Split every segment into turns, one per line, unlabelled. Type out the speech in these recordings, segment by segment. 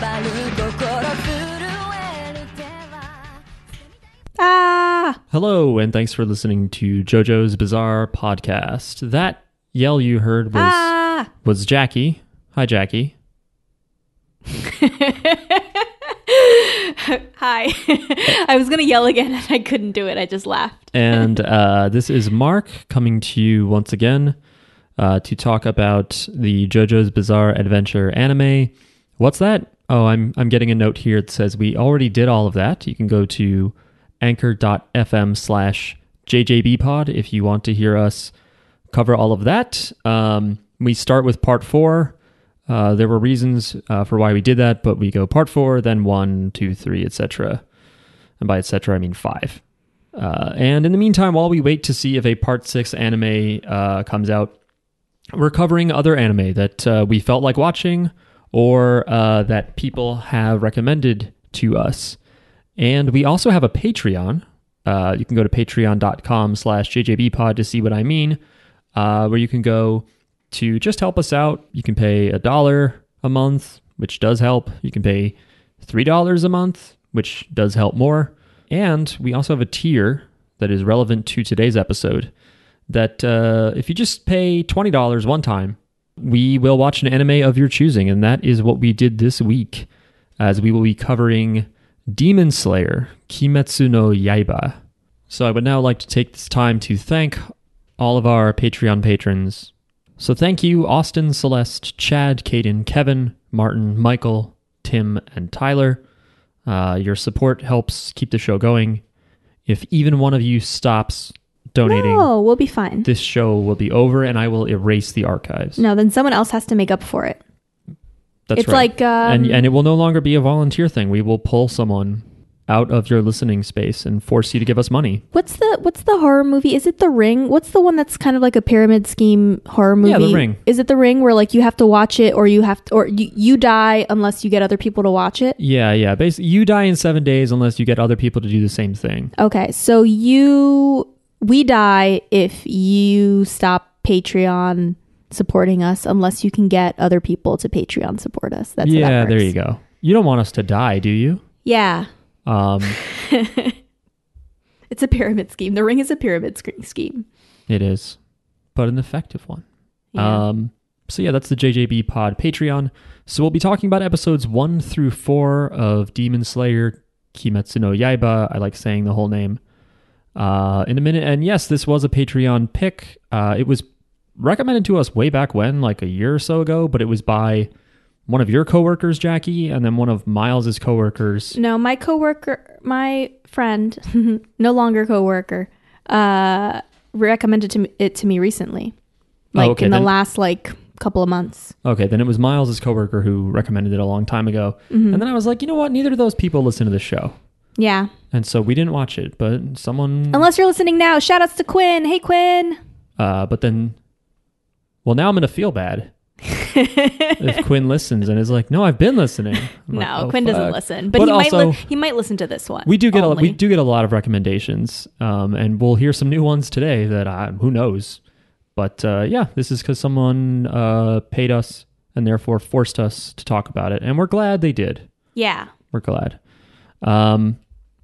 ばる心震える手は
Ah!
Hello, and thanks for listening to JoJo's Bizarre Podcast. That yell you heard was
Ah!
was Jackie. Hi, Jackie.
Hi. I was going to yell again and I couldn't do it. I just laughed.
And uh, this is Mark coming to you once again uh, to talk about the JoJo's Bizarre Adventure anime. What's that? Oh, I'm I'm getting a note here that says we already did all of that. You can go to anchor.fm slash jjbpod if you want to hear us cover all of that. Um, we start with part four. Uh, there were reasons uh, for why we did that, but we go part four, then one, two, three, etc. And by etc., I mean five. Uh, and in the meantime, while we wait to see if a part six anime uh, comes out, we're covering other anime that uh, we felt like watching or uh, that people have recommended to us. And we also have a Patreon. Uh, you can go to patreon.com slash jjbpod to see what I mean, uh, where you can go to just help us out. You can pay a dollar a month, which does help. You can pay $3 a month, which does help more. And we also have a tier that is relevant to today's episode that uh, if you just pay $20 one time, we will watch an anime of your choosing. And that is what we did this week, as we will be covering Demon Slayer Kimetsu no Yaiba. So I would now like to take this time to thank all of our Patreon patrons. So thank you, Austin, Celeste, Chad, Caden, Kevin, Martin, Michael, Tim, and Tyler. Uh, your support helps keep the show going. If even one of you stops donating,
No, Oh, we'll be fine.
this show will be over and I will erase the archives.
No, then someone else has to make up for it.
That's
it's
right.
like, um,
and and it will no longer be a volunteer thing. We will pull someone out of your listening space and force you to give us money.
What's the what's the horror movie? Is it The Ring? What's the one that's kind of like a pyramid scheme horror movie?
Yeah, The Ring.
Is it The Ring where like you have to watch it or you have to, or you, you die unless you get other people to watch it?
Yeah, yeah. Basically, you die in seven days unless you get other people to do the same thing.
Okay, so you we die if you stop Patreon supporting us unless you can get other people to Patreon support us. That's how
yeah,
that
there
works.
you go. You don't want us to die, do you?
Yeah.
Um,
It's a pyramid scheme. The ring is a pyramid sc- scheme.
it is, but an effective one.
Yeah.
Um, so yeah, that's the JJB Pod Patreon. So we'll be talking about episodes one through four of Demon Slayer Kimetsu no Yaiba. I like saying the whole name. Uh, in a minute, and yes, this was a Patreon pick. Uh, it was recommended to us way back when, like a year or so ago, but it was by one of your coworkers, Jackie, and then one of Miles's coworkers.
no, my coworker, my friend, no longer coworker, uh, recommended to me, it to me recently, like
Oh, okay,
in the
then-
last like couple of months.
Okay, then it was Miles's coworker who recommended it a long time ago, and then I was like, you know what? Neither of those people listen to the show,
Yeah.
and so we didn't watch it. But someone
Unless you're listening now, shout outs to Quinn. Hey, Quinn.
Uh, but then, well, now I'm going to feel bad if Quinn listens and is like, "No, I've been listening." I'm like,
No,
"Oh,
Quinn doesn't
fuck."
listen, but, he might li- he might listen to this one.
we do get a, we
only.
do get a lot of recommendations, um, and we'll hear some new ones today that I, who knows. But uh, yeah, this is because someone uh, paid us and therefore forced us to talk about it, and we're glad they did.
yeah.
We're glad. Um,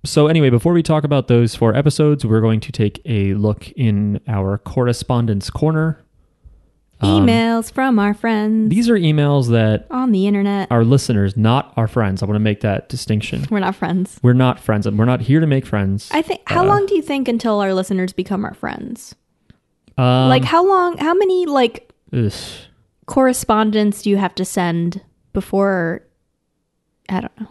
so, anyway, before we talk about those four episodes, we're going to take a look in our correspondence corner. Um,
Emails from our friends
These are emails that
on the internet.
our listeners, not our friends. I want to make that distinction.
We're not friends.
We're not friends. and We're not here to make friends.
I think.
Uh.
How long do you think until our listeners become our friends?
um,
like, how long? How many like
ugh.
correspondence do you have to send before? I don't know.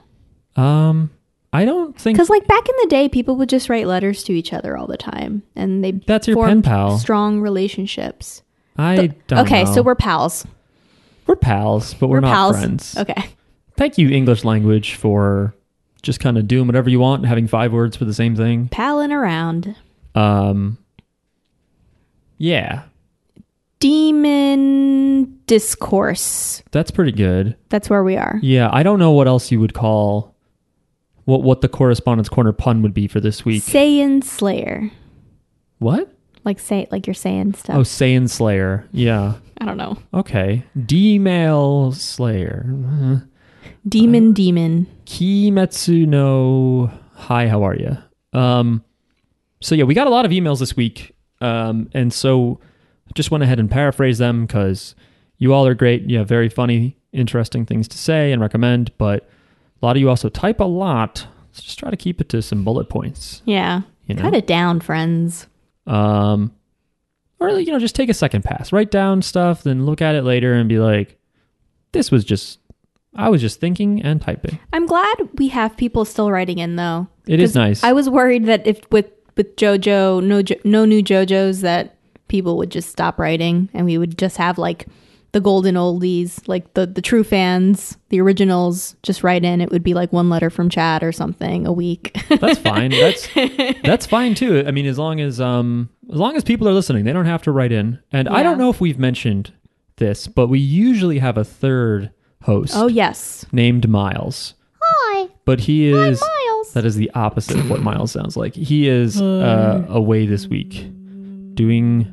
um, I don't think
Because like back in the day, people would just write letters to each other all the time, and they
That's your pen
formed
pal.
Strong relationships.
I don't.
okay,
know.
so we're pals.
we're pals, but we're,
We're
not
pals.
friends.
Okay.
Thank you, English language, for just kind of doing whatever you want, and having five words for the same thing.
Palling around.
Um, yeah,
Demon discourse.
that's pretty good.
That's where we are.
Yeah, I don't know what else you would call what what the correspondence corner pun would be for this week.
Saiyan Slayer.
what?
Like say like you're saying stuff.
Oh, Saiyan Slayer. Yeah.
I don't know.
Okay. D-mail Slayer. Uh-huh.
Demon, demon.
Kimetsu no Hi, how are you? Um, so yeah, we got a lot of emails this week, um, and so just went ahead and paraphrase them because you all are great. You have very funny, interesting things to say and recommend, but a lot of you also type a lot. So just try to keep it to some bullet points.
Yeah.
You know?
Cut it down, friends.
Um, or you know, just take a second pass, write down stuff, then look at it later and be like, "This was just, I was just thinking and typing."
I'm glad we have people still writing in though.
It is
'Cause
nice.
I was worried that if with with JoJo no jo- no new JoJos that people would just stop writing and we would just have like the golden oldies, like the the true fans, the originals, just write in. It would be like one letter from Chad or something a week.
that's fine. That's that's fine too. I mean, as long as um as long as people are listening, they don't have to write in. And I don't
Yeah.
know if we've mentioned this, but we usually have a third host
oh yes,
named Miles.
Hi,
But he is
Miles.
that is the opposite of what Miles sounds like. He is uh, away this week doing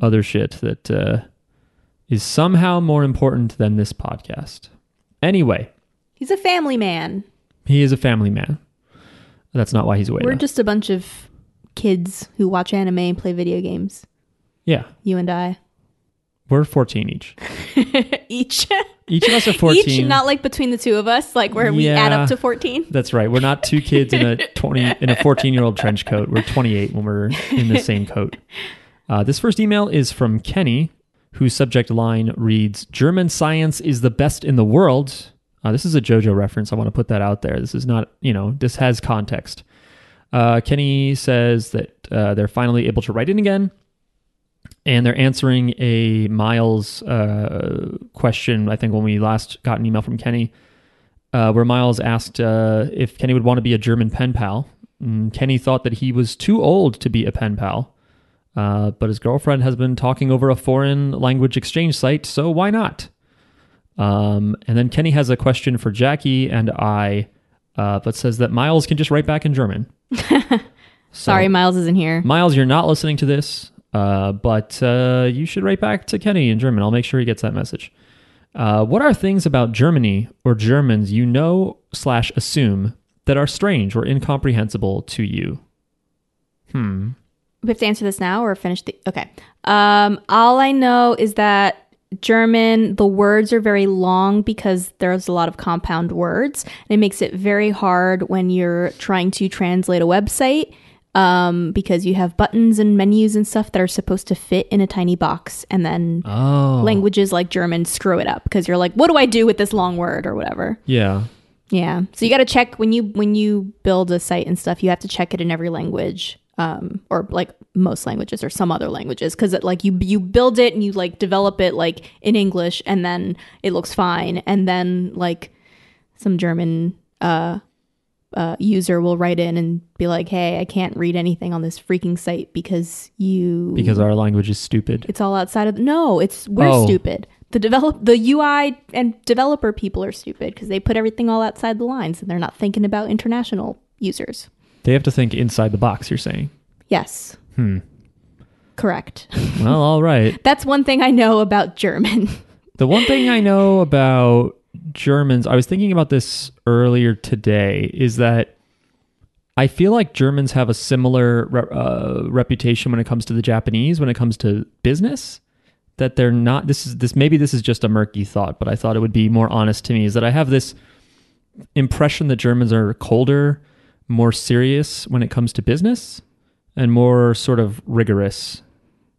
other shit that uh, is somehow more important than this podcast. Anyway,
he's a family man.
he is a family man. That's not why he's away.
We're
though.
just a bunch of kids who watch anime and play video games.
yeah,
You and I,
we're 14 each.
each
Each of us are 14.
each, not like between the two of us, like where we add
Yeah.
up to fourteen.
That's right. We're not two kids in a 20 in a 14-year-old trench coat. We're 28 when we're in the same coat. Uh, this first email is from Kenny, whose subject line reads German science is the best in the world. Uh, this is a JoJo reference. I want to put that out there. This is not, you know, this has context. Uh, Kenny says that uh, they're finally able to write in again, and they're answering a Miles uh, question. I think when we last got an email from Kenny, uh, where Miles asked uh, if Kenny would want to be a German pen pal. And Kenny thought that he was too old to be a pen pal, uh, but his girlfriend has been talking over a foreign language exchange site, so why not? Um, and then Kenny has a question for Jackie and I, uh, but says that Miles can just write back in German.
Sorry,
So-
Miles isn't here.
Miles, you're not listening to this, uh, but uh, you should write back to Kenny in German. I'll make sure he gets that message. Uh, what are things about Germany or Germans you know slash assume that are strange or incomprehensible to you? Hmm.
we have to answer this now or finish the okay um all i know is that german the words are very long because there's a lot of compound words and it makes it very hard when you're trying to translate a website um because you have buttons and menus and stuff that are supposed to fit in a tiny box and then
Oh.
languages like german screw it up because you're like what do i do with this long word or whatever
Yeah.
yeah. So you got to check when you when you build a site and stuff, you have to check it in every language. Um, or like most languages or some other languages because it like you you build it and you like develop it like in english and then it looks fine and then like some german uh uh user will write in and be like hey i can't read anything on this freaking site because you
Because our language is stupid.
it's all outside of no it's we're
Oh.
stupid the develop the ui and developer people are stupid because they put everything all outside the lines and they're not thinking about international users
They have to think inside the box, you're saying.
yes
Hmm.
correct
Well, all right.
that's one thing i know about german
The one thing I know about Germans, I was thinking about this earlier today, is that I feel like Germans have a similar re- uh, reputation when it comes to the Japanese, when it comes to business. That they're not. This is this. Maybe this is just a murky thought, but I thought it would be more honest to me. Is that I have this impression that Germans are colder, more serious when it comes to business, and more sort of rigorous,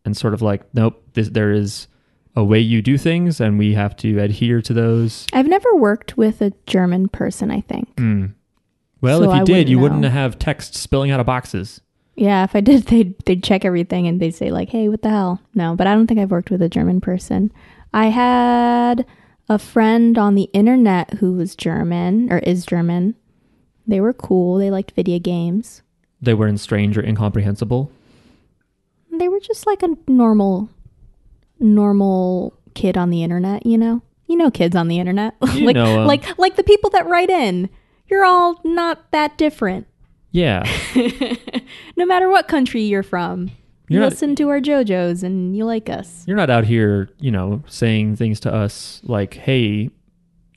and sort of like, nope, this, there is a way you do things, and we have to adhere to those.
i've never worked with a german person i think
Well,
So
if you
I
did,
wouldn't
you
know.
wouldn't have text spilling out of boxes.
yeah if i did they'd, they'd check everything and they'd say like hey what the hell no but i don't think i've worked with a german person i had a friend on the internet who was german or is german they were cool they liked video games
They were in strange or incomprehensible.
they were just like a normal normal kid on the internet you know you know kids on the internet
You
like
know 'em.
like like the people that write in you're all not that different
Yeah,
no matter what country you're from you
You're not-
listen to our jojos and you like us
you're not out here, you know, saying things to us like, "Hey,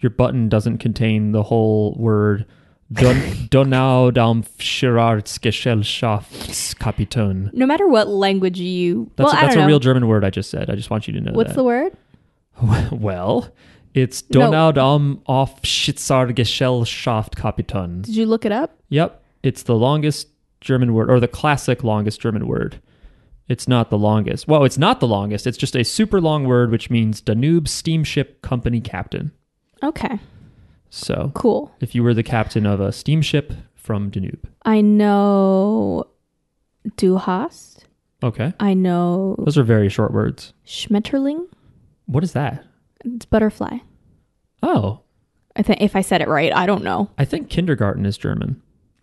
your button doesn't contain the whole word Don Donau daum Gesellschaftskapiton.
No matter what language you,
That's,
well,
a,
I
that's
don't
a
know.
real German word I just said. I just want you to know
What's
that.
the word?
well, it's
No.
Donau daum auf Gesellschaftskapiton.
Did you look it up?
Yep, it's the longest German word, or the classic longest German word. It's not the longest. Well, it's not the longest. It's just a super long word, which means Danube Steamship Company Captain.
Okay,
So,
cool.
if you were the captain of a steamship from Danube,
I know Du hast.
okay,
I know
those are very short words.
Schmetterling.
What is that?
It's butterfly.
Oh,
I think if I said it right, I don't know.
I think kindergarten is German.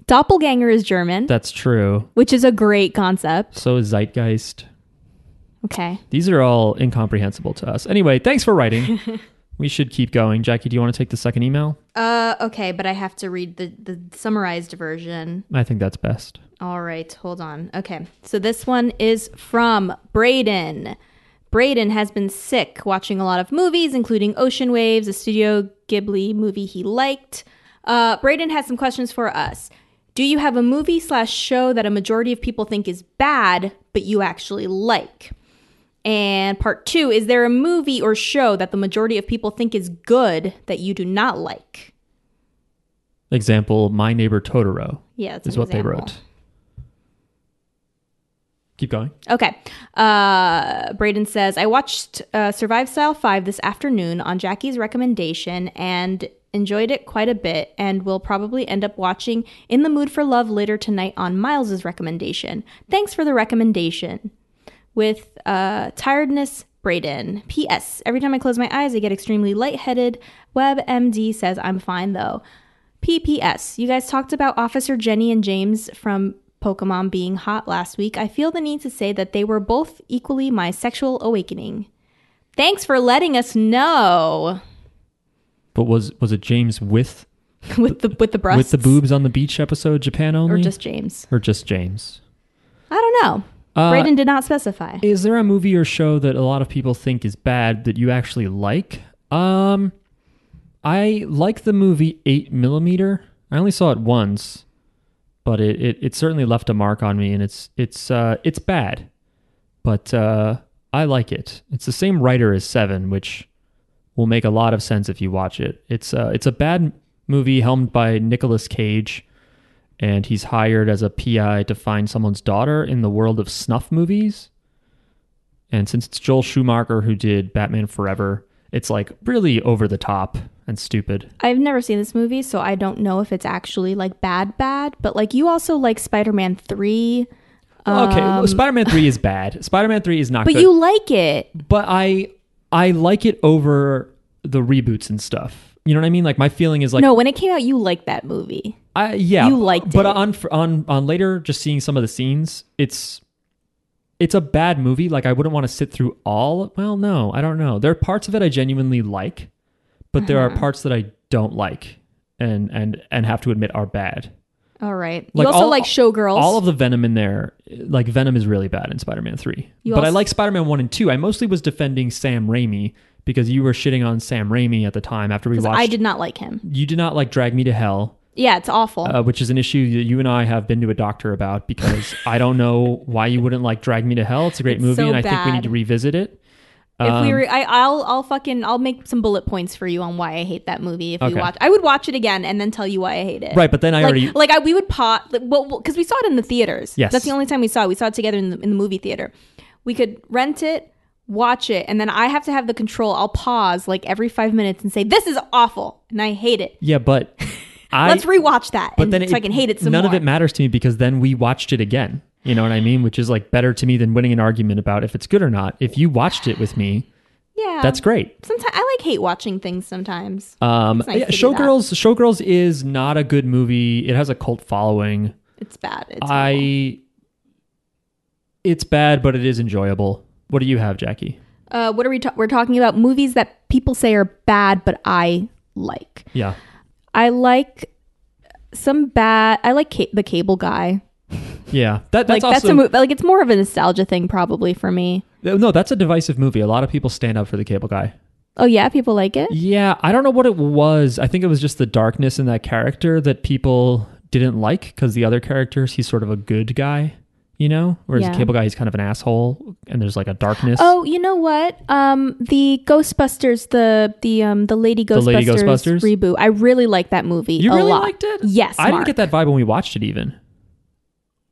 Doppelganger is German,
That's true.
which is a great concept.
So is Zeitgeist.
Okay.
These are all incomprehensible to us. Anyway, thanks for writing. we should keep going. Jackie, do you want to take the second email?
Uh, okay, but I have to read the, the summarized version.
I think that's best.
All right, hold on. Okay, so this one is from Braden. Braden has been sick, watching a lot of movies, including Ocean Waves, a Studio Ghibli movie he liked. Uh, Braden has some questions for us. Do you have a movie slash show that a majority of people think is bad, but you actually like? And part two, is there a movie or show that the majority of people think is good that you do not like?
Example My Neighbor Totoro
Yeah, that's
is
an
what they
example.
wrote. Keep going.
Okay. Uh, Braden says, I watched uh, Survive Style 5 this afternoon on Jackie's recommendation and enjoyed it quite a bit and will probably end up watching In the Mood for Love later tonight on Miles's recommendation. Thanks for the recommendation. With uh, Tiredness, Braden. P.S. Every time I close my eyes, I get extremely lightheaded. WebMD says I'm fine though. PPS, you guys talked about Officer Jenny and James from Pokemon being hot last week. I feel the need to say that they were both equally my sexual awakening. Thanks for letting us know
But was was it James with
with the with the breasts
with the boobs on the beach episode Japan only
or just James.
or just James?
I don't know.
Uh,
Brayden did not specify.
Is there a movie or show that a lot of people think is bad that you actually like? Um, I like the movie Eight Millimeter. I only saw it once, but it, it, it certainly left a mark on me, and it's it's uh, it's bad, but uh, I like it. It's the same writer as Seven, which will make a lot of sense if you watch it. It's uh, it's a bad movie helmed by Nicolas Cage, and he's hired as a PI to find someone's daughter in the world of snuff movies. And since it's Joel Schumacher who did Batman Forever, it's like really over the top and stupid.
I've never seen this movie, so I don't know if it's actually like bad bad, but like you also like Spider-Man 3,
okay, well, Spider-Man 3 is bad. Spider-Man 3 is not
Um, but
good.
you like it.
but I I like it over the reboots and stuff. You know what I mean? Like my feeling is like
no, when it came out you liked that movie.
I yeah.
You liked
but
it.
on on on later just seeing some of the scenes, it's it's a bad movie. Like I wouldn't want to sit through all. Well, no, I don't know. There are parts of it I genuinely like, but there
Uh-huh.
are parts that I don't like and and and have to admit are bad.
All right.
Like,
you also
all-
like Showgirls.
All of the Venom in there, like Venom is really bad in Spider-Man 3.
You
but I
also-
like Spider-Man 1 and 2. I mostly was defending Sam Raimi because you were shitting on Sam Raimi at the time after we
'Cause
watched
I did not like him.
You did not like Drag Me to Hell.
Yeah, it's awful.
uh, which is an issue that you and I have been to a doctor about because I don't know why you wouldn't like Drag Me to Hell. It's a great
It's
movie,
so
and I think we
bad.
need to revisit it. um,
if we were, I, I'll, I'll fucking, I'll make some bullet points for you on why I hate that movie. If we
Okay.
watch, I would watch it again and then tell you why I hate it.
Right, but then I
Uh, like,
already
like I, we would pot, like, well, because we saw it in the theaters.
Yes.
that's the only time we saw it. We saw it together in the, in the movie theater. We could rent it, watch it, and then I have to have the control. I'll pause like every five minutes and say, "This is awful," and I hate it.
yeah, but I
Let's rewatch that,
but
and,
then it-
so I can hate it some
none
more.
of it matters to me because then we watched it again. You know what I mean? Which is like better to me than winning an argument about if it's good or not. If you watched it with me,
yeah,
that's great.
Sometimes I like hate watching things. Sometimes
Um,
It's nice
yeah,
to do that.
Showgirls, Showgirls is not a good movie. It has a cult following.
it's bad. It's horrible.
I, it's bad, but it is enjoyable. What do you have, Jackie?
uh, what are we? Ta- we're talking about movies that people say are bad, but I like.
Yeah.
I like some bad. I like ca- the Cable Guy.
Yeah. That,
Like
that's
that's,
also
a movie. Like it's more of a nostalgia thing, probably for me.
no, that's a divisive movie. A lot of people stand up for the cable guy.
Oh yeah, people like it.
Yeah, I don't know what it was. I think it was just the darkness in that character that people didn't like because the other characters, he's sort of a good guy, you know? Whereas
Yeah.
the cable guy, he's kind of an asshole and there's like a darkness.
Oh, you know what? Um, the Ghostbusters, the the um the Lady Ghostbusters,
Lady Ghostbusters?
reboot. I really like that movie.
you
a
really
lot.
liked it?
Yes,
I didn't
Mark.
get that vibe when we watched it, even.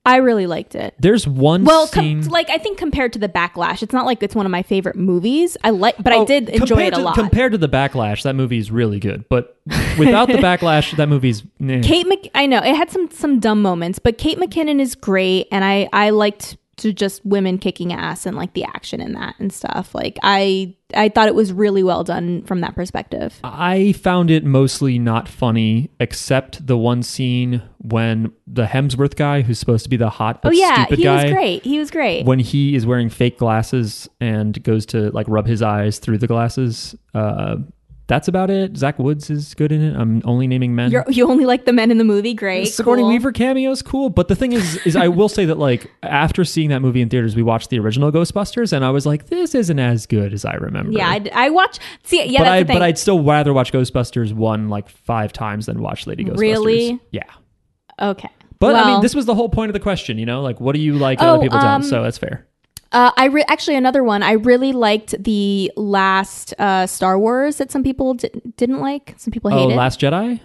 I really liked it.
There's one
Well, com-
scene.
like I think compared to the Backlash, it's not like it's one of my favorite movies. I like, but I
Oh,
did enjoy
compared
it a
to-
lot.
Compared to the backlash, that movie is really good. But without the backlash, that movie's eh.
Kate, Mc- I know it had some some dumb moments, but Kate McKinnon is great, and I I liked to just women kicking ass and like the action in that and stuff. Like I I thought it was really well done from that perspective.
I found it mostly not funny, except the one scene when the Hemsworth guy, who's supposed to be the hot but
oh yeah,
stupid
he
guy,
was great. He was great.
when he is wearing fake glasses and goes to like rub his eyes through the glasses. Uh, that's about it. Zach Woods is good in it. I'm only naming men.
You're, you only like the men in the movie, great.
Sigourney
cool.
Weaver cameos cool, but the thing is, is I will say that like after seeing that movie in theaters, we watched the original Ghostbusters, and I was like, this isn't as good as I remember.
Yeah, I'd- I, watch. See, yeah,
but
that's
I
the thing.
but I'd still rather watch Ghostbusters one like five times than watch Lady Ghostbusters.
Really?
Yeah.
okay,
But I
Well-
mean, this was the whole point of the question, you know? Like, what do you like that
Oh,
other people
um,
don't? So that's fair.
Uh, I re- actually another one. I really liked the last uh, Star Wars that some people di- didn't like. Some people
Oh,
hated.
Last Jedi,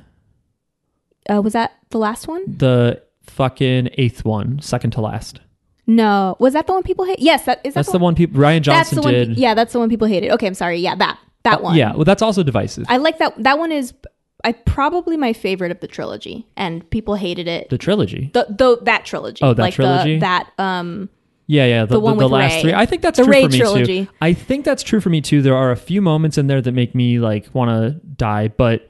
uh, was that the last one?
the fucking eighth one, second to last.
No, was that the one people hate? Yes, that is that
That's the one people Ryan
That's
Johnson
the one.
did. Uh,
Yeah, that's the one people hated. Okay, I'm sorry. Yeah, that that one.
Yeah, well, that's also divisive.
I like that. That one is, I probably my favorite of the trilogy, and people hated it.
the trilogy.
The, the that trilogy.
Oh, that
like
trilogy?
The, that um.
Yeah, yeah, the, the,
one
the
with
last
Rey.
three. I think that's
The
true
Rey
for me
trilogy.
too. I think that's true for me too. There are a few moments in there that make me like want to die, but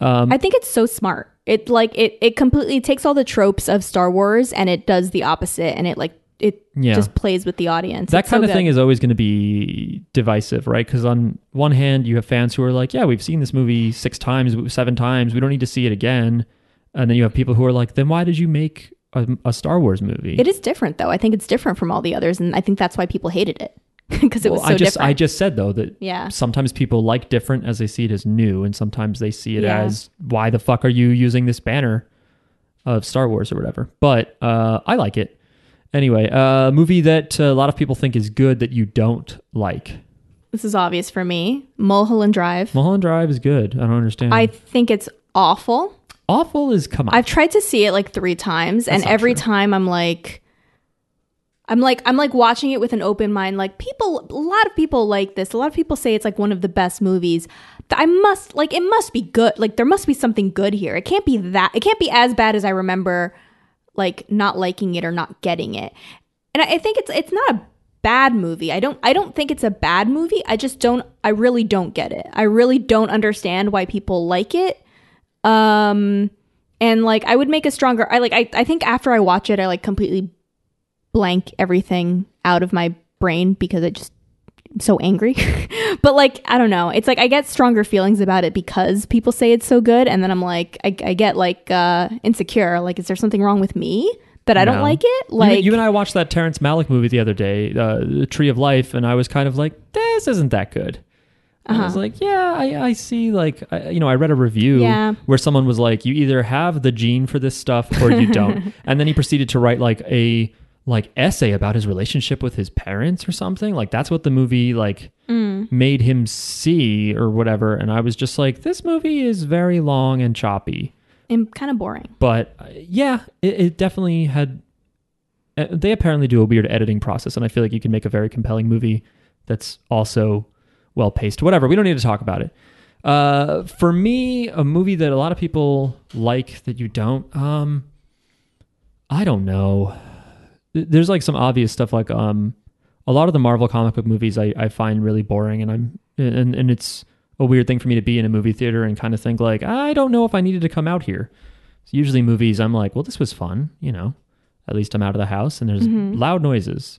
Um,
I think it's so smart. It like it it completely takes all the tropes of Star Wars and it does the opposite, and it like it
Yeah.
just plays with the audience.
that
It's so
kind of
good.
thing is always going to be divisive, right? Because on one hand, you have fans who are like, "Yeah, we've seen this movie six times, seven times. We don't need to see it again." And then you have people who are like, "Then why did you make a, a Star Wars movie?"
It is different though. I think it's different from all the others, and I think that's why people hated it because it was
Well,
so
I just
different.
I just said though that
Yeah.
sometimes people like different as they see it as new, and sometimes they see it
Yeah.
as why the fuck are you using this banner of Star Wars or whatever. But uh, I like it anyway. uh, movie that uh, a lot of people think is good that you don't like.
this is obvious for me. Mulholland Drive.
Mulholland Drive is good. I don't understand.
I think it's awful.
Awful is come on.
I've tried to see it like three times, and
not
every
true.
time I'm like, I'm like, I'm like watching it with an open mind. Like people, a lot of people like this. A lot of people say it's like one of the best movies. Th- I must like it must be good. Like there must be something good here. It can't be that. It can't be as bad as I remember. Like not liking it or not getting it. And I, I think it's it's not a bad movie. I don't I don't think it's a bad movie. I just don't. I really don't get it. I really don't understand why people like it um and like i would make a stronger i like I, I think after i watch it i like completely blank everything out of my brain because i just am so angry but like i don't know it's like i get stronger feelings about it because people say it's so good and then i'm like i, I get like uh insecure like is there something wrong with me that i don't
No.
like it
You-
like
you, and I watched that Terrence Malick movie the other day, uh, The Tree of Life, and I was kind of like, this isn't that good. And I was
Uh-huh.
like, yeah, I, I see. Like, I, you know, I read a review
Yeah.
where someone was like, you either have the gene for this stuff or you don't. and then he proceeded to write like a like essay about his relationship with his parents or something. Like that's what the movie like
Mm.
made him see or whatever. And I was just like, this movie is very long and choppy
i'm kind of boring
but uh, yeah, it, it definitely had. uh, They apparently do a weird editing process, and I feel like you can make a very compelling movie that's also well paced. Whatever, we don't need to talk about it. Uh, for me, a movie that a lot of people like that you don't. Um, I don't know. Th- There's like some obvious stuff, like um, a lot of the Marvel comic book movies I, I find really boring, and I'm and and it's a weird thing for me to be in a movie theater and kind of think like I don't know if I needed to come out here. So usually movies, I'm like, well, this was fun, you know. At least I'm out of the house and there's loud noises.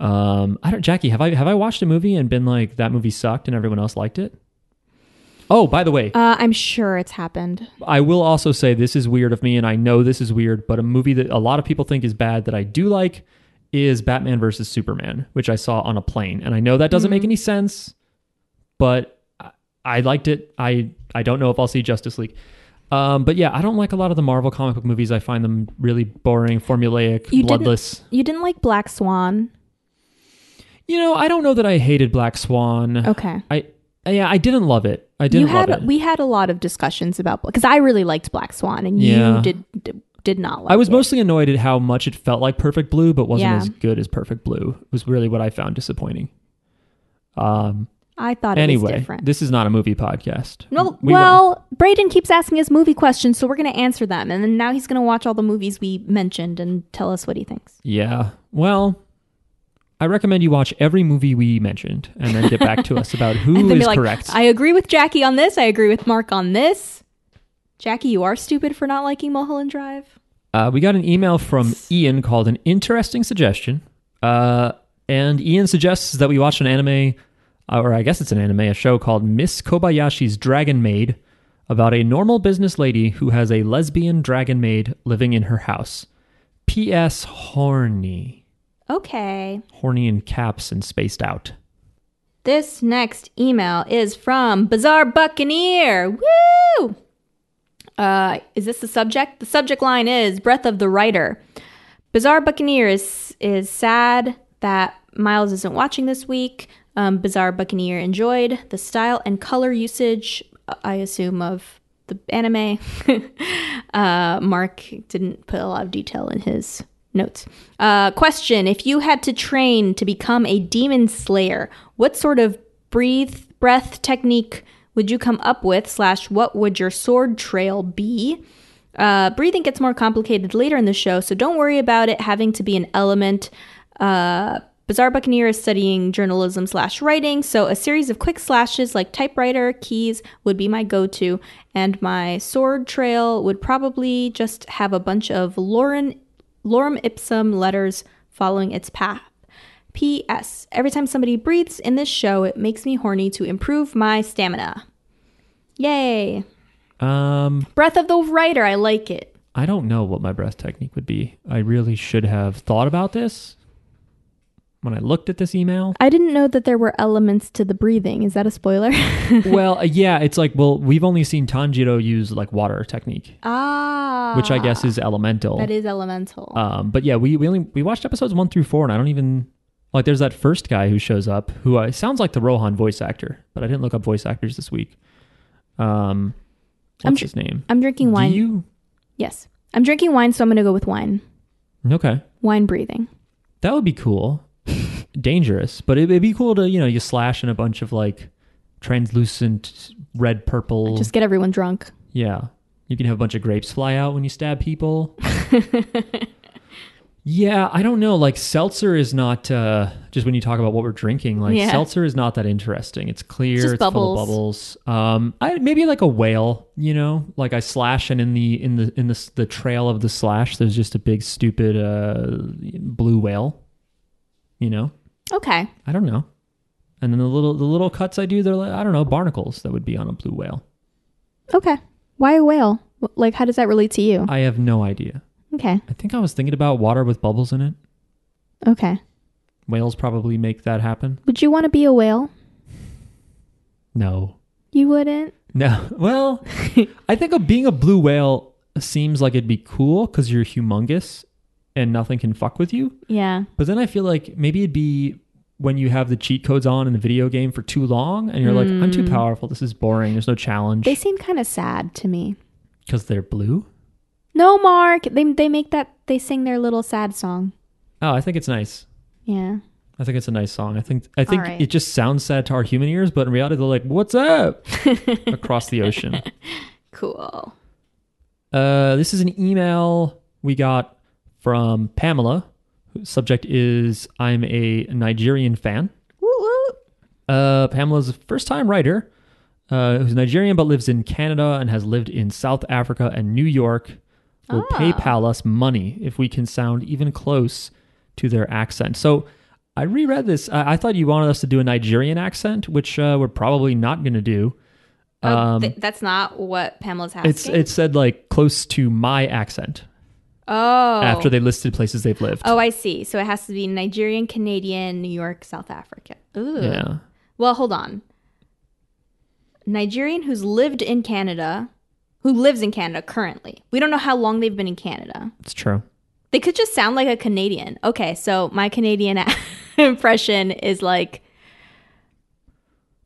Um, I don't, Jackie, have I have I watched a movie and been like that movie sucked and everyone else liked it? Oh, by the way,
uh i'm sure it's happened
I will also say this is weird of me, and I know this is weird, but a movie that a lot of people think is bad that I do like is
Mm-hmm.
Batman versus Superman, which I saw on a plane, and I know that doesn't make any sense, but I liked it. I I don't know if I'll see Justice League. Um, but yeah, I don't like a lot of the Marvel comic book movies. I find them really boring, formulaic,
You didn't-
bloodless.
You didn't like Black Swan.
You know, I don't know that I hated Black Swan.
Okay.
I yeah, I didn't love it. I
Oh. You
didn't
had
love it.
we had a lot of discussions about because I really liked Black Swan and
Yeah.
you did, did did not like.
I was
it.
mostly annoyed at how much it felt like Perfect Blue, but wasn't
Yeah.
as good as Perfect Blue. Was really what I found disappointing. Um.
I thought it was
Anyway,
different.
this is not a movie podcast.
no,
We weren't-
well, Braden keeps asking us movie questions, so we're going to answer them, and then now he's going to watch all the movies we mentioned and tell us what he thinks.
Yeah. Well, I recommend you watch every movie we mentioned and then get back to us about who
and then
is
be like,
correct.
I agree with Jackie on this. I agree with Mark on this. Jackie, you are stupid for not liking Mulholland Drive.
Uh, we got an email from Ian called an interesting suggestion. Uh, and Ian suggests that we watch an anime, uh, or I guess it's an anime, a show called Miss Kobayashi's Dragon Maid about a normal business lady who has a lesbian dragon maid living in her house. P.S. Horny.
Okay.
Horny in caps and spaced out.
This next email is from Bizarre Buccaneer. Woo! Uh, is this the subject? The subject line is Breath of the Writer. Bizarre Buccaneer is is sad that Miles isn't watching this week. Um, Bizarre Buccaneer enjoyed the style and color usage, I assume, of the anime. uh, Mark didn't put a lot of detail in his notes. Uh, question: If you had to train to become a demon slayer, what sort of breathe breath technique would you come up with? Slash, what would your sword trail be? Uh, breathing gets more complicated later in the show, so don't worry about it having to be an element. Uh, Bizarre Buccaneer is studying journalism slash writing, so a series of quick slashes like typewriter keys would be my go to, and my sword trail would probably just have a bunch of Lauren, lorem ipsum letters following its path. P.S. Every time somebody breathes in this show, it makes me horny to improve my stamina. Yay!
Um,
Breath of the Writer, I like it.
I don't know what my breath technique would be. I really should have thought about this when I looked at this email.
I didn't know that there were elements to the breathing. Is that a spoiler?
well, uh, yeah, it's like, well, we've only seen Tanjiro use like water technique,
ah.
which I guess is elemental.
That is elemental.
um, but yeah, we, we only we watched episodes one through four, and I don't even like. There's that first guy who shows up who uh, sounds like the Rohan voice actor, but I didn't look up voice actors this week. Um,
I'm
what's
tr-
his name?
I'm drinking wine.
Do you?
yes. I'm drinking wine, so I'm going to go with wine.
Okay,
Wine breathing.
that would be cool. Dangerous, but it, it'd be cool to you know you slash in a bunch of like translucent red purple.
Just get everyone drunk.
Yeah. You can have a bunch of grapes fly out when you stab people. yeah, I don't know. Like seltzer is not uh just when you talk about what we're drinking, like
Yeah.
seltzer is not that interesting. It's clear,
Just
it's full of
bubbles.
bubbles. Um I maybe like a whale, you know? Like I slash and in the in the in the s- the trail of the slash there's just a big stupid uh blue whale. You know?
Okay.
I don't know. And then the little the little cuts I do, they're like I don't know, barnacles that would be on a blue whale.
Okay. Why a whale? Wh- Like, how does that relate to you?
I have no idea.
Okay.
I think I was thinking about water with bubbles in it.
Okay.
Whales probably make that happen.
Would you want to be a whale?
No.
You wouldn't.
No. Well, I think of being a blue whale seems like it'd be cool because you're humongous and nothing can fuck with you.
Yeah.
But then I feel like maybe it'd be when you have the cheat codes on in the video game for too long and you're like, I'm too powerful. This is boring. There's no challenge
Hmm. They seem kind of sad to me.
because they're blue.
No, Mark. They they make that they sing their little sad song.
Oh, I think it's nice.
Yeah.
I think it's a nice song. I think I think
right.
it just sounds sad to our human ears, but in reality, they're like, "What's up?" across the ocean.
Cool.
Uh, this is an email we got from Pamela. whose Subject is I'm a Nigerian fan.
Woo woo.
Uh, Pamela's a first time writer uh, who's Nigerian but lives in Canada and has lived in South Africa and New York. Will
Ah.
PayPal us money if we can sound even close to their accent. So I reread this. I, I thought you wanted us to do a Nigerian accent, which uh, we're probably not going to do.
Oh,
Um,
th- that's not what Pamela's asking.
It's it said like close to my accent
oh.
after they listed places they've lived.
Oh, I see. So it has to be Nigerian, Canadian, New York, South Africa. Ooh.
Yeah.
Well, hold on. Nigerian who's lived in Canada, who lives in Canada currently. We don't know how long they've been in Canada.
It's true.
They could just sound like a Canadian. Okay, so my Canadian impression is like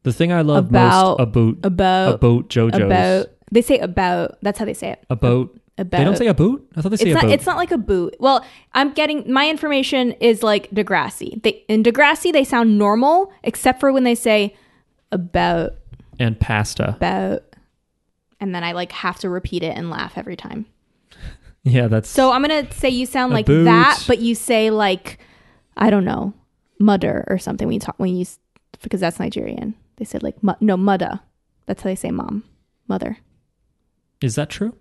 The thing I love
About-
most about
about
about JoJo's
about. They say about. That's how they say it.
about
About.
they don't say a boot. I thought they say
it's
a
not.
boot.
It's not like a boot. Well, I'm getting my information is like Degrassi. They in Degrassi they sound normal except for when they say about
and pasta.
about, and then I like have to repeat it and laugh every time.
Yeah, that's
So I'm gonna say you sound like
boot.
that, but you say like I don't know, mudder or something when you talk when you s- because that's Nigerian. They said like mu- no mudda. That's how they say mom, mother.
is that true?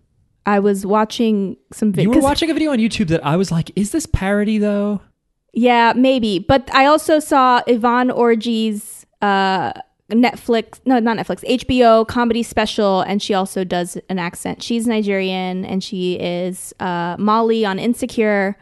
I was watching some
You
video.
were watching a video on YouTube that I was like, is this parody though?
Yeah, maybe. But I also saw Yvonne Orgy's uh, Netflix, no, not Netflix, HBO comedy special, and she also does an accent. She's Nigerian, and she is uh, Molly on Insecure,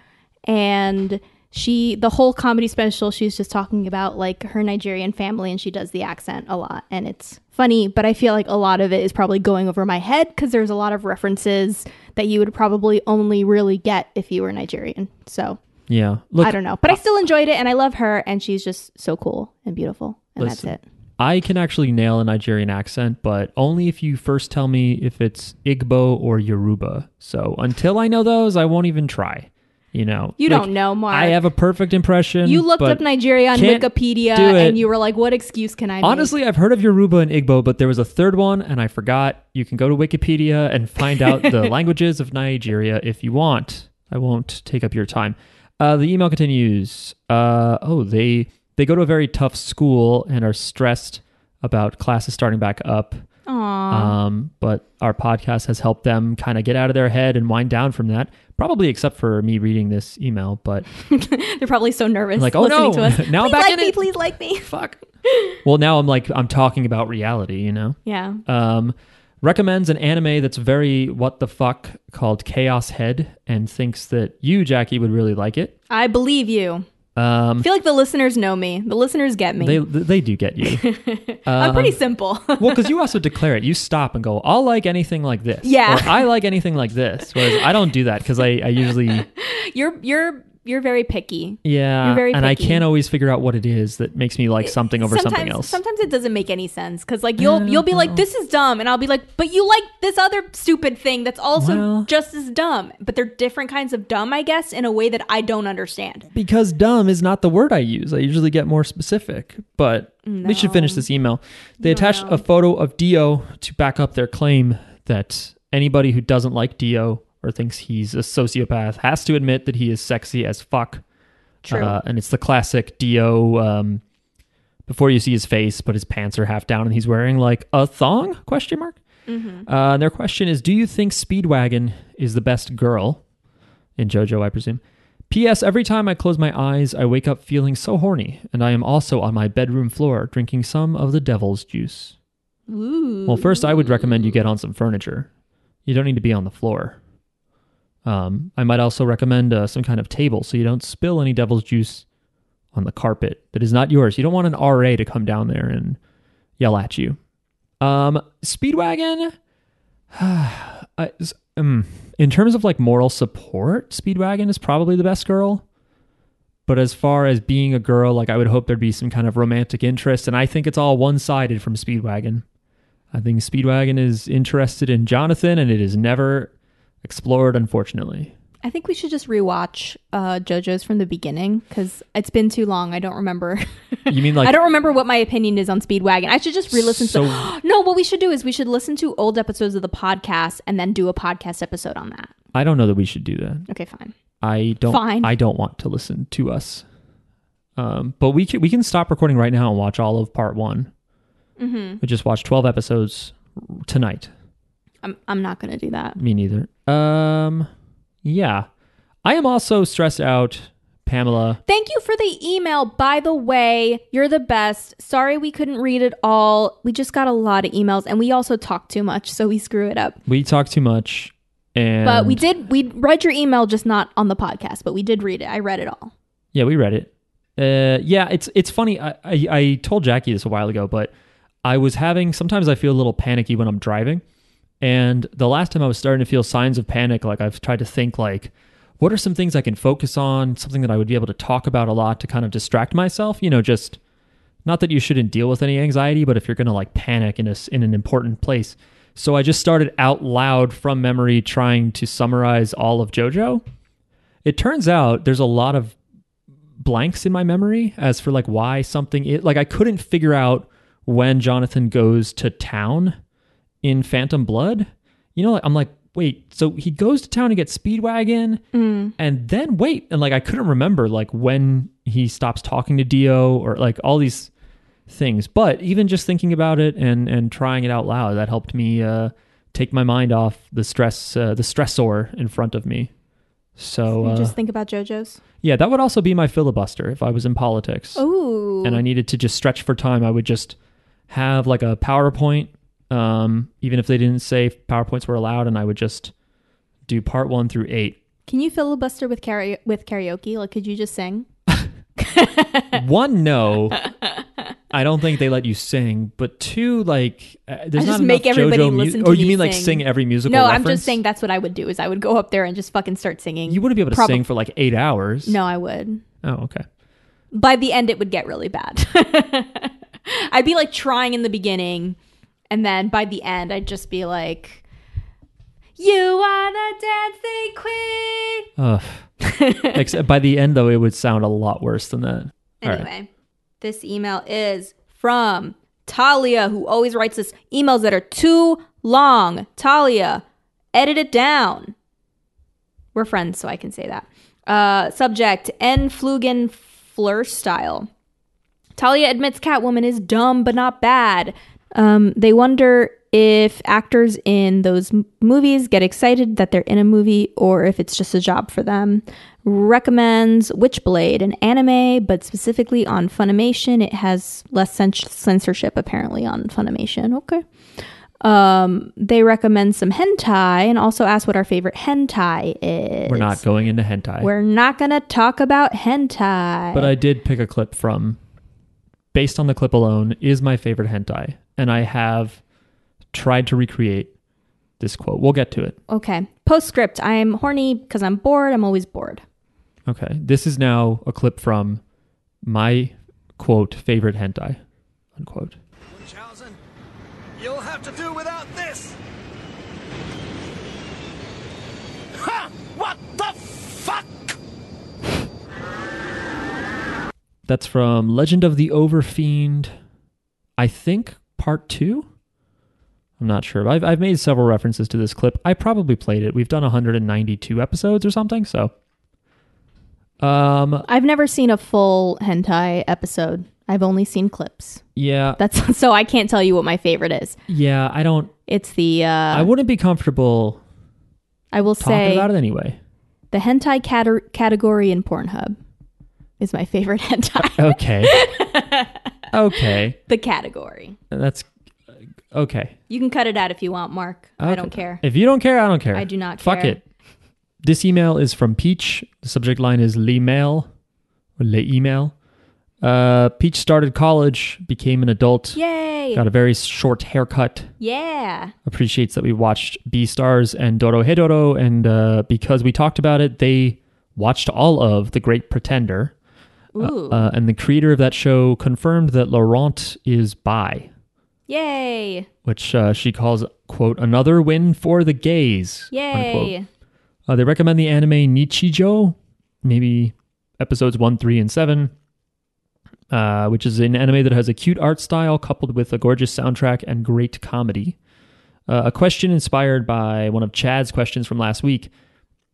and she the whole comedy special she's just talking about like her Nigerian family, and she does the accent a lot, and it's funny. But I feel like a lot of it is probably going over my head because there's a lot of references that you would probably only really get if you were Nigerian. So.
Yeah. Look,
I don't know, but I still enjoyed it, and I love her, and she's just so cool and beautiful, and
Listen.
that's it.
I can actually nail a Nigerian accent, but only if you first tell me if it's Igbo or Yoruba. So until I know those, I won't even try. You know,
You
Like,
don't know, Mark.
I have a perfect impression.
you looked
but
up Nigeria on
can't
Wikipedia,
do it.
and you were like, "What excuse can I?" make?"
Honestly, I've heard of Yoruba and Igbo, but there was a third one and I forgot. You can go to Wikipedia and find out the languages of Nigeria if you want. I won't take up your time. Uh, the email continues. Uh, oh, they they go to a very tough school and are stressed about classes starting back up.
Aw.
Um, but our podcast has helped them kind of get out of their head and wind down from that. Probably except for me reading this email, but
they're probably so nervous
like, oh,
listening
no.
to us.
Now I'm
please
back
like
in
me,
it.
please like me.
fuck. well, now I'm like I'm talking about reality, you know.
Yeah,
um, recommends an anime that's very what the fuck called Chaos Head and thinks that you, Jackie, would really like it.
I believe you. I
Um,
feel like the listeners know me. The listeners get me.
they they do get you.
I'm pretty simple.
well, because you also declare it. You stop and go. I'll like anything like this.
Yeah.
Or, I like anything like this. Whereas I don't do that because I, I usually
you're you're you're very picky.
yeah,
You're very
and I
picky.
can't always figure out what it is that makes me like something over
sometimes,
something else. Mm,
Sometimes it doesn't make any sense because like you'll you'll be like this is dumb, and I'll be like, but you like this other stupid thing that's also
Well-
just as dumb. But they're different kinds of dumb, I guess, in a way that I don't understand.
because dumb is not the word I use. I usually get more specific, but we should finish this email. They attached a photo of Dio to back up their claim that anybody who doesn't like Dio or thinks he's a sociopath has to admit that he is sexy as fuck.
True.
Uh, and it's the classic Dio um, before you see his face, but his pants are half down and he's wearing like a thong question mark. Uh, and their question is, do you think Speedwagon is the best girl in JoJo, I presume? P.S. Every time I close my eyes, I wake up feeling so horny, and I am also on my bedroom floor drinking some of the devil's juice.
Ooh.
Well, first, I would recommend you get on some furniture. You don't need to be on the floor. Um, I might also recommend uh, some kind of table so you don't spill any devil's juice on the carpet that is not yours. You don't want an RA to come down there and yell at you. Um, Speedwagon, I, s- um, in terms of like moral support, Speedwagon is probably the best girl. But as far as being a girl, like I would hope there'd be some kind of romantic interest, and I think it's all one-sided from Speedwagon. I think Speedwagon is interested in Jonathan, and it is never explored, unfortunately.
I think we should just rewatch uh, JoJo's from the beginning because it's been too long. I don't remember.
You mean like
I don't remember what my opinion is on Speedwagon. I should just re-listen
So-
to. no, what we should do is we should listen to old episodes of the podcast and then do a podcast episode on that.
I don't know that we should do that.
Okay, fine.
I don't.
Fine.
I don't want to listen to us. Um, but we can, we can stop recording right now and watch all of part one.
Mm-hmm.
We just watched twelve episodes tonight.
I'm I'm not gonna do that.
Me neither. Um, yeah, I am also stressed out, Pamela.
Thank you for the email, by the way. You're the best. Sorry we couldn't read it all. We just got a lot of emails and we also talk too much, so we screw it up.
We talk too much, and
But we did, we read your email, just not on the podcast, but we did read it. I read it all.
Yeah, we read it. Uh, yeah, it's it's funny. I, I I told Jackie this a while ago, but I was having sometimes I feel a little panicky when I'm driving. And the last time I was starting to feel signs of panic, like I've tried to think like what are some things I can focus on, something that I would be able to talk about a lot to kind of distract myself, you know, just not that you shouldn't deal with any anxiety, but if you're going to like panic in a, s- in an important place. So I just started out loud from memory trying to summarize all of JoJo. It turns out there's a lot of blanks in my memory as for like why something i like I couldn't figure out when Jonathan goes to town in Phantom Blood. You know, like, I'm like, wait, so he goes to town and gets Speedwagon,
Mm.
and then wait, and like I couldn't remember like when he stops talking to Dio or like all these things. But even just thinking about it and and trying it out loud, that helped me uh, take my mind off the stress, uh, the stressor in front of me. So
You
uh,
just think about JoJo's.
yeah, that would also be my filibuster if I was in politics
Oh. Ooh.
and I needed to just stretch for time. I would just have like a PowerPoint, um, even if they didn't say PowerPoints were allowed, and I would just do part one through eight.
Can you filibuster with karaoke? With karaoke, like could you just sing?
one, no, I don't think they let you sing, but two, like uh, there's
I
not
just
enough
make everybody
JoJo
listen
mu-
to
or you
me
mean like
sing.
sing every musical?
no, I'm
reference?
just saying that's what I would do. Is I would go up there and just fucking start singing.
you wouldn't be able to
Probab-
sing for like eight hours.
No, I would.
Oh, okay.
By the end, it would get really bad. I'd be like trying in the beginning, and then by the end, I'd just be like, "You are the dancing queen."
Ugh. Except by the end, though, it would sound a lot worse than that. All right.
Anyway, this email is from Talia, who always writes us emails that are too long. Talia, edit it down. We're friends, so I can say that. Uh, subject N. Flugen Fleur style. Talia admits Catwoman is dumb but not bad. Um, they wonder if actors in those m- movies get excited that they're in a movie or if it's just a job for them. Recommends Witchblade, an anime, but specifically on Funimation. It has less cens- censorship apparently on Funimation. Okay. Um, they recommend some hentai and also ask what our favorite hentai is.
We're not going into hentai.
We're not gonna talk about hentai.
But I did pick a clip from, based on the clip alone, is my favorite hentai. And I have tried to recreate this quote. We'll get to it.
Okay. Postscript. I'm horny because I'm bored. I'm always bored.
Okay. This is now a clip from my quote, favorite hentai, unquote.
Munchausen, you'll have to do without this. Ha! What the fuck?
That's from Legend of the Overfiend, I think part two. I'm not sure. I've, I've made several references to this clip. I probably played it. We've done 192 episodes or something. So, um,
I've never seen a full hentai episode. I've only seen clips.
yeah,
That's so I can't tell you what my favorite is.
yeah. I don't.
It's the uh, I
I wouldn't be comforble talking
will say
about it anyway.
the hentai cate- category in Pornhub is my favorite hentai.
Okay. okay.
the category.
That's okay.
You can cut it out if you want, Mark. I don't
Okay.
care.
If you don't care, I don't care.
I do not
Fuck
care.
it. This email is from Peach. The subject line is Lee Mail or Lee Email. Uh, Peach started college, became an adult,
Yay!
got a very short haircut,
Yeah.
appreciates that we watched B Stars and Doro Hedoro, and uh, because we talked about it, they watched all of The Great Pretender.
Ooh.
Uh, and the creator of that show confirmed that Laurent is bi,
Yay!
which uh, she calls, quote, another win for the gays.
Yay!
unquote. Uh, they recommend the anime Nichijo, maybe episodes one, three, and seven, uh, which is an anime that has a cute art style coupled with a gorgeous soundtrack and great comedy. Uh, a question inspired by one of Chad's questions from last week.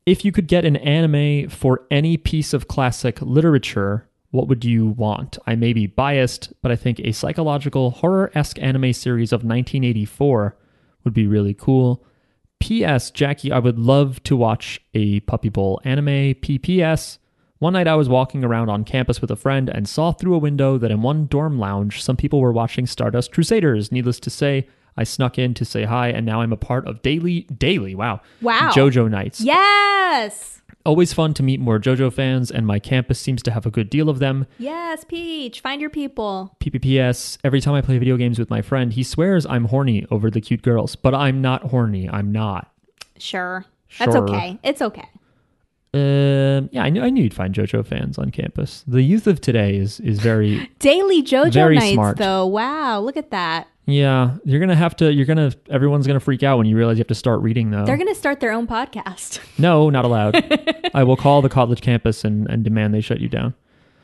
If you could get an anime for any piece of classic literature, what would you want? I may be biased, but I think a psychological horror esque anime series of 1984 would be really cool. P.S. Jackie, I would love to watch a Puppy Bowl anime. P.P.S. One night I was walking around on campus with a friend and saw through a window that in one dorm lounge some people were watching Stardust Crusaders. Needless to say, I snuck in to say hi, and now I'm a part of daily, daily, wow,
Wow.
JoJo nights.
Yes.
Always fun to meet more JoJo fans, and my campus seems to have a good deal of them.
Yes, Peach, find your people.
PPPS, every time I play video games with my friend, he swears I'm horny over the cute girls, but I'm not horny. I'm not.
Sure. That's
Sure.
okay. It's okay.
Um, yeah, I knew, I knew you'd find JoJo fans on campus. The youth of today is is very
Daily JoJo
Very
nights,
smart.
though. Wow, look at that.
yeah. You're gonna have to. You're gonna. Everyone's gonna freak out when you realize you have to start reading though.
They're going to start their own podcast.
no, not allowed. I will call the college campus and, and demand they shut you down.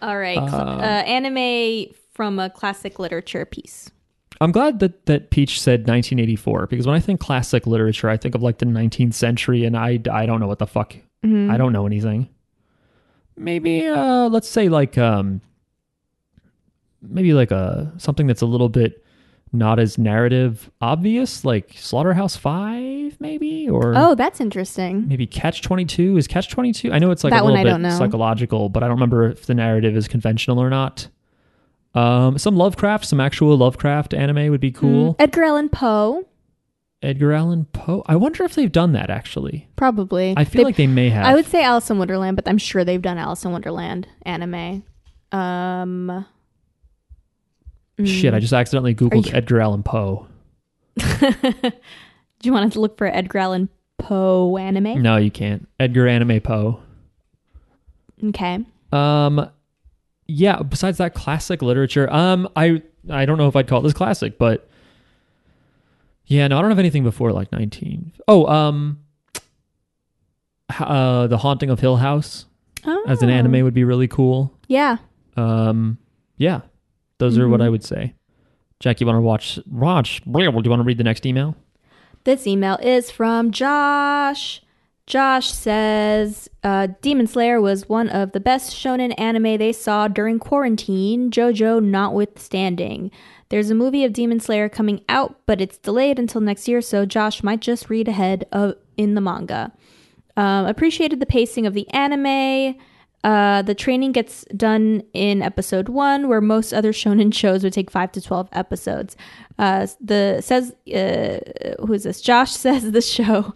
All right. cl- Uh, anime from a classic literature piece.
I'm glad that that Peach said 1984 because when I think classic literature, I think of like the 19th century, and I I don't know what the fuck. I don't know anything. Maybe uh, let's say like um, maybe like a something that's a little bit not as narrative obvious, like Slaughterhouse Five, maybe or
Oh, that's interesting.
maybe Catch 22. Is Catch 22? I know it's like
That
a
one
little
I
bit
don't know.
psychological, but I don't remember if the narrative is conventional or not. Um, some Lovecraft, some actual Lovecraft anime would be cool.
Edgar Allan Poe,
Edgar Allan Poe. I wonder if they've done that actually.
probably.
I feel like they may have.
I would say Alice in Wonderland, but I'm sure they've done Alice in Wonderland anime. Um, Mm.
Shit, I just accidentally googled Edgar Allan Poe.
do you want to look for Edgar Allan Poe anime?
No, you can't. Edgar Anime Poe. Mm.
Okay.
Um, yeah. Besides that, classic literature. Um, I I don't know if I'd call this classic, but yeah, no, I don't have anything before like nineteen. Oh, um, h- uh, the Haunting of Hill House
Oh,
as an anime would be really cool.
Yeah.
Um, yeah, those are what I would say. Jack, you want to watch watch? Do you want to read the next email?
This email is from Josh. Josh says uh, Demon Slayer was one of the best shonen anime they saw during quarantine, JoJo notwithstanding. There's a movie of Demon Slayer coming out, but it's delayed until next year, so Josh might just read ahead of in the manga. Um, appreciated the pacing of the anime. Uh, the training gets done in episode one, where most other shonen shows would take five to twelve episodes. Uh, the says uh, who is this? Josh says the show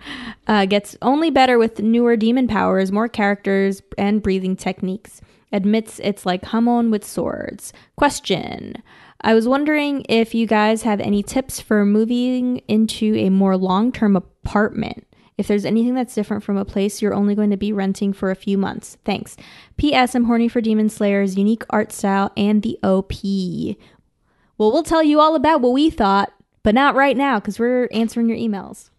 uh, gets only better with newer demon powers, more characters, and breathing techniques. Admits it's like Hamon with swords. Question. I was wondering if you guys have any tips for moving into a more long term apartment. If there's anything that's different from a place you're only going to be renting for a few months. Thanks. P.S. I'm horny for Demon Slayer's unique art style and the OP. Well, we'll tell you all about what we thought, but not right now because we're answering your emails.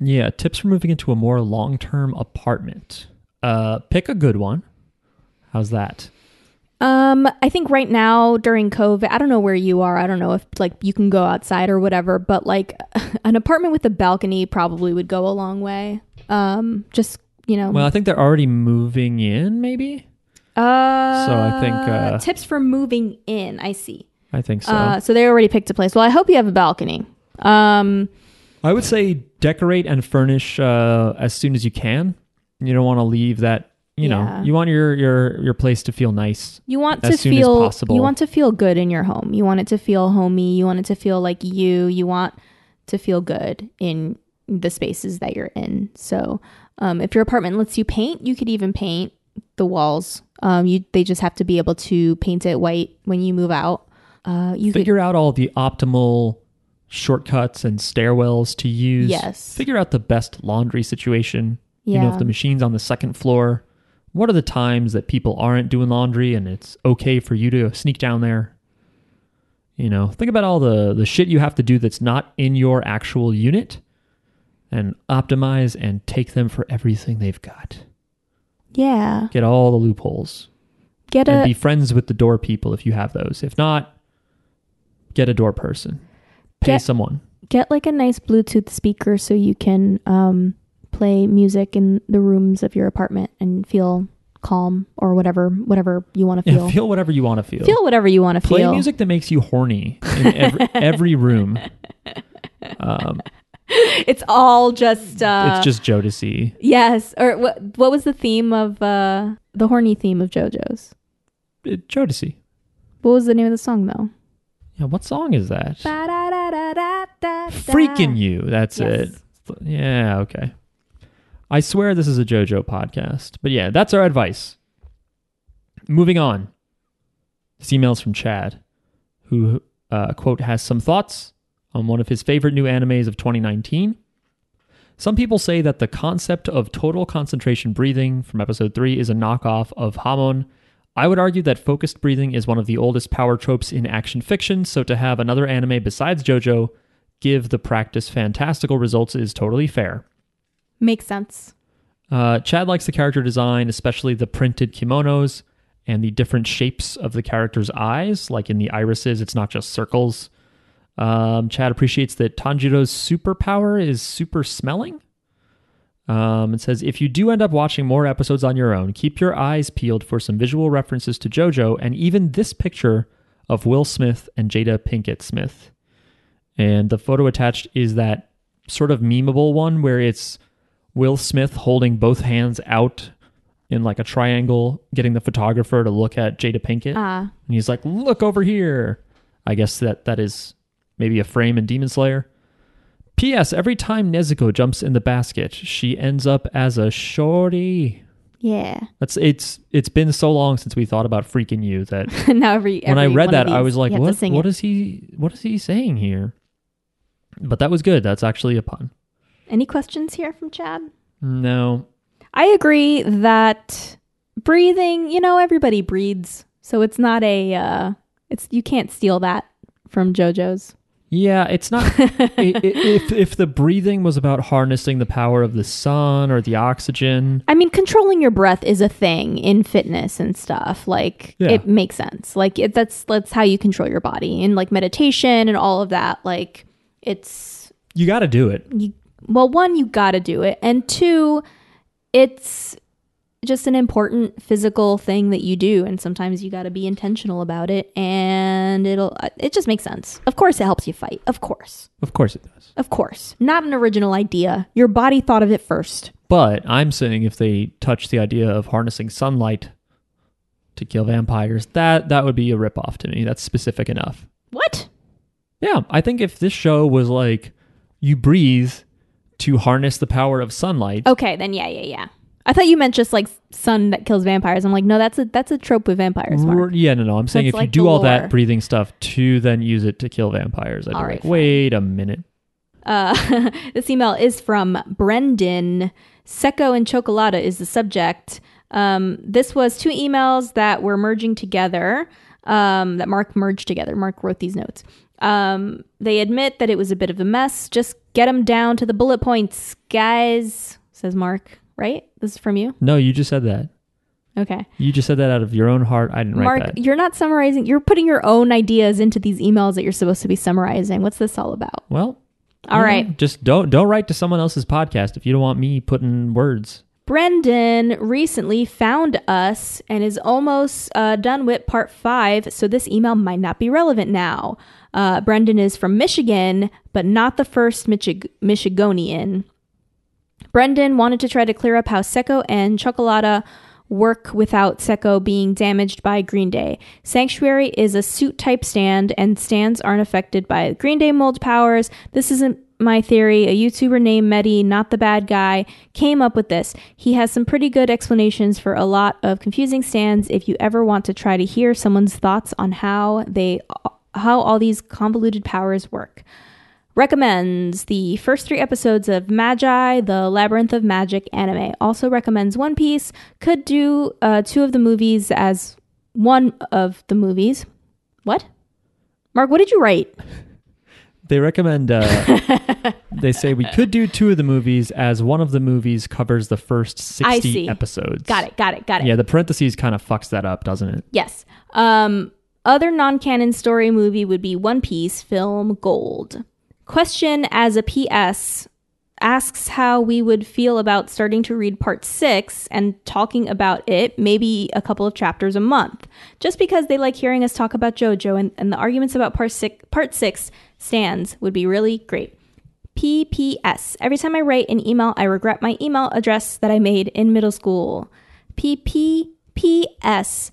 Yeah, tips for moving into a more long term apartment. Uh, pick a good one. How's that?
Um, I think right now during COVID, I don't know where you are. I don't know if like you can go outside or whatever, but like an apartment with a balcony probably would go a long way. Um, just you know,
Well, I think they're already moving in, maybe?
uh,
I think, uh,
tips for moving in. I see.
I think so.
Uh, so they already picked a place. Well, I hope you have a balcony. Um,
I would say decorate and furnish uh, as soon as you can. You don't want to leave that, you
Yeah.
know, you want your, your, your place to feel nice.
you want
As
to
soon as
feel
possible.
you want to feel good in your home. You want it to feel homey. You want it to feel like you. You want to feel good in the spaces that you're in. So, um, if your apartment lets you paint, you could even paint the walls. Um, you they just have to be able to paint it white when you move out. Uh, you could
Figure out all the optimal shortcuts and stairwells to use.
Yes.
Figure out the best laundry situation. You know,
Yeah.
if the machine's on the second floor, what are the times that people aren't doing laundry and it's okay for you to sneak down there? You know, think about all the, the shit you have to do that's not in your actual unit and optimize and take them for everything they've got.
yeah
Get all the loopholes
get
and
a
be friends with the door people if you have those. If not, get a door person, pay
Get-
someone.
get like a nice Bluetooth speaker so you can um, play music in the rooms of your apartment and feel calm or whatever whatever you want to
Yeah,
feel.
feel.
feel.
whatever you want to feel.
whatever you want to
Play
feel.
music that makes you horny in every, every room. Um,
It's all just uh,
it's just Jodeci.
yes. Or what? What was the theme of uh, the horny theme of JoJo's?
It- Jodeci.
What was the name of the song though?
Yeah, what song is that?
Ba-da-da-da-da-da-da.
Freaking you. That's
Yes.
it. Yeah, okay. I swear this is a JoJo podcast. But yeah, that's our advice. Moving on. This email's from Chad, who, uh, quote, has some thoughts on one of his favorite new animes of 2019. Some people say that the concept of total concentration breathing from episode 3 is a knockoff of Hamon. I would argue that focused breathing is one of the oldest power tropes in action fiction, so to have another anime besides JoJo give the practice fantastical results is totally fair.
Makes sense.
Uh, Chad likes the character design, especially the printed kimonos and the different shapes of the character's eyes. Like in the irises, it's not just circles. Um, Chad appreciates that Tanjiro's superpower is super smelling. Um, it says if you do end up watching more episodes on your own, keep your eyes peeled for some visual references to JoJo and even this picture of Will Smith and Jada Pinkett Smith. And the photo attached is that sort of memeable one where it's Will Smith holding both hands out in like a triangle, getting the photographer to look at Jada Pinkett.
Ah.
And he's like, "Look over here." I guess that that is maybe a frame in Demon Slayer. P.S. Every time Nezuko jumps in the basket, she ends up as a shorty.
Yeah.
That's it's it's been so long since we thought about freaking you that
now every,
when I
every
read
one of
that I
these,
was like,
you have to
what
sing
what
it.
is he what is he saying here? But that was good. That's actually a pun.
Any questions here from Chad?
No.
I agree that breathing, you know, everybody breathes. So it's not a uh it's you can't steal that from JoJo's.
Yeah, it's not. i- i- if if the breathing was about harnessing the power of the sun or the oxygen,
I mean, controlling your breath is a thing in fitness and stuff. Like
Yeah.
it makes sense. Like it, that's that's how you control your body and like meditation and all of that. Like it's
you got to do it.
you, well, one, you got to do it, and two, it's just an important physical thing that you do, and sometimes you got to be intentional about it, and it'll it just makes sense. Of course, it helps you fight. Of course,
Of course it does.
of course, not an original idea. Your body thought of it first.
But I'm saying if they touch the idea of harnessing sunlight to kill vampires, that that would be a ripoff to me. That's specific enough.
What?
Yeah, I think if this show was like you breathe to harness the power of sunlight,
Okay, then yeah, yeah, yeah. I thought you meant just like sun that kills vampires. I'm like, no, that's a that's a trope with vampires. Mark.
R- Yeah, no, no. I'm saying
That's
if
like
you do
the
all
lore.
that breathing stuff to then use it to kill vampires, I'd
All
be
right,
like,
fine.
wait a minute.
Uh, this email is from Brendan. Seco and Chocolata is the subject. Um, this was two emails that were merging together, um, that Mark merged together. Mark wrote these notes. Um, they admit that it was a bit of a mess. Just get them down to the bullet points, guys, says Mark, right? This is from you?
No, you just said that.
Okay.
You just said that out of your own heart. I didn't write
Mark,
that.
you're not summarizing. You're putting your own ideas into these emails that you're supposed to be summarizing. What's this all about?
Well,
All
you know,
right.
Just don't don't write to someone else's podcast if you don't want me putting words.
Brendan recently found us and is almost uh, done with part five, so this email might not be relevant now. Uh, Brendan is from Michigan, but not the first Michi- Michiganian. Brendan wanted to try to clear up how Seco and Chocolata work without Seco being damaged by Green Day. Sanctuary is a suit type stand, and stands aren't affected by Green Day mold powers. This isn't my theory. A YouTuber named Medi, not the bad guy, came up with this. He has some pretty good explanations for a lot of confusing stands if you ever want to try to hear someone's thoughts on how they how all these convoluted powers work recommends the first three episodes of Magi, the Labyrinth of Magic anime. Also recommends One Piece. Could do uh, two of the movies as one of the movies. What? Mark, what did you write?
They recommend. Uh, they say we could do two of the movies as one of the movies covers the first
I
sixty
see.
episodes.
Got it, got it, got it.
Yeah, the parentheses kind of fucks that up, doesn't it?
Yes. Um, other non canon story movie would be One Piece film Gold. Question as a PS asks how we would feel about starting to read part six and talking about it, maybe a couple of chapters a month, just because they like hearing us talk about JoJo and, and the arguments about part six, part six stands would be really great. PPS. Every time I write an email, I regret my email address that I made in middle school. PPPS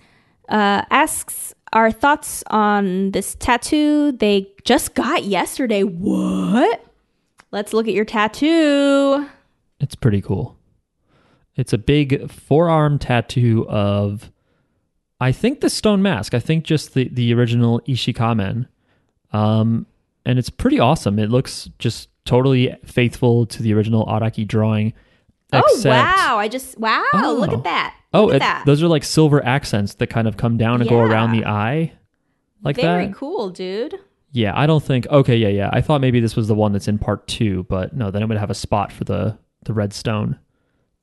uh, asks our thoughts on this tattoo they just got yesterday. What? Let's look at your tattoo.
It's pretty cool. It's a big forearm tattoo of, I think the stone mask. I think just the the original Ishikamen, um, and it's pretty awesome. It looks just totally faithful to the original Araki drawing.
oh
except-
wow! I just wow!
Oh.
Look at that!
Oh,
look at
it-
that.
those are like silver accents that kind of come down and go around
Yeah.
the eye, like
Very
that.
cool, dude.
Yeah, I don't think. Okay, yeah, yeah. I thought maybe this was the one that's in part two, but no. Then it would have a spot for the the red stone.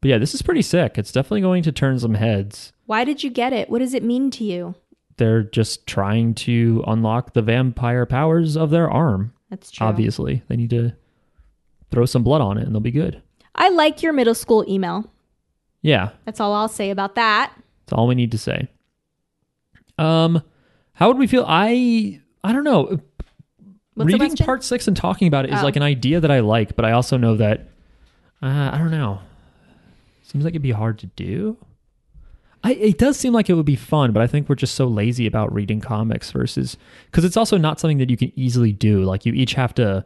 But yeah, this is pretty sick. It's definitely going to turn some heads.
Why did you get it? What does it mean to you?
They're just trying to unlock the vampire powers of their arm.
That's true.
Obviously, they need to throw some blood on it, and they'll be good.
I like your middle school email.
Yeah,
That's all I'll say about that.
That's all we need to say. Um, how would we feel? I I don't know.
What's the
Reading
question?
part six and talking about it is
Oh.
like an idea that I like, but I also know that uh, I don't know. Seems like it'd be hard to do. I it does seem like it would be fun, but I think we're just so lazy about reading comics versus because it's also not something that you can easily do. Like you each have to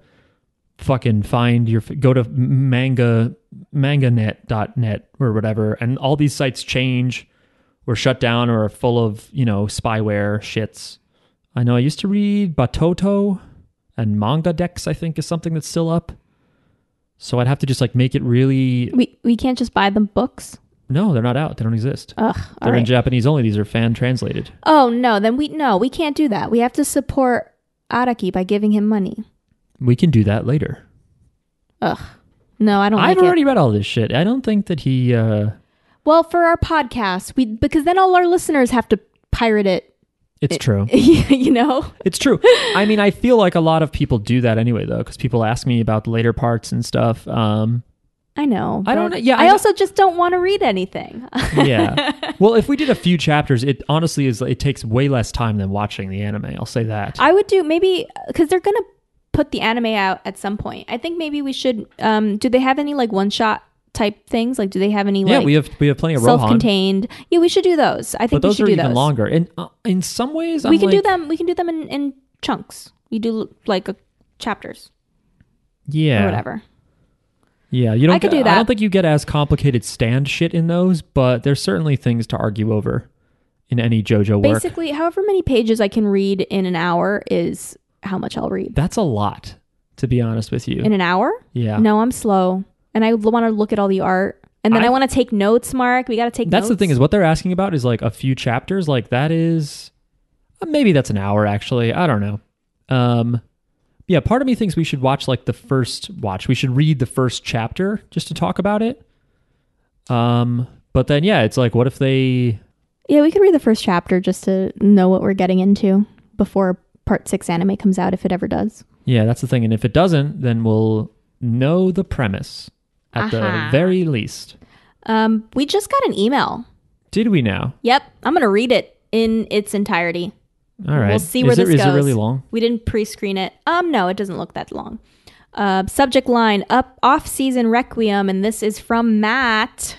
fucking find your go to manga manganet.net or whatever and all these sites change or shut down or are full of you know spyware shits i know i used to read batoto and manga dex i think is something that's still up so i'd have to just like make it really
We we can't just buy them books.
no they're not out they don't exist
Ugh.
they're in japanese only these are fan translated
Oh no, then we no, we can't do that. We have to support Araki by giving him money.
we can do that later
Ugh. No, I don't
i've
like it.
already read all this shit i don't think that he uh
Well, for our podcast, we because then all our listeners have to pirate it,
it's true
you know.
It's true. I mean, I feel like a lot of people do that anyway, though, because people ask me about the later parts and stuff. Um,
I know.
I don't
but
know- yeah,
I,
I know-
also just don't want to read anything.
yeah. well, if we did a few chapters, it honestly is. It takes way less time than watching the anime. I'll say that.
I would do maybe because they're gonna put the anime out at some point. I think maybe we should. Um, do they have any like one shot type things? Like, do they have any
yeah,
like
we have we have plenty of Rohan,
self-contained? Yeah, we should do those. I think
but those
we
are
should do
even
those.
longer. And uh, in some ways,
we
I'm
can do
like,
them. We can do them in, in chunks. You do like a, chapters
Yeah,
or whatever.
Yeah, you don't.
I could
get-
do
I
that.
don't think you get as complicated stand shit in those, but there's certainly things to argue over in any JoJo work.
Basically, however many pages I can read in an hour is how much I'll read
That's a lot, to be honest with you.
in an hour.
yeah.
No, I'm slow, and I want to look at all the art, and then I,
I-
want to take notes. Mark, we got to take.
That's the
notes.
thing is what they're asking about is like a few chapters. Like that is uh, maybe that's an hour actually. I don't know. Um, yeah, part of me thinks we should watch like the first watch. We should read the first chapter just to talk about it. Um, but then yeah, it's like what if they?
Yeah, we could read the first chapter just to know what we're getting into before part six anime comes out, if it ever does.
Yeah, that's the thing. And if it doesn't, then we'll know the premise at the
Aha.
very least.
Um, we just got an email.
Did we now?
Yep, I'm gonna read it in its entirety.
All right.
We'll see where
is
this
it, is
goes.
it really long?
We didn't pre-screen it. Um, no, it doesn't look that long. Uh, subject line: Up off-season requiem, and this is from Matt.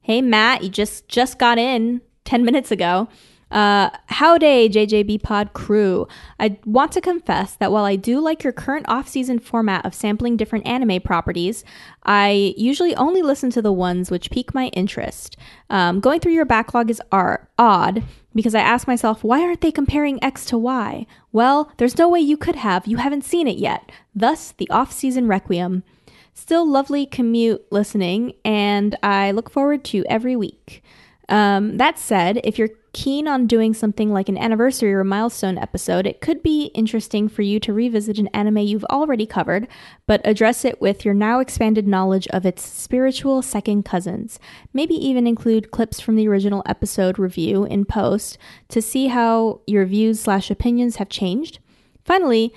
Hey, Matt, you just just got in ten minutes ago. Uh, howday, JJB Pod crew. I want to confess that while I do like your current off-season format of sampling different anime properties, I usually only listen to the ones which pique my interest. Um, going through your backlog is ar- odd because I ask myself, why aren't they comparing X to Y? Well, there's no way you could have. You haven't seen it yet. Thus, the off-season requiem. Still lovely commute listening, and I look forward to every week. Um, that said, if you're keen on doing something like an anniversary or milestone episode, it could be interesting for you to revisit an anime you've already covered, but address it with your now expanded knowledge of its spiritual second cousins. Maybe even include clips from the original episode review in post to see how your views slash opinions have changed. Finally,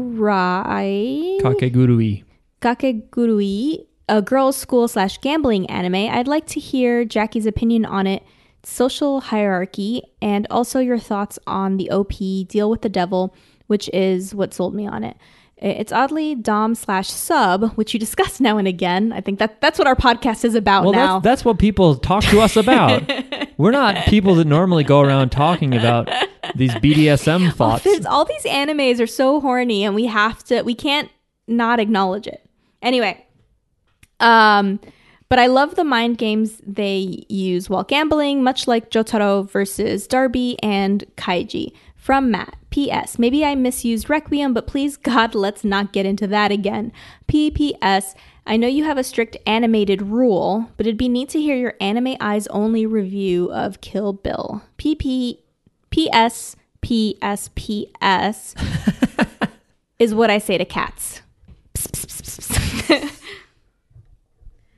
Kagegurai.
Kakegurui.
Kakegurui, a girls' school slash gambling anime, I'd like to hear Jackie's opinion on it, social hierarchy, and also your thoughts on the OP Deal with the Devil, which is what sold me on it. I- It's oddly Dom slash sub, which you discuss now and again. I think that that's what our podcast is about
Well,
now.
that's, that's what people talk to us about. We're not people that normally go around talking about these BDSM thoughts.
There's all these animes are so horny and we have to we can't not acknowledge it. Anyway, um But I love the mind games they use while gambling, much like Jotaro versus Darby and Kaiji. From Matt, P.S. Maybe I misused Requiem, but please, God, let's not get into that again. P.P.S. I know you have a strict animated rule, but it'd be neat to hear your anime eyes only review of Kill Bill. E, P.P. P.S. P.S. P.S. is what I say to cats. Psst, psst, psst, psst.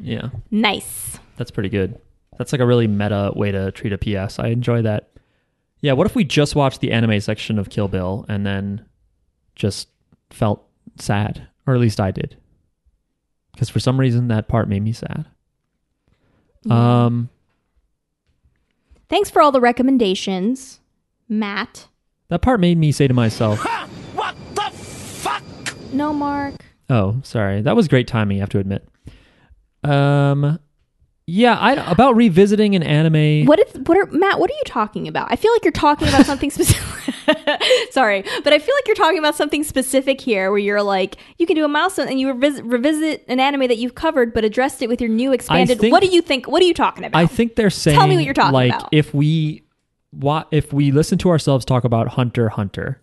Yeah,
nice.
that's pretty good. That's like a really meta way to treat a PS. I enjoy that. Yeah, what if we just watched the anime section of Kill Bill and then just felt sad, or at least I did, because for some reason that part made me sad. Um,
Thanks for all the recommendations, Matt.
that part made me say to myself,
Ha! What the fuck?
No, Mark.
"Oh, sorry, that was great timing." I have to admit. Um, yeah, I about revisiting an anime.
What is what are Matt? What are you talking about? I feel like you're talking about something specific. Sorry, but I feel like you're talking about something specific here, where you're like, you can do a milestone and you revisit, revisit an anime that you've covered, but addressed it with your new expanded.
think-
what do you think? What are you talking about?
I think they're saying.
me what you're talking
like,
about.
If we, wa- if we listen to ourselves talk about Hunter x Hunter,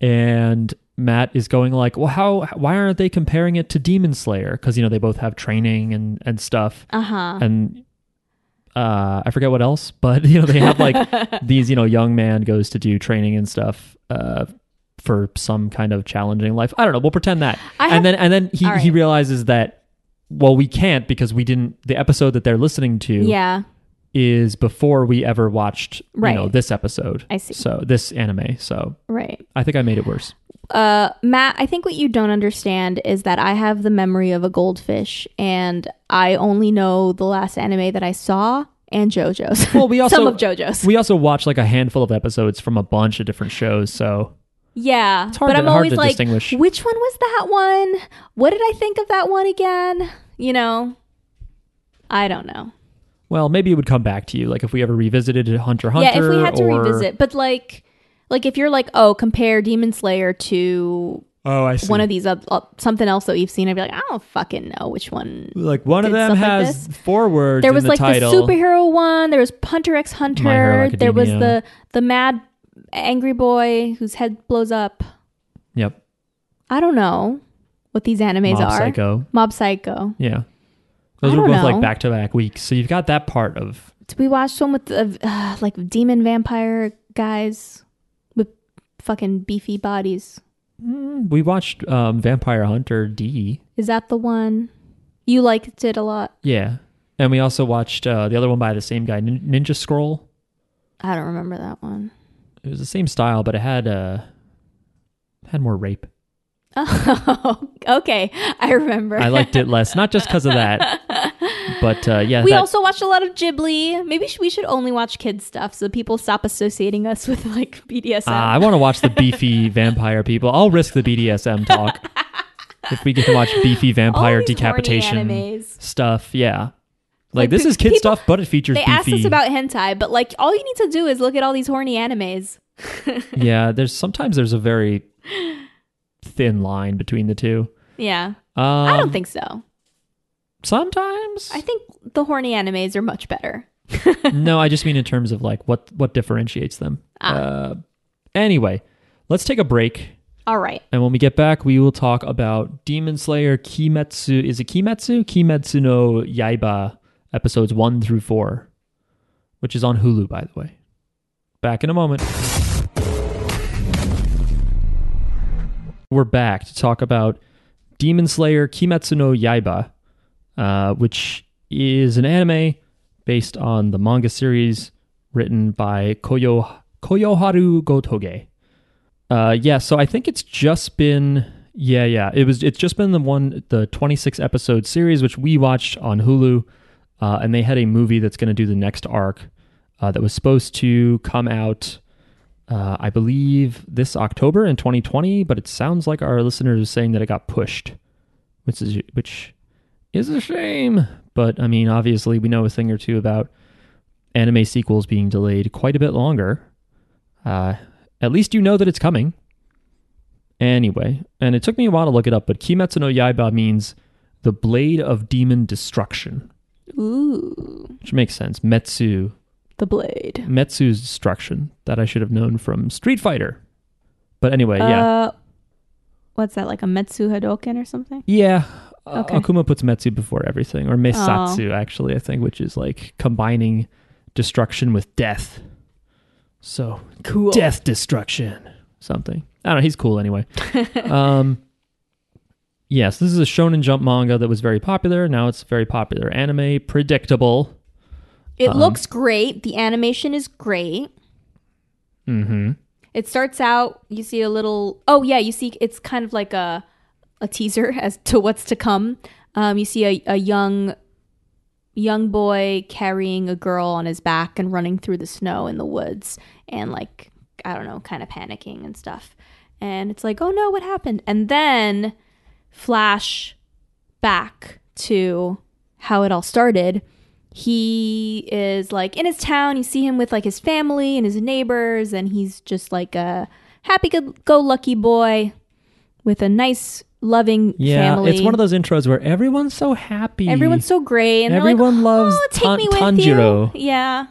and Matt is going like, well, how? Why aren't they comparing it to Demon Slayer? Because you know they both have training and and stuff. Uh
Uh-huh.
huh. And uh, I forget what else, but you know they have like these. You know, young man goes to do training and stuff. Uh, for some kind of challenging life, I don't know. We'll pretend that,
I have-
and then and then he,
All right.
he realizes that well we can't because we didn't the episode that they're listening to
yeah,
is before we ever watched
Right.
you know this episode.
I see.
So this anime. So
right.
I think I made it worse.
Uh, Matt, I think what you don't understand is that I have the memory of a goldfish, and I only know the last anime that I saw and JoJo's.
Well, we also
some of JoJo's.
We also watched like a handful of episodes from a bunch of different shows. So
yeah,
hard
but
to-
I'm
hard
always
to
like,
distinguish.
which one was that one? What did I think of that one again? You know, I don't know.
well, maybe it would come back to you, like if we ever revisited Hunter x Hunter.
yeah, if we had to
or-
revisit, but like, like if you're like, oh, compare Demon Slayer to
Oh, I see.
one of these uh, uh, something else that we've seen, I'd be like, I don't fucking know which one
like one of
did
them
stuff like
has
this.
four words.
there
in
was
the
like
title.
the superhero one there was hunter x
My Hero
hunter there was
Academia.
the the mad angry boy whose head blows up
Yep.
i don't know what these animes
Mob
are
Psycho.
mob psycho
Yeah. Those
I
were
don't
both like
know.
back to back weeks. So you've got that part of
Did we watched one with the uh, like demon vampire guys with fucking beefy bodies
we watched um, Vampire Hunter D.
is that the one you liked it a lot
Yeah. And we also watched uh, the other one by the same guy, Nin- Ninja Scroll.
i don't remember that one
It was the same style, but it had uh had more rape.
oh okay i remember
I liked it less, not just because of that, but uh, yeah.
We
that-
also watched a lot of Ghibli. Maybe sh- we should only watch kids stuff so people stop associating us with like BDSM.
uh, I want to watch the beefy vampire people. I'll risk the BDSM talk if we get to watch beefy vampire
these horny
decapitation
animes.
stuff. Yeah, like,
Like,
this
pe-
is kid
people-
stuff, but it features
they asked
beefy.
us about hentai, but like all you need to do is look at all these horny animes.
yeah, there's sometimes there's a very thin line between the two.
Yeah.
Um,
I don't think so.
sometimes.
I think the horny animes are much better.
no, I just mean in terms of like what what differentiates them.
Ah.
Uh, anyway, let's take a break,
All right.
and when we get back, we will talk about Demon Slayer Kimetsu. Is it Kimetsu? Kimetsu no Yaiba episodes one through four, which is on Hulu, by the way. Back in a moment. We're back to talk about Demon Slayer Kimetsu no Yaiba, uh, which is an anime based on the manga series written by Koyo Koyoharu Gotoge. Uh, yeah, so I think it's just been yeah, yeah. It was it's just been the one the 26 episode series which we watched on Hulu, uh, and they had a movie that's going to do the next arc uh, that was supposed to come out. Uh, I believe this October in 2020, but it sounds like our listeners are saying that it got pushed, which is which is a shame. But I mean, obviously, we know a thing or two about anime sequels being delayed quite a bit longer. Uh, at least you know that it's coming. Anyway, and it took me a while to look it up, but Kimetsu no Yaiba means the blade of demon destruction.
Ooh,
which makes sense. Metsu,
the blade.
Metsu's destruction that I should have known from Street Fighter. But anyway, yeah,
Uh, what's that like a Metsu Hadoken or something?
yeah. uh,
okay.
Akuma puts Metsu before everything, or Meisatsu actually, I think, which is like combining destruction with death. So
Cool.
death destruction something i don't know he's cool anyway um yes this is a shonen jump manga that was very popular now it's very popular anime predictable
It looks great. The animation is great.
mm-hmm
It starts out, you see a little. Oh yeah, you see it's kind of like a a teaser as to what's to come. Um, you see a, a young young boy carrying a girl on his back and running through the snow in the woods and like I don't know, kind of panicking and stuff. And it's like, oh no, what happened? And then flash back to how it all started. He is like in his town, you see him with like his family and his neighbors, and he's just like a happy go lucky boy with a nice, loving
yeah
family.
it's one of those intros where everyone's so happy
Everyone's so great, and they're like,
Everyone loves
oh, take
Tan-
me with
Tanjiro."
You. Yeah,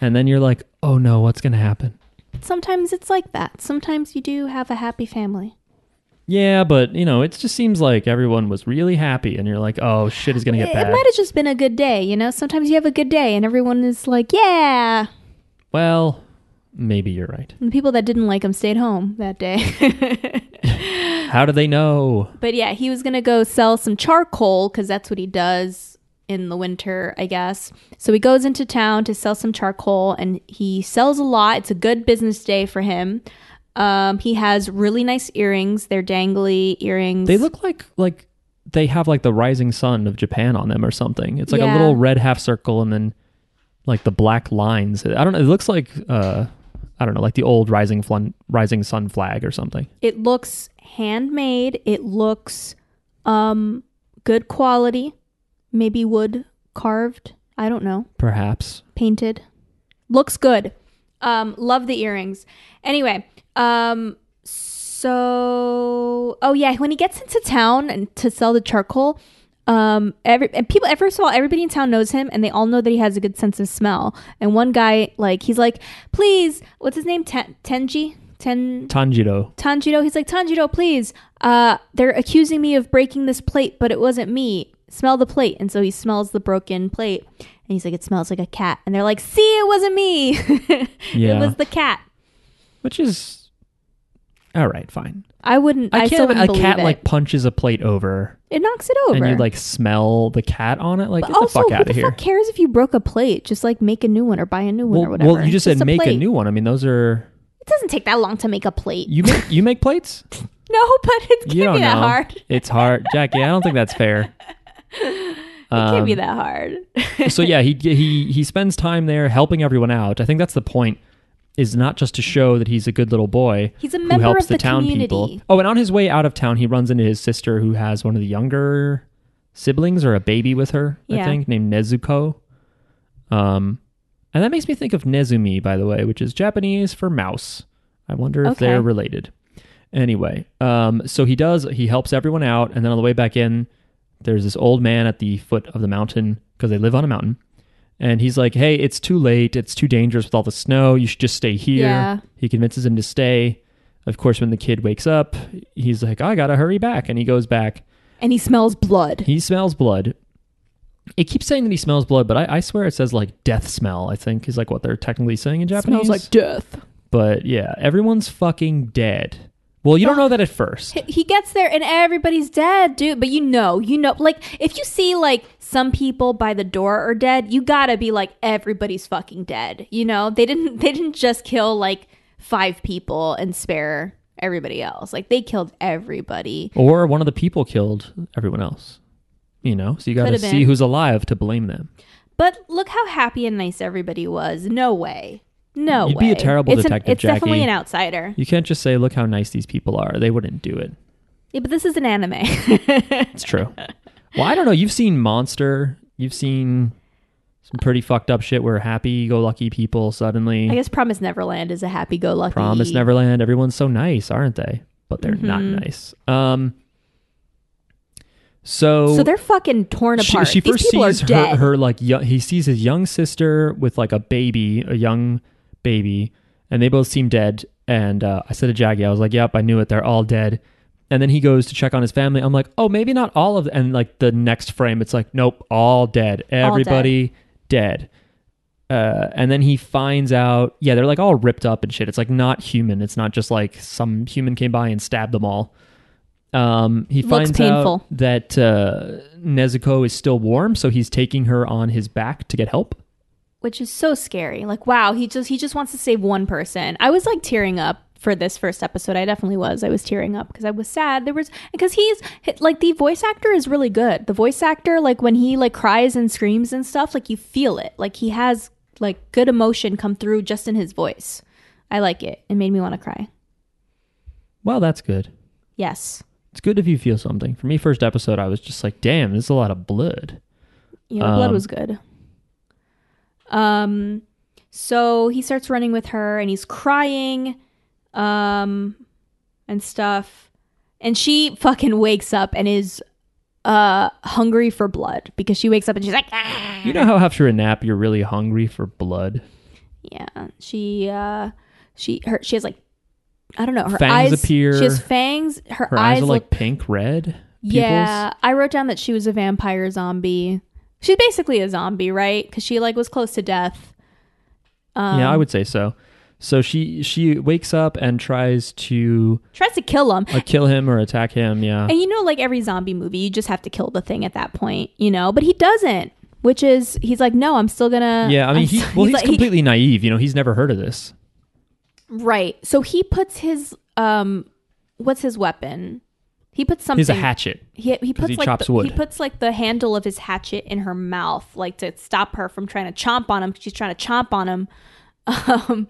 and then you're like oh no what's gonna happen
sometimes it's like that. Sometimes you do have a happy family.
yeah but you know it just seems like everyone was really happy and you're like oh shit is gonna get
It,
bad
might have just been a good day, you know. Sometimes you have a good day, and everyone is like, yeah.
well maybe you're right
And the people that didn't like him stayed home that day.
how do they know
But yeah, he was gonna go sell some charcoal because that's what he does in the winter, I guess. So he goes into town to sell some charcoal, and he sells a lot. It's a good business day for him. Um, he has really nice earrings. They're dangly earrings.
They look like like they have like the rising sun of Japan on them or something. It's like a
Yeah.
little red half circle and then like the black lines. I don't know. It looks like uh I don't know, like the old rising flun- rising sun flag or something.
It looks handmade. It looks um good quality. Maybe wood carved. I don't know.
Perhaps.
painted. Looks good. Um, love the earrings. Anyway, um, so oh yeah, when he gets into town and to sell the charcoal, um, every and people first of all, everybody in town knows him, and they all know that he has a good sense of smell. And one guy, like, he's like, please, what's his name? Ten- Tenji. Ten
Tanjiro.
Tanjiro, he's like, Tanjiro, please. Uh, they're accusing me of breaking this plate, but it wasn't me. Smell the plate. And so he smells the broken plate. And he's like, it smells like a cat. And they're like, see, it wasn't me.
Yeah.
It was the cat.
Which is all right, fine.
I wouldn't, I, still
ima-
wouldn't
a
believe
cat
it.
like punches a plate over,
it knocks it over.
and you like smell the cat on it. Like
But
get the
also,
fuck
who
out
the
of here.
fuck cares if you broke a plate? Just like make a new one or buy a new one or
well,
whatever.
well, you just, said
a
make a
plate.
new one. I mean, those are
It doesn't take that long to make a plate.
you make you make plates.
no, but it
you
can't
don't
be that
know.
hard.
It's hard, Jackie. I don't think that's fair.
It can't be
Um,
that hard.
so yeah, he he he spends time there helping everyone out. I think that's the point. Is not just to show that he's a good little boy.
He's a
who
member
helps
of
the,
the
town people.
community.
Oh, and on his way out of town, he runs into his sister, who has one of the younger siblings or a baby with her. I
Yeah.
think named Nezuko. Um, and that makes me think of Nezumi, by the way, which is Japanese for mouse. I wonder if
Okay.
they're related. Anyway, um, so he does. He helps everyone out, and then on the way back in, there's this old man at the foot of the mountain because they live on a mountain, and he's like, "Hey, it's too late. It's too dangerous with all the snow. You should just stay here."
Yeah.
He convinces him to stay. Of course, when the kid wakes up, he's like, "I gotta hurry back," and he goes back.
and he smells blood.
He smells blood. It keeps saying that he smells blood, but I, I swear it says like death smell. I think is like what they're technically saying in Japanese.
smells like death.
But yeah, everyone's fucking dead. Well, you don't know that at first.
he gets there and everybody's dead, dude. But you know, you know, like if you see like some people by the door are dead, you gotta be like everybody's fucking dead. You know, they didn't they didn't just kill like five people and spare everybody else. Like they killed everybody.
Or one of the people killed everyone else. You know, so you got to
Could've
see
been.
who's alive to blame them.
But look how happy and nice everybody was. No way. No
You'd
way.
be a terrible
it's an-
detective,
it's definitely
Jackie.
an outsider.
You can't just say, "Look how nice these people are." They wouldn't do it.
Yeah, but this is an anime.
It's true. well, I don't know. You've seen Monster. You've seen some pretty fucked up shit where happy-go-lucky people suddenly
I guess Promise Neverland is a happy go lucky.
Promise Neverland.
Mm-hmm.
Everyone's so nice, aren't they? But they're not nice. Um, So,
So they're fucking torn
she,
apart.
she
These
first
people
sees
are
her,
dead.
her like yo- he sees his young sister with like a baby, a young baby, and they both seem dead. And uh, I said to Jackie, I was like, "Yep, I knew it. They're all dead." And then he goes to check on his family. I'm like, "Oh, maybe not all of." Them. And like the next frame, it's like, "Nope, all dead. Everybody dead." Uh, and then he finds out, yeah, they're like all ripped up and shit. It's like not human. It's not just like some human came by and stabbed them all. Um, he
Looks
finds
painful.
out that uh, Nezuko is still warm, so he's taking her on his back to get help.
which is so scary. Like wow, he just he just wants to save one person. I was like tearing up for this first episode. I definitely was. I was tearing up because I was sad. There was because he's like the voice actor is really good. The voice actor like when he like cries and screams and stuff, like you feel it. Like he has like good emotion come through just in his voice. I like it. It made me want to cry.
Well, that's good.
Yes.
It's good if you feel something. For me, first episode, I was just like, "Damn, this is a lot of blood."
Yeah, the blood
Um,
was good. Um, so he starts running with her, and he's crying, um, and stuff. And she fucking wakes up and is uh hungry for blood because she wakes up and she's like, "Ah."
You know how after a nap, you're really hungry for blood.
yeah. She uh, she her she has like, I don't know, her
Fangs
eyes
appear.
She has fangs. Her,
Her eyes,
eyes
are
look
like pink red.
Yeah, I wrote down that she was a vampire zombie. She's basically a zombie, right? Because she like was close to death. Um,
yeah, I would say so. So she she wakes up and tries to
tries to kill him.
uh, kill him or attack him. Yeah,
And you know, like every zombie movie, you just have to kill the thing at that point, you know. But he doesn't, which is he's like, no, I'm still gonna.
yeah. I mean,
I'm
he
still-
well, he's,
like- he-
completely naive. You know, he's never heard of this.
right. So he puts his um, what's his weapon? He puts something.
He's a hatchet.
He, he puts
he
like
chops
the,
wood.
he puts like the handle of his hatchet in her mouth, like to stop her from trying to chomp on him. 'cause She's trying to chomp on him, um,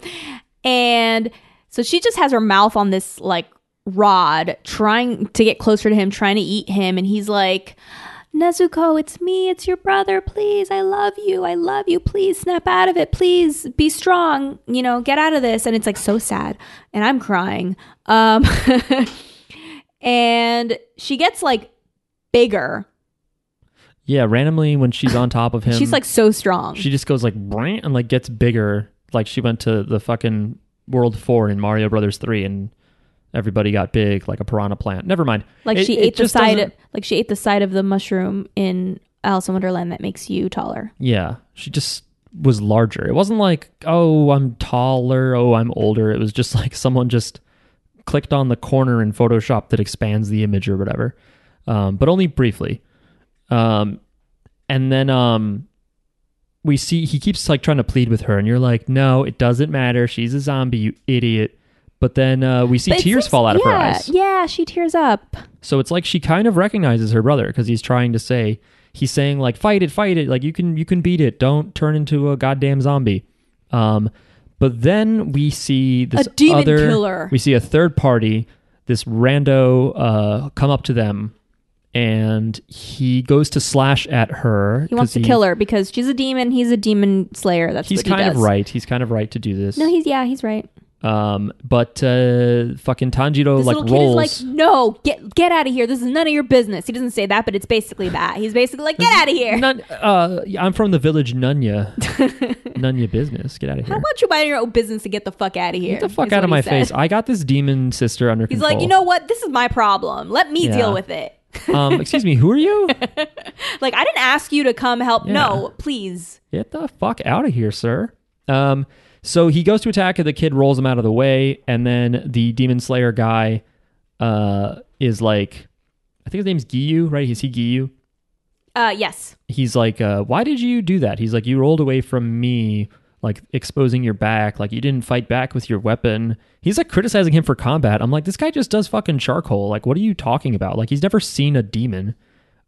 and so she just has her mouth on this like rod, trying to get closer to him, trying to eat him, and he's like. Nezuko, it's me. It's your brother. Please, I love you. I love you. Please snap out of it. Please be strong. You know, get out of this. And it's like so sad. And I'm crying. Um, and she gets like bigger.
Yeah, randomly when she's on top of him,
She's like so strong.
Um, she just goes like "Brrrr," and like gets bigger. Like she went to the fucking World Four in Mario Brothers Three, and everybody got big like a piranha plant. Never mind.
like
It-
she
it
ate the
just
side
doesn't-
of, like she ate the side of the mushroom in Alice in Wonderland that makes you taller.
yeah, she just was larger. It wasn't like oh I'm taller, oh I'm older. It was just like someone just clicked on the corner in Photoshop that expands the image or whatever, um, but only briefly. Um, and then um, we see he keeps like trying to plead with her, and you're like, no, it doesn't matter. She's a zombie, you idiot. But then uh, we see
But it
tears
seems-
fall out of her
yeah,
eyes.
Yeah, she tears up.
So it's like she kind of recognizes her brother because he's trying to say he's saying like fight it, fight it, like you can you can beat it. Don't turn into a goddamn zombie. Um, but then we see this
A demon
other
killer.
We see a third party, this rando, uh, come up to them, and he goes to slash at her.
He wants
'cause
to kill her because she's a demon. He's a demon slayer. That's
He's
what he
kind of
does.
right. He's kind of right to do this.
No, he's yeah, he's right.
um, but uh, fucking Tanjiro
This
like
little kid
rolls.
is like, no, get get out of here. This is none of your business. He doesn't say that, but it's basically that. He's basically like, get out of here.
Nun, uh, I'm from the village Nunya. Nunya business. Get out of here.
How about you mind your own business to get the fuck out of here?
Get the
is
fuck out
what
of
he
my
said.
face. I got this demon sister under
He's
control.
like, you know what? This is my problem. Let me
Yeah.
deal with it.
um, excuse me, who are you?
Like, I didn't ask you to come help. No, please.
Get the fuck out of here, sir. Um, so he goes to attack and the kid rolls him out of the way, and then the demon slayer guy uh is like I think his name's Giyu, right? Is he Giyu?
Uh, yes.
he's like, uh, why did you do that? He's like, you rolled away from me, like exposing your back, like you didn't fight back with your weapon. He's like criticizing him for combat. I'm like, this guy just does fucking charcoal. Like, what are you talking about? Like, he's never seen a demon.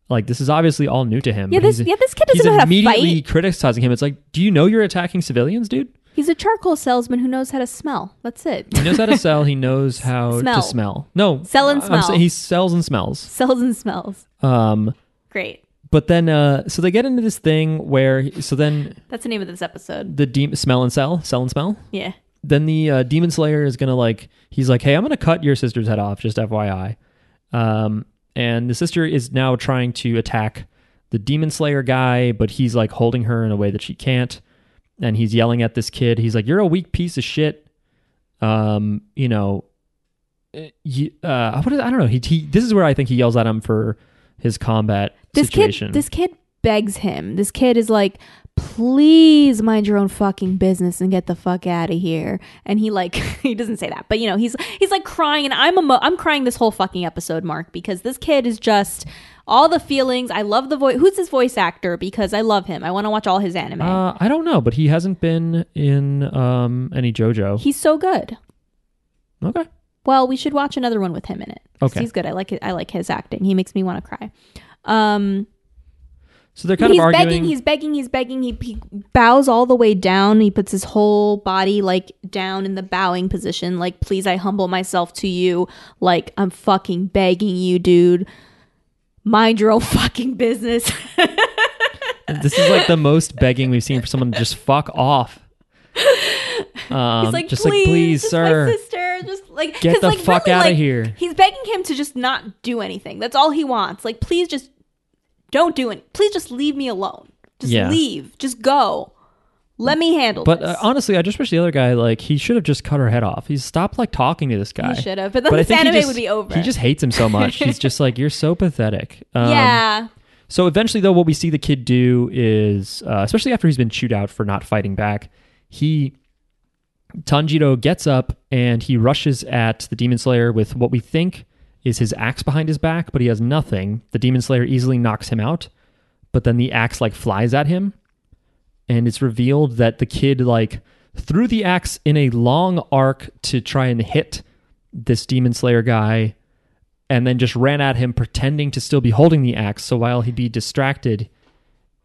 Like, this is obviously all new to him.
Yeah, this-
He's-
yeah, this kid doesn't
he's
know how to
immediately
fight.
criticizing him. It's like, do you know you're attacking civilians, dude?
He's a charcoal salesman who knows how to smell. That's it.
He knows how to sell. He knows how to
Smell.
smell. No,
Sell and
I'm
smell.
saying he sells and smells.
Sells and smells.
Um,
Great.
but then, uh, so they get into this thing where, so then
That's the name of this episode.
the demon smell and sell, sell and smell.
Yeah.
then the uh, demon slayer is gonna like he's like hey i'm gonna cut your sister's head off just fyi um and the sister is now trying to attack the demon slayer guy, but he's like holding her in a way that she can't, and he's yelling at this kid. He's like, "You're a weak piece of shit." Um, you know, eh, you, uh, what is, I don't know. He, he this is where I think he yells at him for his combat
this
situation.
kid this kid begs hid this kid is like please mind your own fucking business and get the fuck out of here and he like he doesn't say that but you know he's he's like crying and i'm emo- i'm crying this whole fucking episode mark because this kid is just all the feelings i love the voice who's his voice actor because i love him i want to watch all his anime
uh, I don't know, but he hasn't been in um any JoJo.
he's so good
okay.
Well, we should watch another one with him in it. 'Cause
Okay.
he's good. I like it. I like his acting. He makes me want to cry. Um,
So they're kind
he's
of arguing.
begging. He's begging. He's begging. He, he bows all the way down. He puts his whole body like down in the bowing position. Like, please, I humble myself to you. Like, I'm fucking begging you, dude. Mind your own fucking business.
this is like the most begging we've seen for someone to just fuck off. Um,
He's like,
just
please,
like, please,
it's
sir.
my sister, just like
Get
'cause,
the
like,
fuck
really,
outta
like,
here.
He's begging him to just not do anything. That's all he wants. Like, please, just don't do it. Please, just leave me alone. Just
Yeah.
leave. Just go. Let me handle.
But
this.
uh, honestly, I just wish the other guy like he should have just cut her head off. He stopped like talking to this guy.
He should have, but then this
he
anime
just-
would be over.
He just hates him so much. He's just like you're so pathetic. Um,
yeah,
So eventually, though, what we see the kid do is, uh, especially after he's been chewed out for not fighting back, he Tanjiro gets up and he rushes at the Demon Slayer with what we think is his axe behind his back, but he has nothing. The Demon Slayer easily knocks him out, but then the axe like flies at him, and it's revealed that the kid like threw the axe in a long arc to try and hit this Demon Slayer guy and then just ran at him pretending to still be holding the axe so while he'd be distracted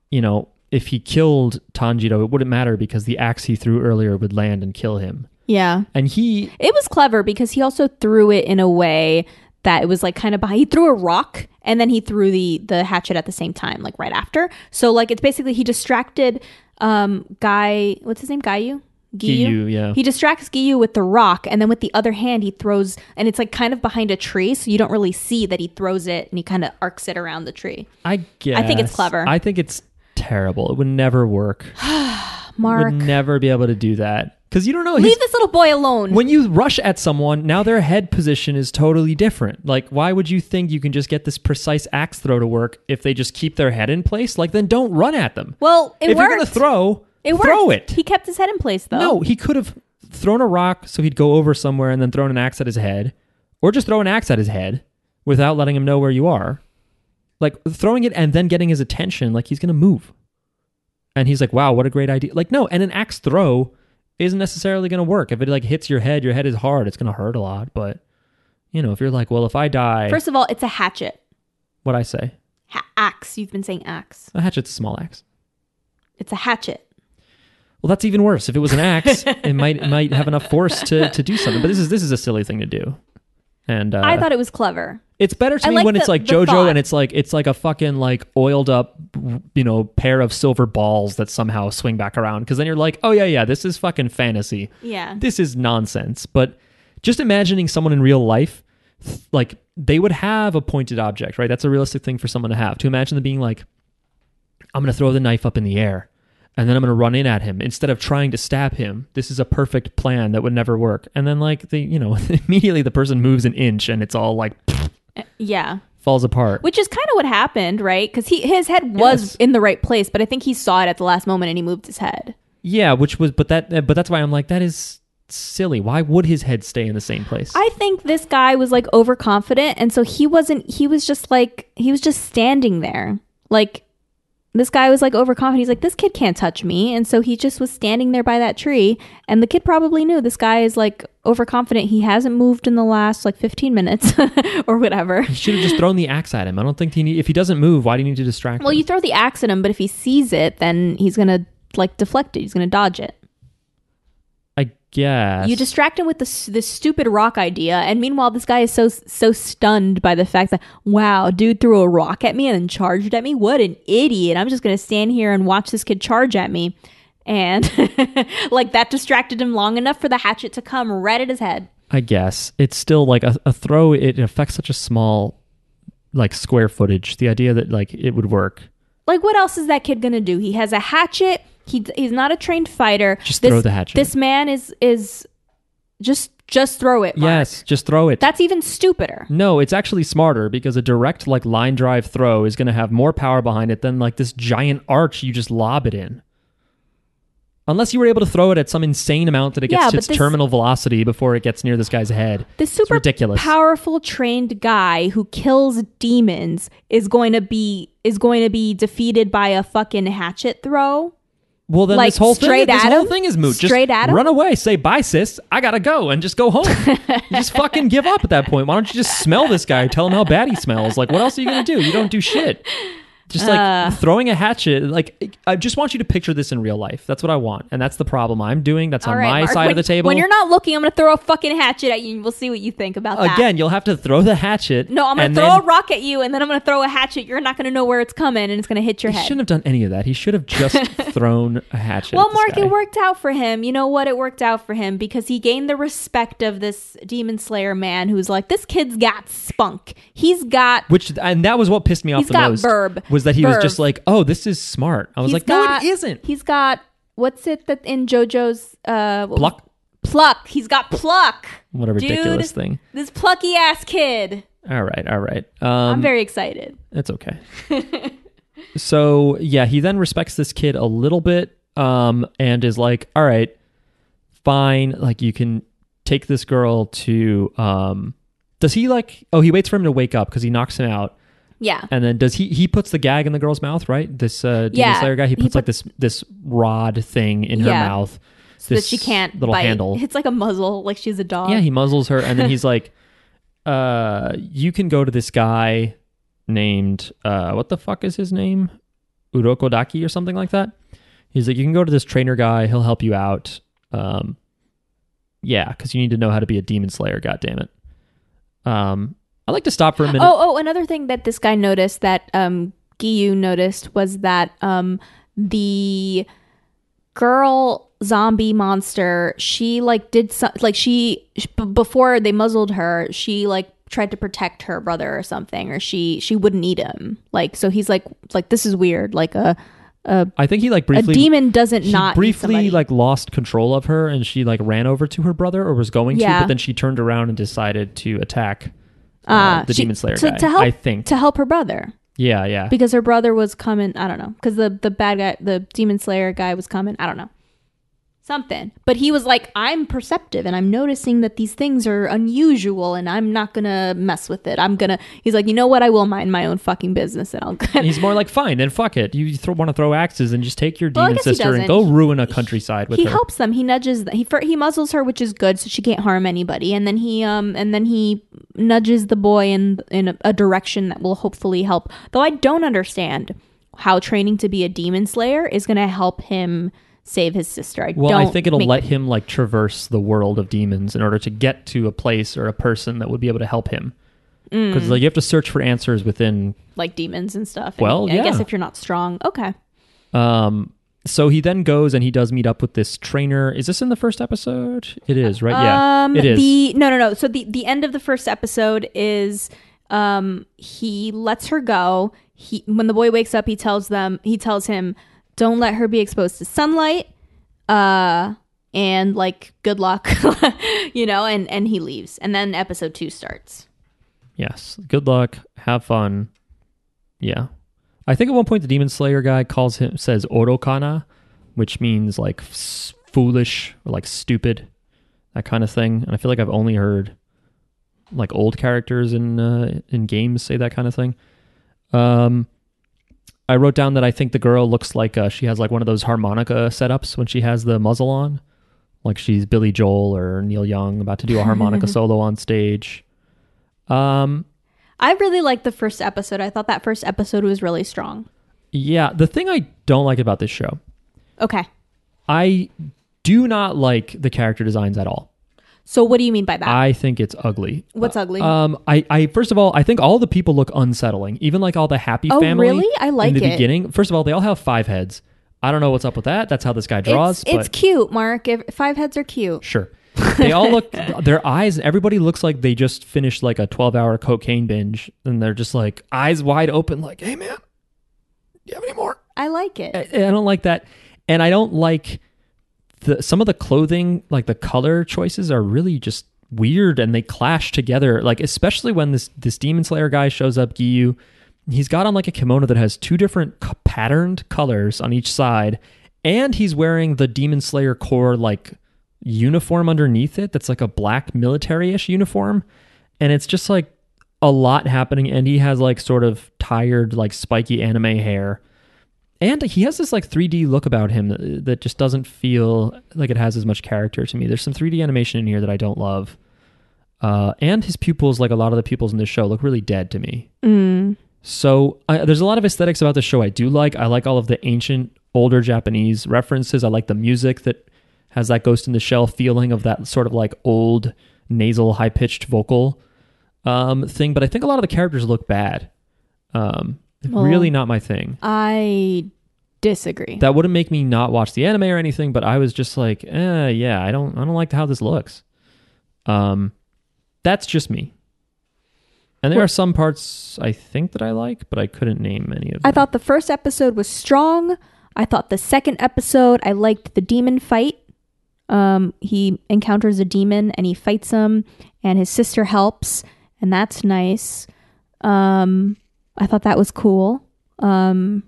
you know if he killed tanjiro it wouldn't matter because the axe he threw earlier would land and kill him
yeah.
and he
It was clever because he also threw it in a way that it was like kind of behind. He threw a rock and then he threw the the hatchet at the same time, like right after. So like it's basically he distracted um guy what's his name Gaiyu.
Giyu, yeah.
He distracts Giyu with the rock, and then with the other hand, he throws, and it's like kind of behind a tree, so you don't really see that he throws it, and he kind of arcs it around the tree.
i guess
think it's clever.
i think it's terrible it would never work
Mark,
would never be able to do that because you don't know his,
leave this little boy alone.
when you rush at someone now their head position is totally different like why would you think you can just get this precise axe throw to work if they just keep their head in place like then don't run at them
well, it
if
worked.
you're gonna throw
it worked.
throw it
He kept his head in place though.
No, he could have thrown a rock so he'd go over somewhere and then thrown an axe at his head, or just throw an axe at his head without letting him know where you are. Like throwing it and then getting his attention, like he's gonna move. And he's like, "Wow, what a great idea!" Like, no, and an axe throw isn't necessarily gonna work. If it like hits your head, your head is hard. It's gonna hurt a lot. But you know, if you're like, "Well, if I die,
First of all, it's a hatchet.
what I say?
Ha- axe. You've been saying axe.
A hatchet's a small axe."
It's a hatchet.
Well, that's even worse. If it was an axe, it might it might have enough force to, to do something. But this is this is a silly thing to do. And uh,
I thought it was clever.
it's better to
I
me
like
when
the-
it's like
the
JoJo
thought.
and it's like it's like a fucking like oiled up, you know, pair of silver balls that somehow swing back around. Because then you're like, oh yeah, yeah, this is fucking fantasy.
Yeah.
This is nonsense. But just imagining someone in real life, th- like they would have a pointed object, right? That's a realistic thing for someone to have. To imagine them being like, I'm going to throw the knife up in the air and then I'm going to run in at him instead of trying to stab him. This is a perfect plan that would never work. And then, like, the, you know, immediately the person moves an inch and it's all like
Yeah.
falls apart.
Which is kind of what happened, right? Because he his head was
Yes.
in the right place, but I think he saw it at the last moment and he moved his head.
yeah, which was, but that, but that's why I'm like, that is silly. Why would his head stay in the same place?
I think this guy was like overconfident, and so he wasn't. He was just like he was just standing there, like this guy was like overconfident. He's like, this kid can't touch me, and so he just was standing there by that tree. And the kid probably knew this guy is like overconfident. He hasn't moved in the last like fifteen minutes or whatever.
he should have just thrown the axe at him. I don't think he need, if he doesn't move, why do you need to distract
Well,
him?
you throw the axe at him, but if he sees it, then he's gonna like deflect it. He's gonna dodge it.
I guess.
You distract him with this this stupid rock idea, and meanwhile, this guy is so so stunned by the fact that wow, dude threw a rock at me and then charged at me. What an idiot! I'm just gonna stand here and watch this kid charge at me, and like that distracted him long enough for the hatchet to come right at his head.
I guess it's still like a, a throw. It affects such a small like square footage. The idea that like it would work.
Like, what else is that kid gonna do? He has a hatchet. He he's not a trained fighter.
Just throw the hatchet.
This man is is just just throw it. Mark.
Yes, just throw it.
that's even stupider.
no, it's actually smarter because a direct like line drive throw is going to have more power behind it than like this giant arch you just lob it in. Unless you were able to throw it at some insane amount that it gets
Yeah,
to
but
its
this-
terminal velocity before it gets near this guy's head.
This super
ridiculous.
powerful trained guy who kills demons is going to be is going to be defeated by a fucking hatchet throw.
Well, then
Like,
this whole
straight
thing, this
at
whole
him?
thing is moot.
Straight
just
at him?
run away. Say bye, sis. I gotta go, and just go home. You just fucking give up at that point. Why don't you just smell this guy? Tell him how bad he smells. Like, what else are you gonna do? You don't do shit. Just like
Uh.
throwing a hatchet. Like, I just want you to picture this in real life. That's what I want, and that's the problem I'm doing. That's on
All right,
my
Mark,
side
when,
of the table.
When you're not looking, I'm going to throw a fucking hatchet at you, and we'll see what you think about that.
Again, you'll have to throw the hatchet.
No, I'm going
and
to throw
then-
a rock at you, and then I'm going to throw a hatchet. You're not going to know where it's coming, and it's going to hit your
He
head.
shouldn't have done any of that. He should have just thrown a hatchet. at
Well,
this
Mark,
guy.
it worked out for him. You know what? It worked out for him because he gained the respect of this demon slayer man who's like, this kid's got spunk. He's got.
Which and that was what pissed me off
He's
the
got
most.
verb.
Was that he was
Verb.
just like, oh, this is smart. I was
he's
like,
got,
no, it isn't.
He's got. What's it that in JoJo's. Uh, what was-
Pluck.
Pluck. He's got pluck.
What a
Dude,
ridiculous thing.
This plucky ass kid.
All right, all right.
I'm
Um,
very excited.
it's okay. so yeah, he then respects this kid a little bit, um, and is like, all right, fine. Like you can take this girl to. Um, does he like? Oh, he waits for him to wake up because he knocks him out.
Yeah.
And then does he he puts the gag in the girl's mouth, right? This uh Demon
Yeah,
Slayer guy, he
he
puts like
put-
this this rod thing in her
Yeah.
mouth.
So that
this
she can't
little
bite.
handle.
It's like a muzzle, like she's a dog.
Yeah, he muzzles her and then he's like, uh, you can go to this guy named uh what the fuck is his name? Urokodaki or something like that. He's like, you can go to this trainer guy, he'll help you out. Um Yeah, because you need to know how to be a demon slayer, god damn it. Um I'd like to stop for a minute.
oh, oh, another thing that this guy noticed that um Giyu noticed was that um the girl zombie monster, she like did some like she sh- b- before they muzzled her, she like tried to protect her brother or something or she she wouldn't eat him. Like so he's like like this is weird. Like a
I think he like
a
briefly
demon doesn't
he
not eat
briefly
somebody.
like lost control of her and she like ran over to her brother or was going to
Yeah.
but then she turned around and decided to attack uh,
Ah,
the
she-
demon slayer
to,
guy
to help
i think
to help her brother.
yeah yeah
because her brother was coming. I don't know because the the bad guy, the demon slayer guy, was coming. I don't know something, but he was like, "I'm perceptive and I'm noticing that these things are unusual, and I'm not gonna mess with it. I'm gonna." He's like, "You know what? I will mind my own fucking business, and I'll."
And he's more like fine then fuck it you th- want to throw axes and just take your
Well, I
demon
guess he
sister and
doesn't.
go ruin a countryside with
he
her
helps them. He nudges. Them. He fir- he muzzles her, which is good, so she can't harm anybody. And then he um and then he nudges the boy in in a, a direction that will hopefully help. Though I don't understand how training to be a demon slayer is going to help him save his sister. I
well
don't
i think it'll
make-
let him like traverse the world of demons in order to get to a place or a person that would be able to help him
Mm.
because like you have to search for answers within
like demons and stuff. And
Well,
I guess
yeah.
if you're not strong, okay.
Um, so he then goes and he does meet up with this trainer. Is this in the first episode? It is, right? Yeah,
um,
it is.
The no, no, no. So the the end of the first episode is um he lets her go. He when the boy wakes up, he tells them he tells him, "Don't let her be exposed to sunlight." Uh and like good luck you know and and he leaves and then episode 2 starts
yes. Good luck. Have fun. Yeah. I think at one point the demon slayer guy calls him says Orokana, which means like s- foolish or like stupid, that kind of thing. And I feel like I've only heard like old characters in uh, in games say that kind of thing. Um, I wrote down that I think the girl looks like uh, she has like one of those harmonica setups when she has the muzzle on, like she's Billy Joel or Neil Young about to do a harmonica solo on stage. Um,
i really liked the first episode i thought that first episode was really strong
yeah, the thing I don't like about this show,
okay
I do not like the character designs at all.
so what do you mean by that
I think it's ugly.
what's ugly
Um, I, I first of all, I think all the people look unsettling. Even like all the happy
Oh,
family.
really? I like
in the
it.
beginning. First of all, they all have five heads. I don't know what's up with that. That's how this guy draws.
it's, it's
but
cute mark if five heads are cute
sure. they all look their eyes everybody looks like they just finished like a 12 hour cocaine binge and they're just like eyes wide open like hey man do you have any more
I like it.
I, I don't like that and i don't like the some of the clothing like the color choices are really just weird and they clash together like especially when this this demon slayer guy shows up Giyu he's got on like a kimono that has two different co- patterned colors on each side and he's wearing the demon slayer core like uniform underneath it that's like a black military-ish uniform and it's just like a lot happening and he has like sort of tired like spiky anime hair and he has this like 3D look about him that that just doesn't feel like it has as much character to me. There's some 3D animation in here that I don't love. Uh, and his pupils, like a lot of the pupils in this show, look really dead to me. So I, there's a lot of aesthetics about the show I do like. I like all of the ancient, older Japanese references. I like the music that has that Ghost in the Shell feeling of that sort of like old nasal, high pitched vocal um, thing. But I think a lot of the characters look bad. Um,
Well-
really not my thing.
I disagree.
That wouldn't make me not watch the anime or anything, but I was just like, eh, yeah, I don't, I don't like how this looks. Um, that's just me. And there are some parts I think that I like, but I couldn't name any of them.
I thought the first episode was strong. I thought the second episode, I liked the demon fight. Um, he encounters a demon and he fights him, and his sister helps, and that's nice. Um, I thought that was cool. Um,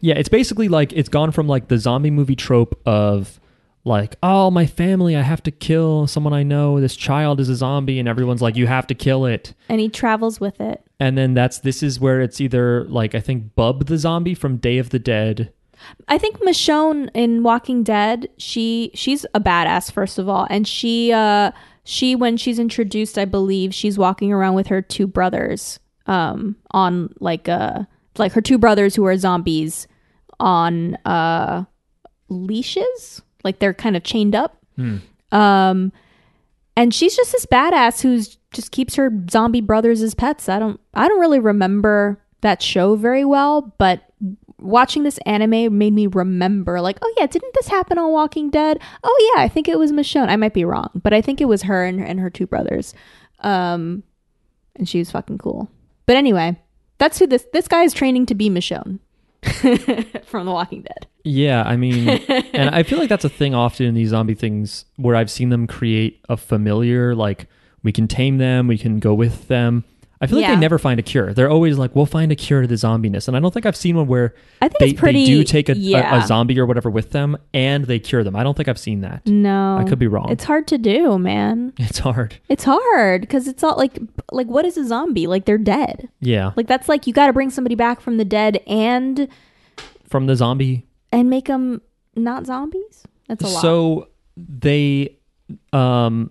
Yeah, it's basically like it's gone from like the zombie movie trope of like, oh, my family, I have to kill someone I know. This child is a zombie, and everyone's like, you have to kill it.
and he travels with it.
And then that's this is where it's either like I think Bub the zombie from Day of the Dead.
I think Michonne in Walking Dead, she she's a badass first of all, and she uh she when she's introduced, I believe she's walking around with her two brothers um on like uh like her two brothers who are zombies on uh leashes, like they're kind of chained up. Um and she's just this badass who's just keeps her zombie brothers as pets. I don't I don't really remember that show very well, but watching this anime made me remember like, oh yeah, didn't this happen on Walking Dead? Oh yeah, I think it was Michonne. I might be wrong, but I think it was her and, and her two brothers. Um and she was fucking cool. But anyway, that's who this this guy is training to be Michonne from The Walking Dead.
Yeah, I mean, and I feel like that's a thing often in these zombie things where I've seen them create a familiar, like, we can tame them, we can go with them. I feel like
Yeah.
they never find a cure. They're always like, we'll find a cure to the zombiness. And I don't think I've seen one where
I think
they,
it's pretty
they do take a, a-
yeah.
a, zombie or whatever with them and they cure them. I don't think I've seen that.
No.
I could be wrong.
It's hard to do, man.
It's hard.
It's hard because it's all like, like what is a zombie? Like they're dead.
Yeah.
Like that's like you got to bring somebody back from the dead and
From the zombie
and make them not zombies. That's a lot.
So they um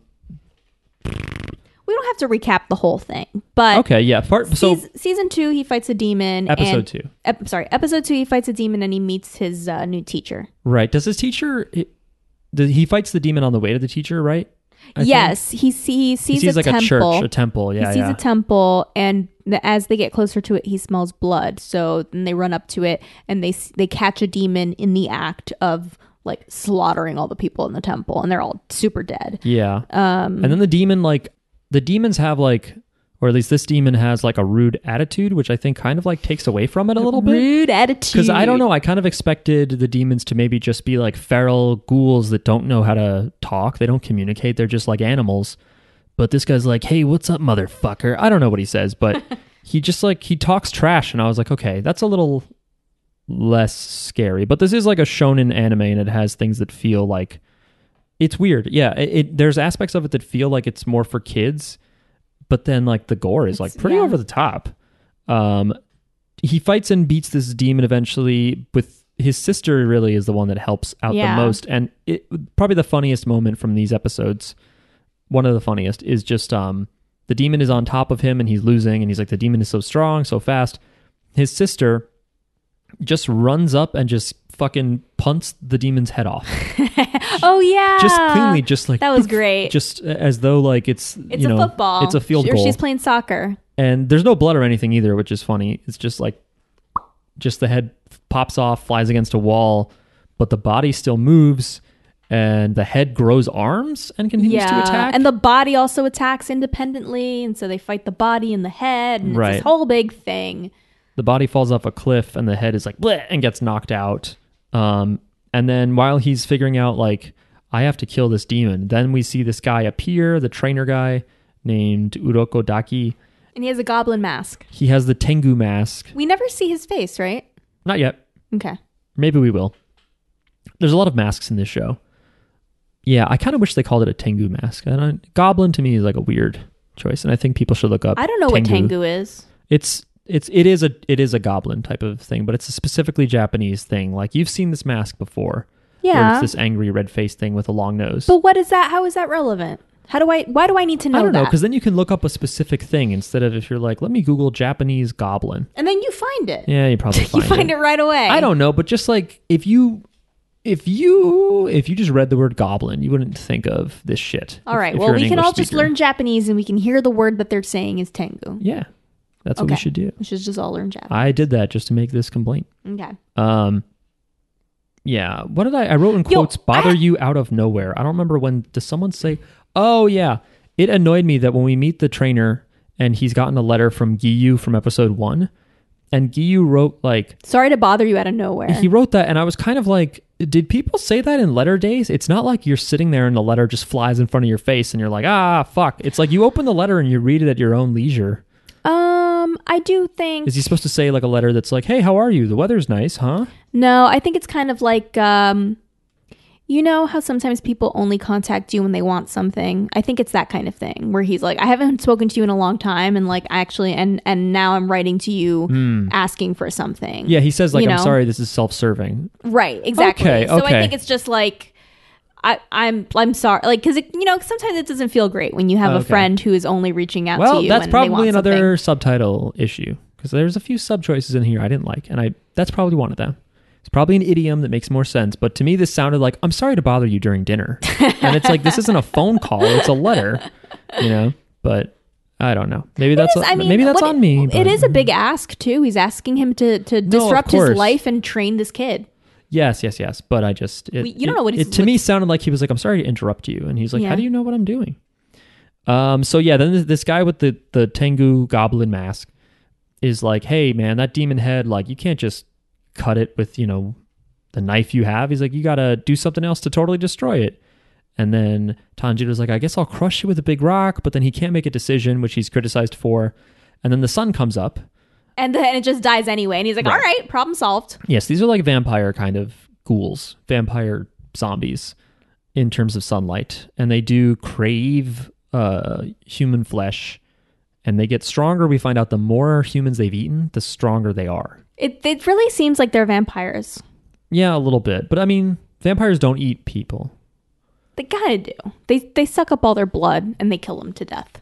we don't have to recap the whole thing, but
okay, yeah. Part so
seas- season two, he fights a demon.
Episode
and-
two.
ep- sorry, episode two, he fights a demon and he meets his uh, new teacher.
right. Does his teacher he, he fights the demon on the way to the teacher, right? I think.
yes, he, see, he sees
he sees
a
like
temple.
a church, a temple. Yeah,
he sees
yeah.
a temple and the, as they get closer to it he smells blood so then they run up to it and they s- they catch a demon in the act of like slaughtering all the people in the temple and they're all super dead
yeah. Um, and then the demon, like the demons have like, or at least this demon has like a rude attitude, which I think kind of like takes away from it a little bit.
rude attitude
Because I don't know, I kind of expected the demons to maybe just be like feral ghouls that don't know how to talk. They don't communicate. They're just like animals. But this guy's like, "Hey, what's up, motherfucker?" I don't know what he says, but he just like he talks trash, and I was like, "Okay, that's a little less scary." But this is like a shonen anime, and it has things that feel like it's weird. Yeah, it, it there's aspects of it that feel like it's more for kids, but then like the gore is like pretty
yeah.
over the top. Um, he fights and beats this demon eventually with his sister really is the one that helps out
Yeah.
the most and it probably the funniest moment from these episodes one of the funniest is just um the demon is on top of him and he's losing and he's like the demon is so strong so fast his sister just runs up and just fucking punts the demon's head off
oh yeah
just cleanly just like
that was great
just as though like it's
it's
you
a
know
football
it's a field
She- or
goal
she's playing soccer
and there's no blood or anything either, which is funny. It's just like just the head pops off, flies against a wall, but the body still moves, and the head grows arms and continues to attack.
and the body also attacks independently, and so they fight the body and the head, and it's
Right.
this whole big thing.
the body falls off a cliff and the head is like bleh and gets knocked out. Um, and then while he's figuring out like I have to kill this demon, then we see this guy appear, the trainer guy named Uroko Daki.
And he has a goblin mask.
He has the Tengu mask.
We never see his face, right?
Not yet.
Okay.
Maybe we will. There's a lot of masks in this show. Yeah, I kind of wish they called it a Tengu mask. I don't, Goblin to me is like a weird choice, and I think people should look up.
I don't know what Tengu is.
It's it's it is a it is a goblin type of thing, but it's a specifically Japanese thing. Like you've seen this mask before. where
Yeah.
it's this angry red face thing with a long nose.
But what is that? How is that relevant? How do I? Why do I need to know
I don't know
that?
because then you can look up a specific thing instead of if you're like, let me Google Japanese goblin.
and then you find it.
Yeah, you probably
you
find,
find it. right away.
I don't know, but just like if you. If you if you just read the word goblin, you wouldn't think of this shit.
All
if-
right.
if
well,
you're an
we can
English
all just
speaker.
learn Japanese, and we can hear the word that they're saying is Tengu.
Yeah, that's what we should do.
We should just all learn Japanese.
I did that just to make this complaint.
okay.
Um, yeah. What did I? I wrote in quotes. bother you out of nowhere. I don't remember when. Does someone say? Oh yeah. It annoyed me that when we meet the trainer and he's gotten a letter from Giyu from episode one, and Giyu wrote like
Sorry to bother you out of nowhere.
he wrote that, and I was kind of like, did people say that in letter days? It's not like you're sitting there and the letter just flies in front of your face and you're like, ah, fuck. It's like you open the letter and you read it at your own leisure.
um, I do think
Is he supposed to say like a letter that's like, hey, how are you? The weather's nice, huh?
No, I think it's kind of like um you know how sometimes people only contact you when they want something. I think it's that kind of thing where he's like, I haven't spoken to you in a long time and like I actually and and now I'm writing to you asking for something.
Hmm. Yeah, he says like,
You
I'm
know?
sorry, this is self-serving.
Right, exactly.
Okay,
So I
okay.
think it's just like I, I'm I'm sorry, like because you know sometimes it doesn't feel great when you have a
Okay.
friend who is only reaching out to
Well,
you.
that's
when they want
probably
something.
another subtitle issue because there's a few sub choices in here I didn't like, and I that's probably one of them. It's probably an idiom that makes more sense, but to me this sounded like I'm sorry to bother you during dinner, and it's like this isn't a phone call; it's a letter, you know. But I don't know. Maybe that's
Yes, I mean,
maybe that's
what-
on me.
It
but-
is a big ask too. He's asking him to to disrupt his
course.
life and train this kid.
yes, yes, yes. But I just it,
We- you don't know what
it,
he's
it to me sounded like he was like I'm sorry to interrupt you, and he's like,
Yeah.
how do you know what I'm doing? Um. So yeah, then this, this guy with the the Tengu goblin mask is like, hey man, that demon head, like you can't just cut it with you know the knife you have. He's like, you gotta do something else to totally destroy it. And then Tanjiro's like, I guess I'll crush you with a big rock, but then he can't make a decision, which he's criticized for. And then the sun comes up.
and then it just dies anyway. And he's like, "All right, problem solved."
Yes, these are like vampire kind of ghouls, vampire zombies in terms of sunlight. And they do crave uh, human flesh and they get stronger. We find out the more humans they've eaten, the stronger they are.
It it really seems like they're vampires.
Yeah, a little bit. But I mean, vampires don't eat people.
They gotta do. They they suck up all their blood and they kill them to death.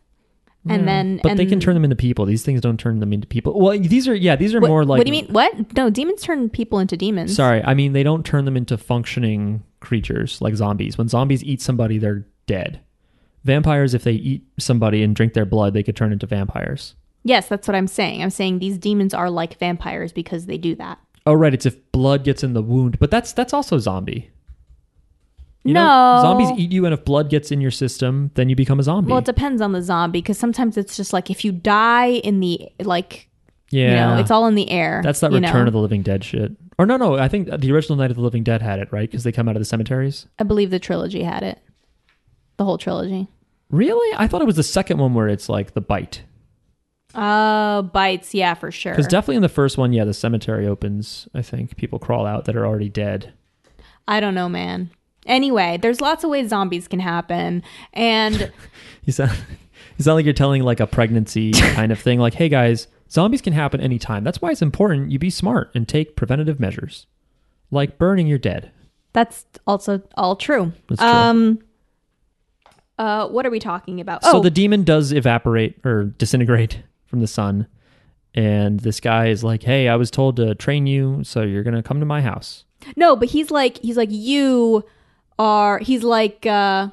And then
But
and
they can turn them into people. These things don't turn them into people. Well, these are, yeah, these are
what,
more like.
what do you mean? What? No, demons turn people into demons.
Sorry, I mean, they don't turn them into functioning creatures like zombies. When zombies eat somebody, they're dead. Vampires, if they eat somebody and drink their blood, they could turn into vampires.
Yes, that's what I'm saying. I'm saying these demons are like vampires because they do that.
Oh, right. It's if blood gets in the wound, but that's that's also zombie. You
No.
know, zombies eat you, and if blood gets in your system, then you become a zombie.
Well, it depends on the zombie because sometimes it's just like if you die in the like
yeah,
you know it's all in the air.
that's that
you
Return
know?
of the Living Dead shit. Or no, no, I think the original Night of the Living Dead had it right because they come out of the cemeteries.
I believe the trilogy had it. The whole trilogy.
Really? I thought it was the second one where it's like the bite.
Oh, bites. Yeah, for sure.
Because definitely in the first one, yeah, the cemetery opens. I think people crawl out that are already dead.
I don't know, man. Anyway, there's lots of ways zombies can happen. And
You sound, you sound like you're telling like a pregnancy kind of thing. Like, hey guys, zombies can happen anytime. That's why it's important you be smart and take preventative measures, like burning your dead.
that's also all true.
That's true.
um uh what are we talking about?
So
oh,
the demon does evaporate or disintegrate from the sun, and this guy is like, hey, I was told to train you, so you're gonna come to my house.
no, but he's like he's like you are he's like uh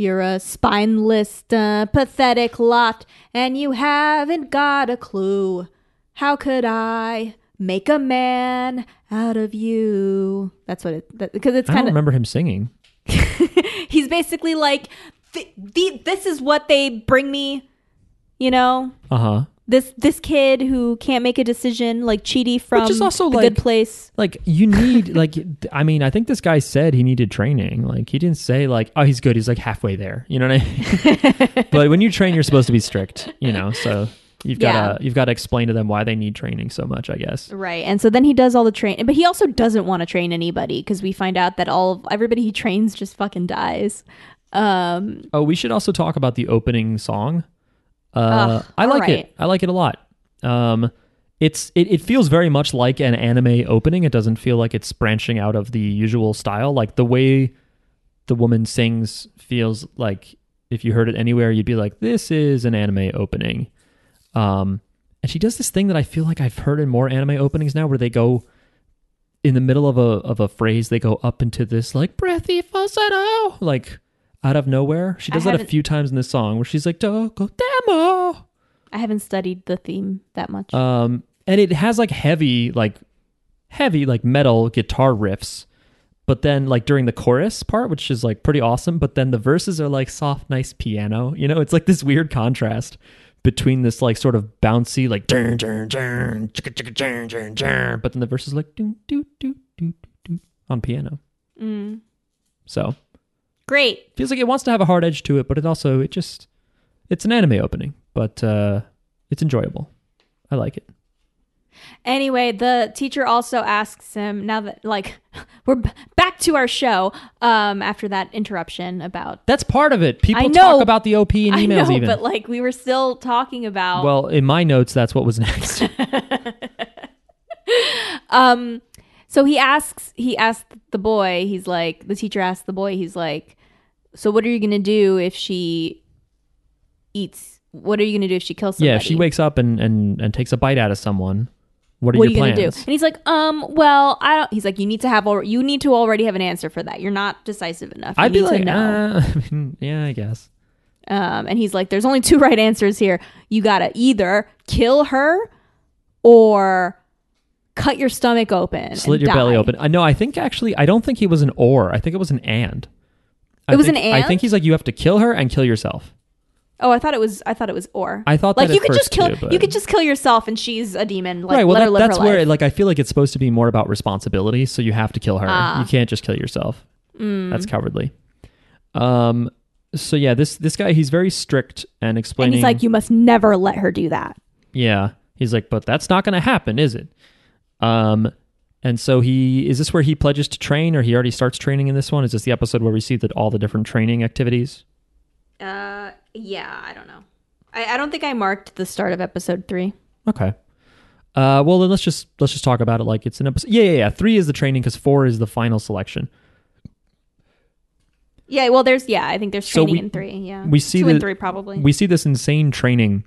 you're a spineless, uh, pathetic lot, and you haven't got a clue. How could I make a man out of you. That's what it because it's
I don't
kind of
remember him singing.
he's basically like the, the, this is what they bring me, you know.
Uh huh.
This this kid who can't make a decision like Cheaty from
is also,
the
like-
good place.
Like you need like I mean I think this guy said he needed training. Like he didn't say like oh he's good he's like halfway there. You know what I mean? but when you train you're supposed to be strict, you know. So you've got to you've got to explain to them why they need training so much, I guess.
Right. And so then he does all the train but he also doesn't want to train anybody because we find out that all of everybody he trains just fucking dies. Um
Oh, we should also talk about the opening song. Uh,
Ugh,
I like
alright.
it. I like it a lot. Um, it's it, it feels very much like an anime opening. It doesn't feel like it's branching out of the usual style. Like the way the woman sings feels like if you heard it anywhere, you'd be like, "This is an anime opening." Um, and she does this thing that I feel like I've heard in more anime openings now, where they go in the middle of a of a phrase, they go up into this like breathy falsetto, like out of nowhere. She does
I
that a
haven't-
few times in this song, where she's like "Doko demo,"
I haven't studied the theme that much.
um, and it has like heavy, like heavy, like metal guitar riffs. But then, like during the chorus part, which is like pretty awesome, but then the verses are like soft, nice piano. You know, it's like this weird contrast between this like sort of bouncy, like turn, turn, turn, chicka, chicka, turn, turn, turn, but then the verses like do, do, do, do, do, do on piano.
Mm.
So
Great.
feels like it wants to have a hard edge to it, but it also it just it's an anime opening, but uh, it's enjoyable. I like it.
Anyway, the teacher also asks him now that like we're b- back to our show um after that interruption about
That's part of it. People
I know.
talk about the OP in
I
emails
know,
even.
but like we were still talking about
well, in my notes, that's what was next.
So he asks he asked the boy, he's like the teacher asked the boy, he's like, So what are you gonna do if she eats what are you gonna do if she kills somebody?
yeah, if she wakes up and, and, and takes a bite out of someone, what are
what are
your
you gonna do?
plans?
And he's like, um, well, I don't he's like, You need to have al- you need to already have an answer for that. You're not decisive enough. You
I'd be
need to
like,
know."
uh, I mean, yeah, I guess.
Um, and he's like, "There's only two right answers here. You gotta either kill her, or cut your stomach open,
Slit
and
your belly
die."
open. Uh, I know. I think actually, I don't think he was an or. I think it was an and. I
It was
think-
an
I think
and?
he's like, you have to kill her and kill yourself.
Oh, I thought it was. I thought it was or.
I thought
like
that
you
at
could just
first,
kill.
too, but-
You could just kill yourself, and she's a demon. Like
right. Well,
let her
that-
live
that's
her
where
life.
like I feel like it's supposed to be more about responsibility. So you have to kill her.
Ah.
you can't just kill yourself.
Mm.
That's cowardly. Um. So yeah, this this guy he's very strict and
and
explaining.
he's like, you must never let her do that.
Yeah. He's like, but that's not going to happen, is it? Um, and so he is this where he pledges to train, or he already starts training in this one? Is this the episode where we see that all the different training activities?
Uh, yeah, I don't know. I, I don't think I marked the start of episode three.
Okay. Uh, well then let's just let's just talk about it like it's an episode. Yeah, yeah, yeah. Three is the training because four is the final selection.
Yeah, well, there's yeah, I think there's
So
training
we-
in three. Yeah,
we see
Mm-hmm. two
the-
and three probably.
We see this insane training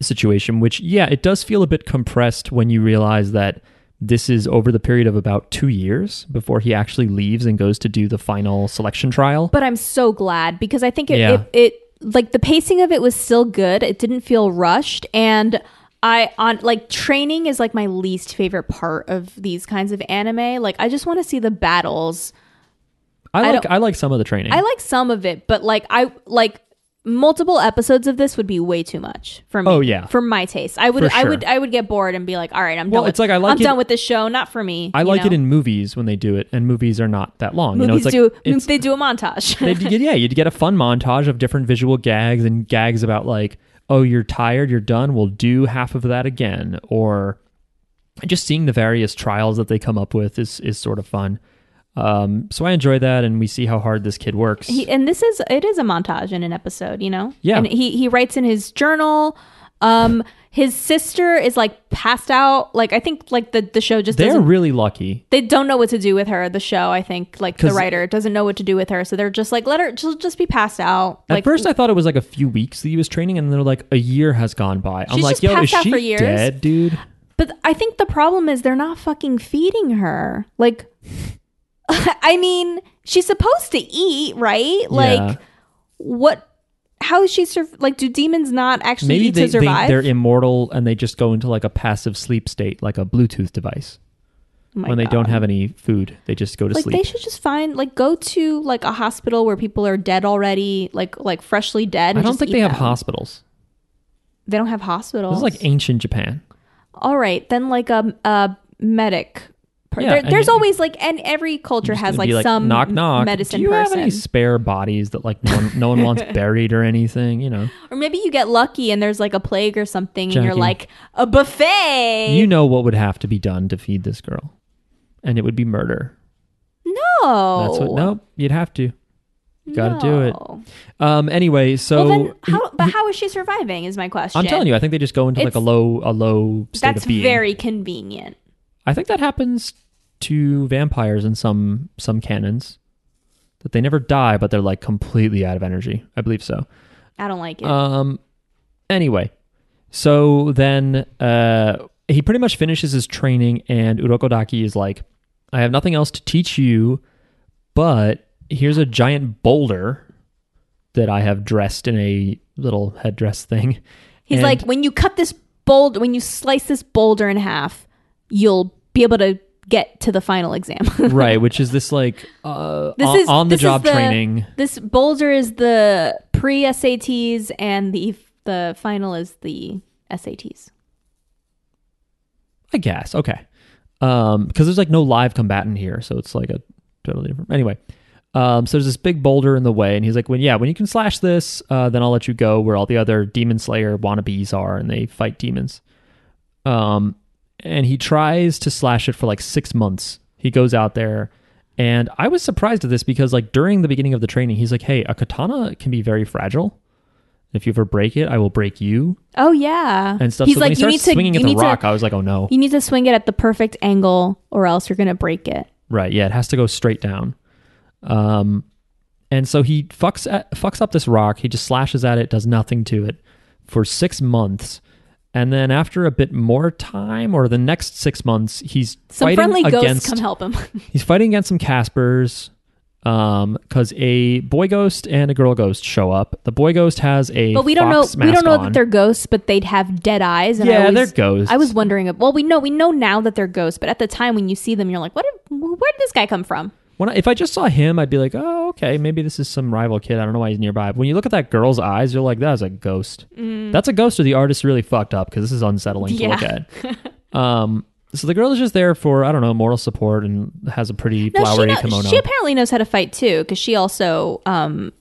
situation, which yeah, it does feel a bit compressed when you realize that this is over the period of about two years before he actually leaves and goes to do the final selection trial.
but I'm so glad because I think it,
Yeah.
it, it like the pacing of it was still good. It didn't feel rushed and I on like training is like my least favorite part of these kinds of anime. Like I just want to see the battles.
I like
don't-
I, like some of the training.
I like some of it, but like I like multiple episodes of this would be way too much for me.
Oh, yeah.
For my taste. I would
For
I
sure.
would I would get bored and be like, "All right, I'm
Well,
done.
it's
with-
like I like
I'm
it-
done with this show, not for me."
I
you
like it
know?
in movies when they do it, and movies are not that long. you know, it's
movies
like
do
it's,
they do a montage.
they do- yeah, you get a fun montage of different visual gags and gags about like, oh, you're tired, you're done, we'll do half of that again, or just seeing the various trials that they come up with is is sort of fun. Um, so I enjoy that, and we see how hard this kid works.
he, and this is it is a montage in an episode you know
Yeah.
and he he writes in his journal um his sister is like passed out like i think like the the show just
They're
doesn't
really lucky.
they don't know what to do with her the show i think like the
'Cause-
writer doesn't know what to do with her so they're just like let her she'll just be passed out
At
like
first, I thought it was like a few weeks that he was training, and they're like, a year has gone by. I'm
She's
like,
just
yo, is
passed out
she
for years.
dead, dude?
but i think the problem is they're not fucking feeding her like i mean she's supposed to eat right like
Yeah.
what how is she sur- like? Do demons not actually
Maybe
eat
they,
to
they
survive?
they're immortal and they just go into like a passive sleep state, like a Bluetooth device.
Oh my
when they don't
God.
have any food, they just go to
like
sleep.
they should just find like go to like a hospital where people are dead already, like like freshly dead. and
I don't
just
think
eat
they have
them.
hospitals.
They don't have hospitals.
This is like ancient Japan.
all right, then like a a medic. per-
Yeah,
there-
and
there's
you-
always like, and every culture
Just
has
gonna
like,
be
some
knock knock.
medicine
Do you
person.
have any spare bodies that like no one, no one wants buried or anything? You know,
Or maybe you get lucky and there's like a plague or something, and you're
Jackie.
like a buffet.
you know what would have to be done to feed this girl, and it would be murder.
no,
That's what. Nope, you'd have to. You gotta do it.
Oh. No.
Um. Anyway, so
well, then how? But how is she surviving? Is my question.
I'm telling you, I think they just go into like a
It's-
low a low state
that's
of being.
very convenient.
I think that happens to vampires in some some canons that they never die, but they're like completely out of energy. I believe so.
I don't like it.
Um. Anyway, so then uh, he pretty much finishes his training, and Urokodaki is like, "I have nothing else to teach you, but here's a giant boulder that I have dressed in a little headdress thing."
He's
and-
like, when you cut this boulder, when you slice this boulder in half, you'll be able to get to the final exam.
right, which is this like uh,
this
on,
is
on the
this is
job training.
This boulder is the pre SATs, and the the final is the SATs.
I guess. Okay. Um, because there's like no live combatant here, so it's like a totally different. Anyway, um, so there's this big boulder in the way, and he's like, "When yeah, when you can slash this, uh, then I'll let you go where all the other demon slayer wannabes are, and they fight demons." Um, and he tries to slash it for like six months. He goes out there, and I was surprised at this because like during the beginning of the training, he's like, "Hey, a katana can be very fragile. If you ever break it, I will break you."
Oh yeah,
And stuff.
He's
so
like,
when he
you
starts
need to,
swinging
you
at the
need
rock,
to,
I was like, "Oh no!"
you need to swing it at the perfect angle, or else you're gonna break it.
Right. Yeah, it has to go straight down. Um, and so he fucks at, fucks up this rock. He just slashes at it, does nothing to it for six months, and then after a bit more time, or the next six months, he's
Some
fighting
friendly ghosts
against
come help him.
he's fighting against some Caspers. Um, because a boy ghost and a girl ghost show up. The boy ghost has a
but we don't know.
fox
We don't
mask
know
on.
that they're ghosts, but they'd have dead eyes. And I
Yeah,
always-
they're ghosts.
I was wondering. Well, we know we know now that they're ghosts, but at the time when you see them, you're like, what? Did, where did this guy come from?
When I, if I just saw him, I'd be like, oh, okay, maybe this is some rival kid. I don't know why he's nearby. But when you look at that girl's eyes, you're like, that's a ghost. That's a ghost, or the artist really fucked up because this is unsettling to look
Mm. Yeah.
at. um, so the girl is just there for I don't know moral support and has a pretty
No, she
flowery
know,
kimono.
she apparently knows how to fight too, because she also um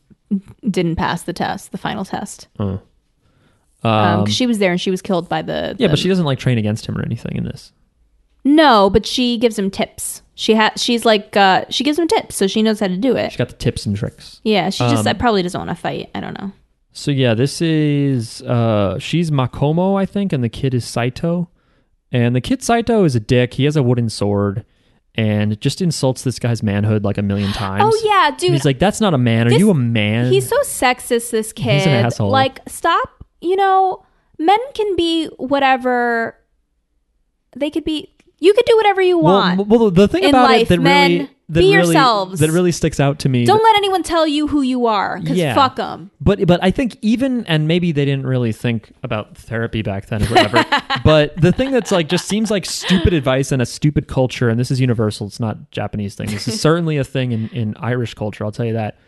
didn't pass the test, the final test. Um, 'cause she was there and she was killed by the,
yeah,
the-
but she doesn't like train against him or anything in this.
no, but she gives him tips. She has she's like uh she gives him tips, so she knows how to do it.
She got the tips and tricks.
yeah, she just
um,
I probably doesn't want to fight. I don't know.
So yeah, this is uh she's Makomo, I think, and the kid is Saito. And the kid Saito is a dick. He has a wooden sword and just insults this guy's manhood like a million times.
Oh yeah, dude.
And he's like, That's not a man. Are
this-
you a man?
He's so sexist, this kid.
He's an asshole.
Like, stop. You know, men can be whatever. They could be. You could do whatever you
well,
want.
well, the- the thing
in
about
life,
it that
men,
really that
be
really,
yourselves.
that really sticks out to me.
Don't let anyone tell you who you are, because
Yeah.
fuck them.
But but I think even and maybe they didn't really think about therapy back then or whatever. but the thing that's like just seems like stupid advice in a stupid culture, and this is universal. It's not Japanese thing. This is certainly a thing in in Irish culture. I'll tell you that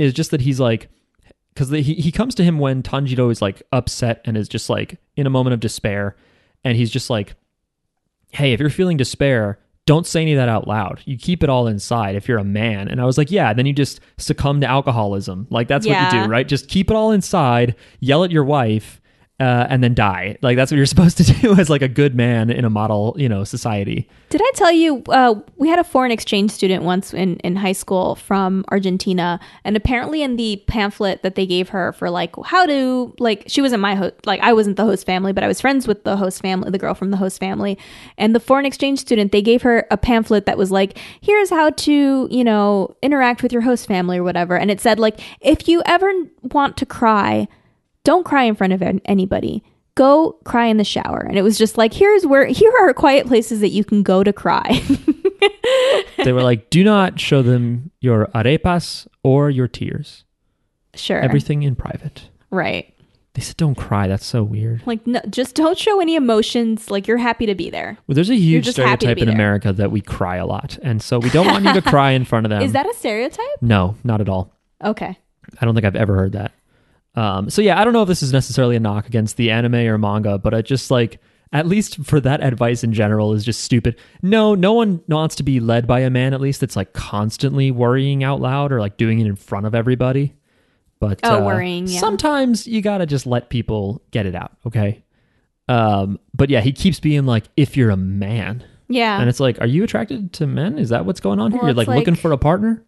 is just that he's like because he he comes to him when Tanjiro is like upset and is just like in a moment of despair, and he's just like, hey, if you're feeling despair. Don't say any of that out loud. You keep it all inside if you're a man. And I was like, yeah, then you just succumb to alcoholism. Like, that's what you
Yeah.
do, right? right? Just keep it all inside, yell at your wife, uh, and then die. Like that's what you're supposed to do as like a good man in a model, you know, society.
Did I tell you uh, we had a foreign exchange student once in, in high school from Argentina, and apparently in the pamphlet that they gave her for like how to like she wasn't my host like I wasn't the host family, but I was friends with the host family, the girl from the host family, and the foreign exchange student they gave her a pamphlet that was like here's how to you know interact with your host family or whatever, and it said like if you ever want to cry, don't cry in front of an- anybody. Go cry in the shower. And it was just like, here's where, here are quiet places that you can go to cry.
They were like, do not show them your arepas or your tears.
sure.
Everything in private.
right.
They said don't cry. That's so weird.
Like, no, just don't show any emotions. Like, you're happy to be there.
Well, there's a huge
just happy to
stereotype
be
in
there.
America that we cry a lot, and so we don't want you to cry in front of them.
Is that a stereotype?
no? Not at all.
Okay.
I don't think I've ever heard that. Um, so yeah, I don't know if this is necessarily a knock against the anime or manga, but I just like at least for that advice in general is just stupid. No, no one wants to be led by a man at least that's like constantly worrying out loud or like doing it in front of everybody. But
Oh,
uh,
worrying, yeah.
Sometimes you gotta just let people get it out, okay? Um, but yeah, he keeps being like, "If you're a man,"
Yeah.
and it's like, "Are you attracted to men? Is that what's going on here?
Well,
you're like,
it's
looking
like-
for a partner."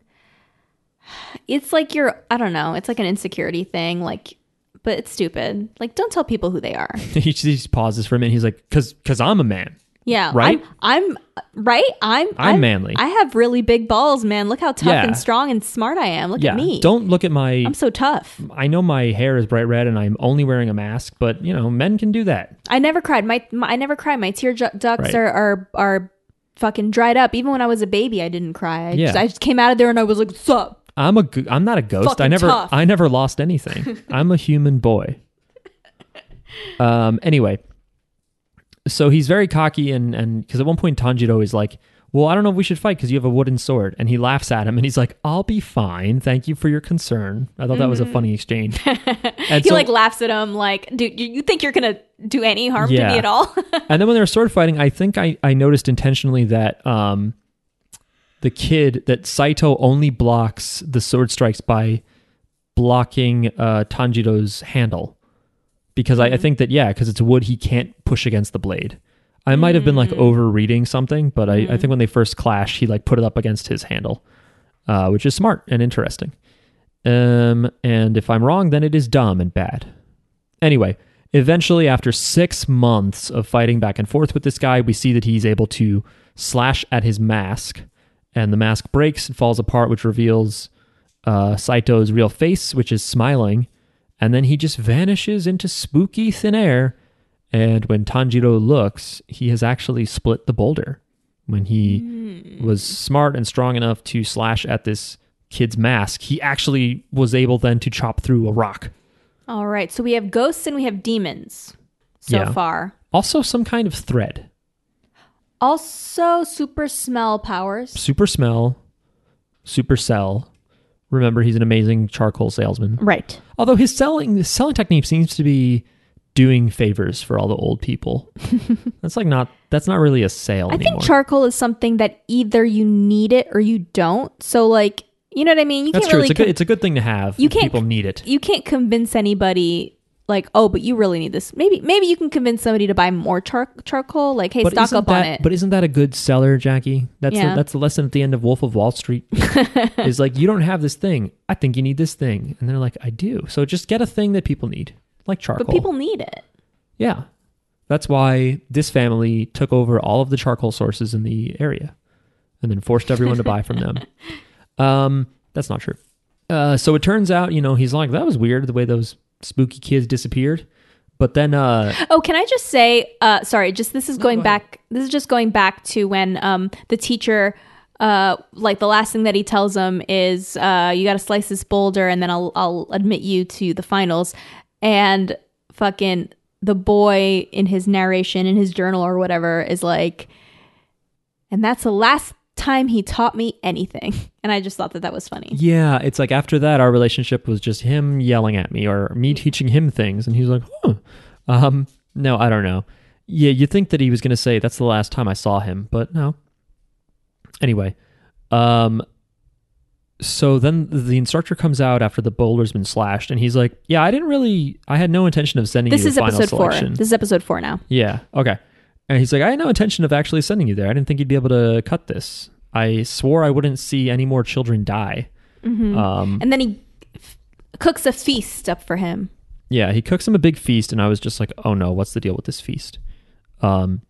it's like you're i don't know it's like an insecurity thing like but it's stupid like don't tell people who they are
he just pauses for a minute. He's like, "Cause, cause I'm a man."
yeah
Right?
i'm, I'm right i'm
I'm manly.
i have really big balls man look how tough
Yeah.
and strong and smart i am look
yeah.
at me
Don't look at my.
i'm so tough
I know my hair is bright red and I'm only wearing a mask, but you know, men can do that.
i never cried my, my i never cried my tear ju- ducts
Right.
are, are are fucking dried up even when i was a baby i didn't cry i,
Yeah.
just, I just came out of there and i was like sup
I'm a. go- I'm not a ghost. I
Fucking
never.
tough.
I never lost anything. I'm a human boy. Um. Anyway, so he's very cocky and and because at one point Tanjiro is like, "Well, I don't know if we should fight because you have a wooden sword," and he laughs at him and he's like, "I'll be fine. Thank you for your concern." I thought that was a funny exchange. And
Mm-hmm. he
so-
like laughs at him like dude you, you think you're gonna do any harm
Yeah.
to me at all
and then when they were sword fighting, I think I, I noticed intentionally that um, the kid that Saito only blocks the sword strikes by blocking uh, Tanjiro's handle because I, I think that yeah, because it's wood, he can't push against the blade. I might have been like overreading something, but I, I think when they first clash, he like put it up against his handle, uh, which is smart and interesting. Um, and if I'm wrong, then it is dumb and bad. Anyway, eventually, after six months of fighting back and forth with this guy, we see that he's able to slash at his mask, and the mask breaks and falls apart, which reveals uh, Saito's real face, which is smiling. And then he just vanishes into spooky thin air. And when Tanjiro looks, he has actually split the boulder. When he was smart and strong enough to slash at this kid's mask, he actually was able then to chop through a rock.
All right. So we have ghosts and we have demons so
Yeah.
far.
Also, some kind of thread.
Also, super smell powers.
Super smell, super sell. Remember, he's an amazing charcoal salesman.
Right.
Although his selling his selling technique seems to be doing favors for all the old people. that's like not that's not really a sale
I
anymore.
think charcoal is something that either you need it or you don't. So, like, you know what I mean? You
that's
can't
true.
really.
it's a good
con-
it's a good thing to have.
You
if
can't-
people need it.
you can't convince anybody. Like oh, but you really need this. Maybe maybe you can convince somebody to buy more char- charcoal. Like hey, stock
isn't
up
that,
on it.
But isn't that a good seller, Jackie? That's the,
Yeah.
that's the lesson at the end of Wolf of Wall Street. is like you don't have this thing. I think you need this thing, and they're like, I do. So just get a thing that people need, like charcoal.
but people need it.
yeah, that's why this family took over all of the charcoal sources in the area, and then forced everyone to buy from them. Um, that's not true. Uh, so it turns out, you know, he's like, that was weird the way those spooky kids disappeared. But then, uh,
Oh, can I just say, uh, sorry, just this is going back. This is just going back to when um, the teacher, uh, like the last thing that he tells him is, uh, "You got to slice this boulder, and then I'll I'll admit you to the finals." And fucking the boy in his narration in his journal or whatever is like, and that's the last time he taught me anything. And I just thought that that was funny.
Yeah, it's like after that, our relationship was just him yelling at me or me
Mm-hmm.
teaching him things, and he's like, "Huh." Um, no, I don't know. Yeah, you think that he was gonna say that's the last time I saw him, but no. Anyway, um, so then the instructor comes out after the boulder's been slashed, and he's like, "Yeah, I didn't really. I had no intention of sending
This
you
is
the final
episode four.
selection."
This is episode four now.
Yeah. Okay. And he's like, I had no intention of actually sending you there. I didn't think you'd be able to cut this. I swore I wouldn't see any more children die. Um,
And then he f- cooks a feast up for him.
yeah, he cooks him a big feast, and I was just like, oh no, what's the deal with this feast? Um,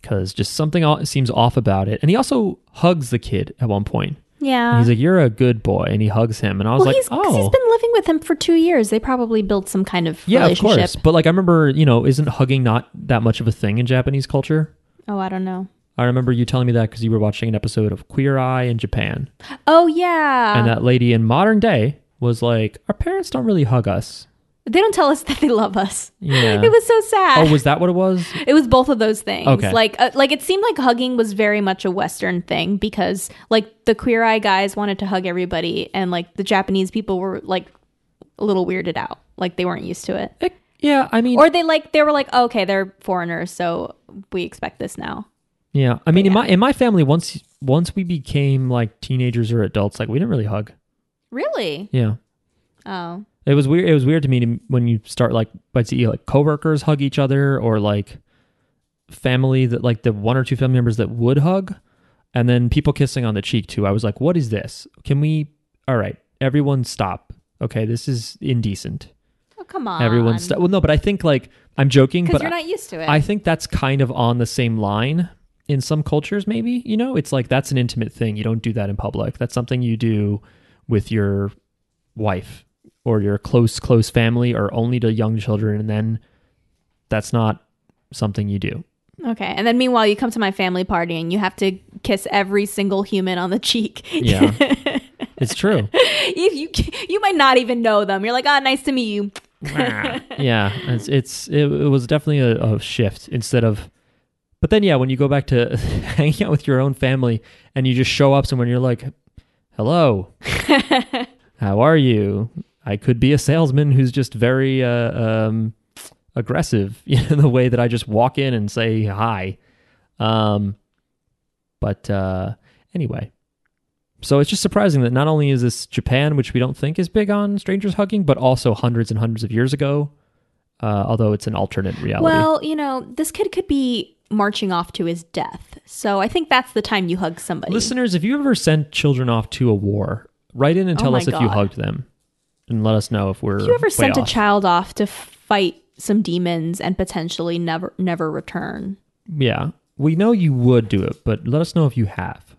because just something o- seems off about it. And he also hugs the kid at one point.
Yeah.
And he's like, "You're a good boy," and he hugs him, and I was
Ah. Well,
like,
he's, 'cause
"Oh,
he's been living with him for two years. They probably built some kind of
yeah, of
relationship.
course." But like, I remember, you know, isn't hugging not that much of a thing in Japanese culture?
Oh, I don't know.
I remember you telling me that because you were watching an episode of Queer Eye in Japan,
Oh yeah,
uh, and that lady in modern day was like, "Our parents don't really hug us."
They don't tell us that they love us.
Yeah.
It was so sad.
Oh, was that what it was?
It was both of those things.
Okay.
Like uh, like it seemed like hugging was very much a western thing because like the queer eye guys wanted to hug everybody and like the Japanese people were like a little weirded out. Like they weren't used to it.
Yeah, I mean,
Or they like they were like, "Oh, "Okay, they're foreigners, so we expect this now."
yeah, I mean, in my in my family, once once we became like teenagers or adults, like we didn't really hug.
Really?
Yeah,
Oh.
it was weird. It was weird to me to, when you start like by see like coworkers hug each other or like family that like the one or two family members that would hug, and then people kissing on the cheek too. I was like, what is this? Can we? All right, everyone, stop. Okay, this is indecent.
Oh, come on.
Everyone, stop. Well, no, but I think like I'm joking,
Cuz
but
you're
I-
not used to it.
I think that's kind of on the same line in some cultures, maybe. You know, it's like that's an intimate thing. You don't do that in public. That's something you do with your wife or your close, close family or only to young children. And then that's not something you do.
Okay. And then meanwhile, you come to my family party and you have to kiss every single human on the cheek.
Yeah. it's true.
if you you might not even know them. You're like, "Ah, nice to meet you."
yeah. It's, it's it, it was definitely a, a shift instead of. But then, yeah, when you go back to hanging out with your own family and you just show up somewhere and you're like, hello, how are you? I could be a salesman who's just very uh, um, aggressive in the way that I just walk in and say hi. Um, but uh, anyway, so it's just surprising that not only is this Japan, which we don't think is big on strangers hugging, but also hundreds and hundreds of years ago. Uh, although it's an alternate reality.
Well, you know, this kid could be marching off to his death. So I think that's the time you hug somebody.
Listeners, if you ever sent children off to a war, write in and
Oh
tell
my
us if you
God.
hugged them, and let us know if we're.
if you ever
way
sent a
off.
child off to fight some demons and potentially never never return.
Yeah. We know you would do it, but let us know if you have.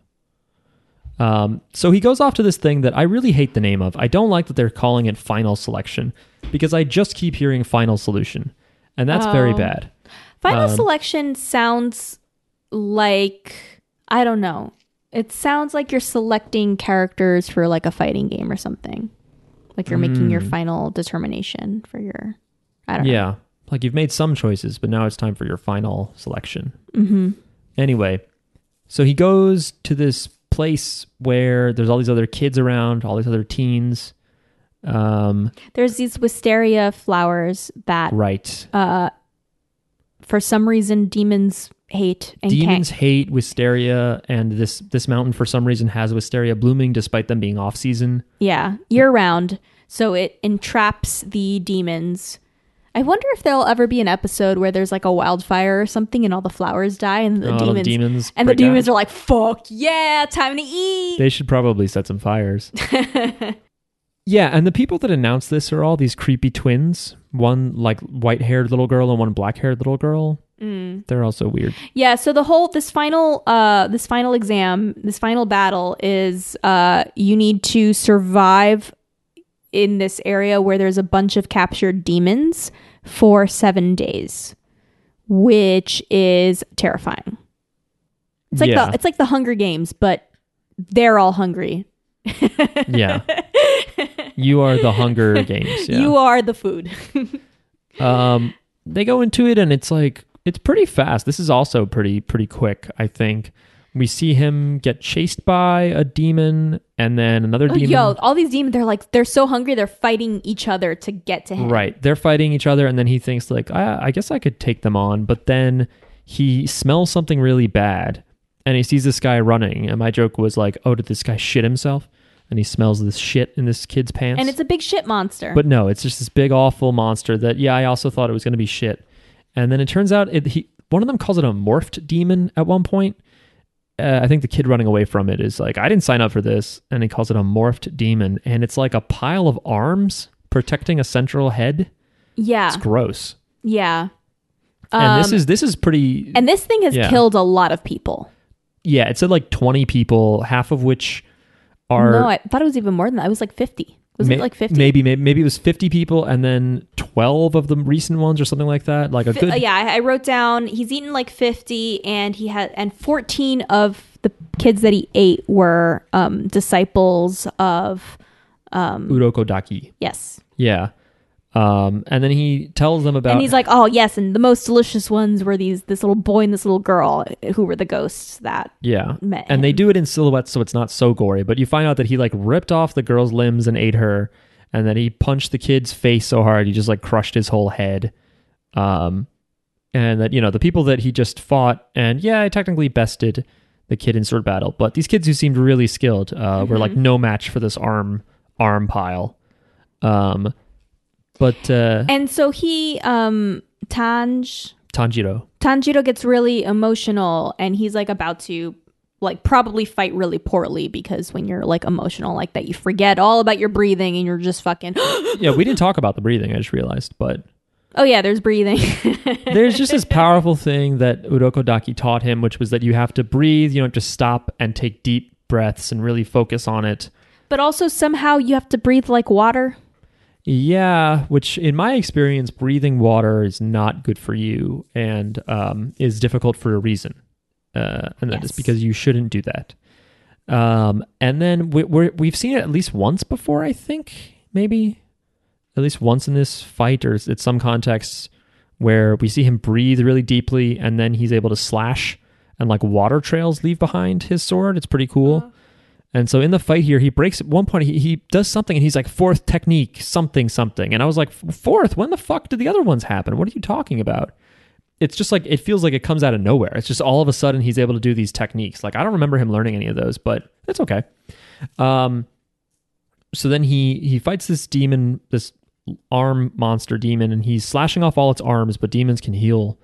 Um, so he goes off to this thing that I really hate the name of. I don't like that they're calling it final selection because I just keep hearing final solution. And that's very
Oh.
bad.
Final
Um,
selection sounds like I don't know. It sounds like you're selecting characters for like a fighting game or something. Like you're making
Hmm.
your final determination for your I don't know.
Yeah. Like you've made some choices, but now it's time for your final selection. Mm-hmm. Anyway, so he goes to this place where there's all these other kids around, all these other teens. Um,
There's these wisteria flowers that
right.
for some reason demons hate and
demons
can't.
hate wisteria and this this mountain for some reason has wisteria blooming despite them being off season
Yeah, year round. So it entraps the demons. I wonder if there'll ever be an episode where there's like a wildfire or something and all the flowers die and the
Oh, the
demons,
demons
and
break
the
out.
demons are like, "Fuck yeah, time to eat."
they should probably set some fires yeah and the people that announce this are all these creepy twins one like white haired little girl and one black haired little girl
Mm.
they're also weird
yeah, so the whole this final uh this final exam, this final battle is uh you need to survive in this area where there's a bunch of captured demons for 7 days, which is terrifying. It's like
yeah
the it's like the Hunger Games, but they're all hungry.
yeah you are the hunger games yeah.
You are the food.
um, they go into it and it's like it's pretty fast. This is also pretty pretty quick. I think we see him get chased by a demon and then another demon.
Oh, Yo, all these demons they're like they're so hungry they're fighting each other to get to him.
Right, they're fighting each other, and then he thinks like, I, I guess I could take them on. But then he smells something really bad, and he sees this guy running. And my joke was like, Oh, did this guy shit himself? And he smells this shit in this kid's pants.
And it's a big shit monster.
But no, it's just this big awful monster that yeah, I also thought it was going to be shit. And then it turns out it, he one of them calls it a morphed demon at one point. Uh, I think the kid running away from it is like, I didn't sign up for this, and he calls it a morphed demon, and it's like a pile of arms protecting a central head.
yeah.
It's gross.
Yeah. Um,
and this is this is pretty.
And this thing has
Yeah.
killed a lot of people.
yeah, it said like twenty people, half of which are
no, I thought it was even more than that. It was like 50. Was it
ma-
like 50?
Maybe, maybe maybe it was fifty people, and then twelve of the recent ones or something like that. Like a
Fi-
good
uh, yeah, I, I wrote down he's eaten like 50 and he had and 14 of the kids that he ate were um disciples of
Urokodaki.
yes.
Yeah. Um, and then he tells them about
and he's like, "Oh yes, and the most delicious ones were these this little boy and this little girl eh, who were the ghosts that
yeah,
met
and they do it in silhouettes, so it's not so gory. But you find out that he like ripped off the girl's limbs and ate her, and then he punched the kid's face so hard he just like crushed his whole head. Um, and that you know the people that he just fought, and yeah, I technically bested the kid in sword battle, but these kids who seemed really skilled uh, were like no match for this arm arm pile. Um, but uh,
And so he um Tanj
Tanjiro,
Tanjiro gets really emotional and he's like about to like probably fight really poorly because when you're like emotional like that you forget all about your breathing and you're just fucking
yeah, we didn't talk about the breathing. I just realized, but
Oh yeah, there's breathing.
there's just this powerful thing that Urokodaki taught him, which was that you have to breathe. You don't just stop and take deep breaths and really focus on it.
but also somehow you have to breathe like water.
Yeah, which in my experience, breathing water is not good for you and um, is difficult for a reason. Uh, and that is
Yes.
because you shouldn't do that. Um, and then we, we're, we've seen it at least once before, I think, maybe at least once in this fight or at some contexts where we see him breathe really deeply and then he's able to slash and like water trails leave behind his sword. It's pretty cool. And so in the fight here, he breaks at one point. He, he does something and he's like fourth technique, something, something. And I was like, fourth? When the fuck did the other ones happen? What are you talking about? It's just like it feels like it comes out of nowhere. It's just all of a sudden he's able to do these techniques. Like I don't remember him learning any of those, but it's okay. Um, so then he he fights this demon, this arm monster demon, and he's slashing off all its arms. But demons can heal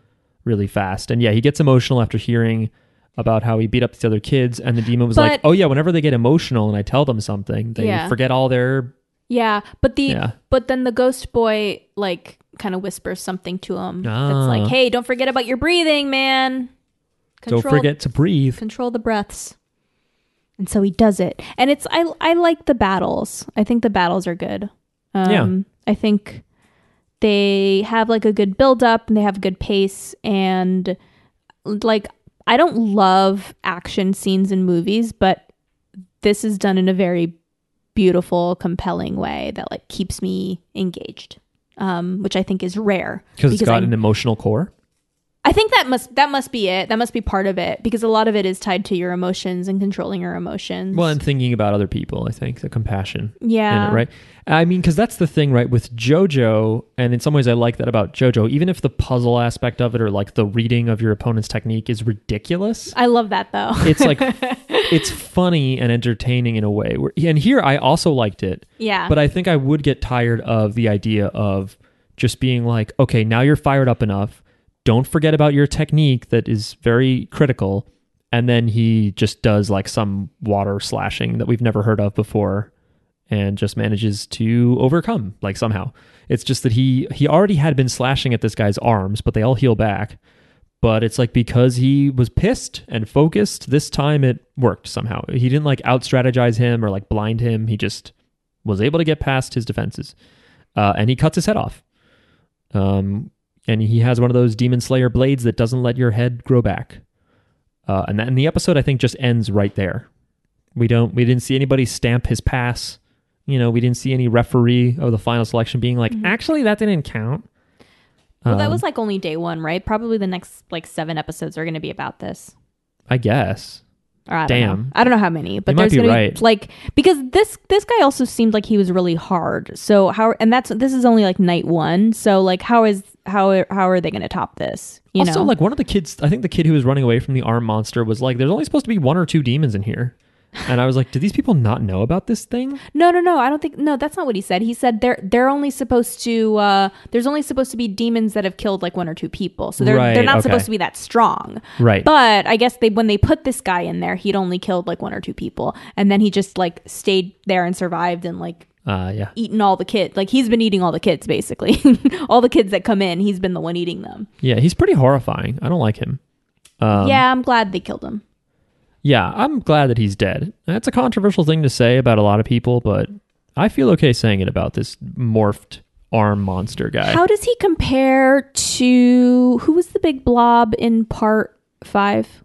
really fast. And yeah, he gets emotional after hearing about how he beat up these other kids. And the demon was like,
But-
"Oh yeah, whenever they get emotional and I tell them something, they
Yeah.
forget all their
Yeah, but the
Yeah.
but then the ghost boy like kind of whispers something to him.
Ah.
That's like, "Hey, don't forget about your breathing, man."
don't forget to breathe."
control the breaths and so he does it and it's i i like the battles i think the battles are good um i think they have like a good build up and they have a good pace and like i don't love action scenes in movies but this is done in a very beautiful compelling way that like keeps me engaged um which i think is rare
Because it's got
I
an emotional core.
I think that must that must be it. That must be part of it because a lot of it is tied to your emotions and controlling your emotions.
Well, and thinking about other people, I think the compassion.
yeah,
in it, right? I mean, because that's the thing, right? With JoJo, and in some ways, I like that about JoJo. Even if the puzzle aspect of it or like the reading of your opponent's technique is ridiculous,
I love that though.
it's like it's funny and entertaining in a way. Where- And here, I also liked it,
yeah,
but I think I would get tired of the idea of just being like, okay, now you're fired up enough. Don't forget about your technique that is very critical. And then he just does like some water slashing that we've never heard of before and just manages to overcome like somehow. It's just that he he already had been slashing at this guy's arms, but they all heal back. But it's like because he was pissed and focused, this time it worked somehow. He didn't like out strategize him or like blind him. He just was able to get past his defenses, uh, and he cuts his head off. Um, and he has one of those demon slayer blades that doesn't let your head grow back. Uh, and, that, and the episode I think just ends right there. We don't we didn't see anybody stamp his pass. You know, we didn't see any referee of the final selection being
Mm-hmm.
like, actually that didn't count.
well, that
Um,
was like only day one, right? Probably the next like seven episodes are going to be about this.
I guess.
Or I don't
Damn.
know. I don't know how many, but
You might
there's
be
gonna
right.
be like because this this guy also seemed like he was really hard. So how and that's this is only like night one. So like how is how how are they going to top this? You
also,
know,
like one of the kids, I think the kid who was running away from the arm monster was like, "There's only supposed to be one or two demons in here," and I was like, "Do these people not know about this thing?"
No, no, no. I don't think no, that's not what he said. He said they're they're only supposed to uh there's only supposed to be demons that have killed like one or two people. So they're
Right,
they're not
okay.
supposed to be that strong.
Right.
But I guess they when they put this guy in there, he'd only killed like one or two people and then he just like stayed there and survived and like
Uh, yeah.
eaten all the kids. Like he's been eating all the kids basically. all the kids that come in, he's been the one eating them.
Yeah, he's pretty horrifying. I don't like him. Um,
yeah, I'm glad they killed him.
Yeah, I'm glad that he's dead. That's a controversial thing to say about a lot of people, but I feel okay saying it about this morphed arm monster guy.
How does he compare to who was the big blob in part 5?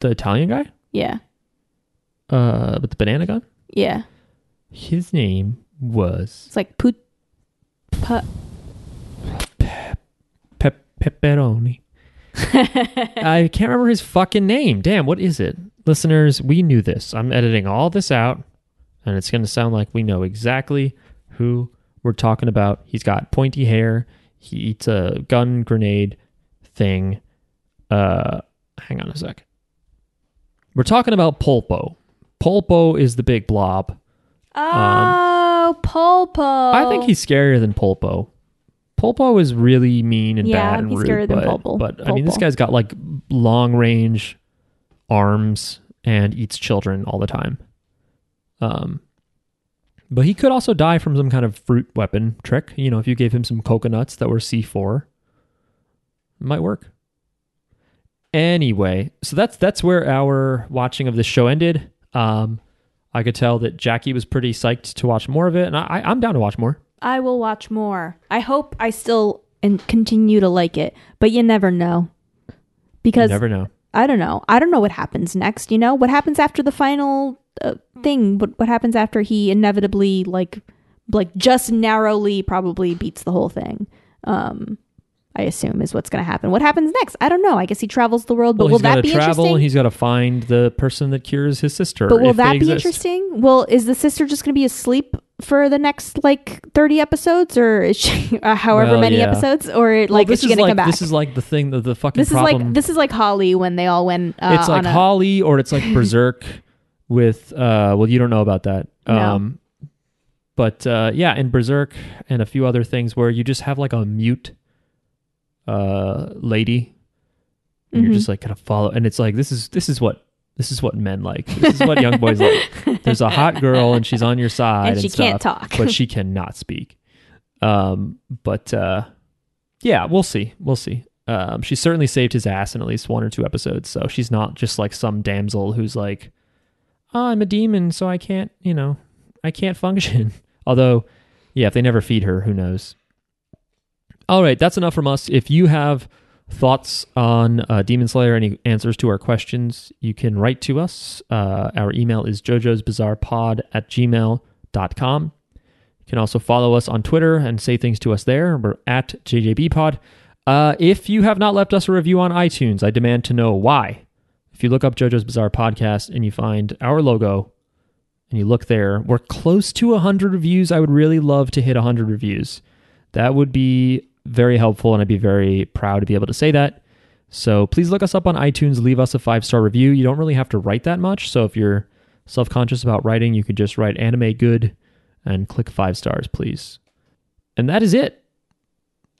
the Italian guy?
Yeah.
Uh, with the banana gun?
Yeah.
His name was
It's like Put Pu-
Pe- pepperoni. I can't remember his fucking name. Damn, what is it? Listeners, we knew this. I'm editing all this out, and it's going to sound like we know exactly who we're talking about. He's got pointy hair. He eats a gun grenade thing. Uh, hang on a sec. We're talking about Polpo. Polpo is the big blob.
oh,
Um,
Polpo.
I think he's scarier than Polpo. Polpo is really mean and
Yeah,
bad and
he's
rude,
scarier than
but,
Polpo.
but I mean, this
Polpo.
guy's got like long range arms and eats children all the time. Um, but he could also die from some kind of fruit weapon trick. You know, if you gave him some coconuts that were C four, it might work. Anyway, so that's that's where our watching of the show ended. Um, I could tell that Jackie was pretty psyched to watch more of it, and I, I, I'm down to watch more.
I will watch more. I hope I still and continue to like it, but you never know.
You
Because
never know.
I don't know. I don't know what happens next, you know? What happens after the final uh, thing? What what happens after he inevitably like like just narrowly probably beats the whole thing? Um I assume is what's going to happen. What happens next? I don't know. I guess he travels the world, but
Well,
will
he's got to
that be
travel.
interesting?
He's got to find the person that cures his sister.
But will
if they
that be
exist.
interesting? Will is the sister just going to be asleep for the next like thirty episodes, or is she, uh, however
Well,
many
yeah.
episodes, or like
this
is she
is
going to
like
come back?
this is like the thing the, the fucking
This is
problem.
like this is like Holly when they all went. Uh,
it's like
on a,
Holly or it's like Berserk with uh well you don't know about that.
No.
Um but uh yeah, and Berserk and a few other things where you just have like a mute uh lady and you're
Mhm.
just like kind of follow and it's like this is this is what this is what men like. This is what young boys like. There's a hot girl and she's on your side
and
and,
she can't
stuff,
talk.
but she cannot speak. Um but uh yeah, we'll see. We'll see. Um, she certainly saved his ass in at least one or two episodes. So she's not just like some damsel who's like, oh, I'm a demon, so I can't, you know, I can't function. Although, yeah, if they never feed her, who knows? All right, that's enough from us. If you have thoughts on uh, Demon Slayer, any answers to our questions, you can write to us. Uh, our email is jojosbizarrepod at gmail.com. You can also follow us on Twitter and say things to us there. We're at JJBpod. Uh, if you have not left us a review on iTunes, I demand to know why. If you look up JoJo's Bizarre Podcast and you find our logo and you look there, we're close to 100 reviews. I would really love to hit 100 reviews. That would be very helpful, and I'd be very proud to be able to say that. So please look us up on iTunes, leave us a five star review. You don't really have to write that much. So if you're self conscious about writing, you could just write anime good and click five stars, please. And that is it.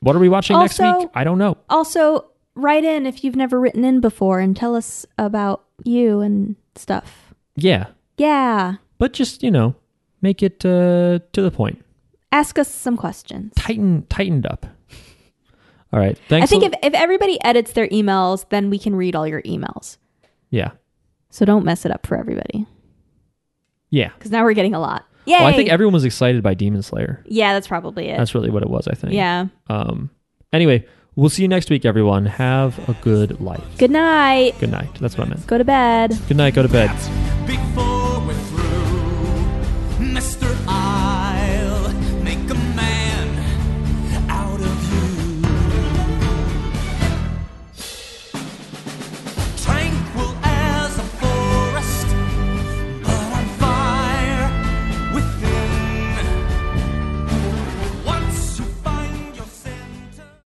What are we watching next
Also-
week? I don't know.
also, write in if you've never written in before and tell us about you and stuff.
Yeah.
Yeah,
But just, you know, make it uh, to the point.
ask us some questions.
Tighten tightened up. All right. Thanks.
I think
a-
if if everybody edits their emails, then we can read all your emails.
Yeah.
So don't mess it up for everybody,
Yeah.
because now we're getting a lot. Yay!
Well, I think everyone was excited by Demon Slayer.
yeah, that's probably it.
That's really what it was, I think.
yeah.
Um anyway, we'll see you next week, everyone. Have a good life.
Good night.
Good night. That's what I meant.
Go to bed.
Good night, go to bed.
Before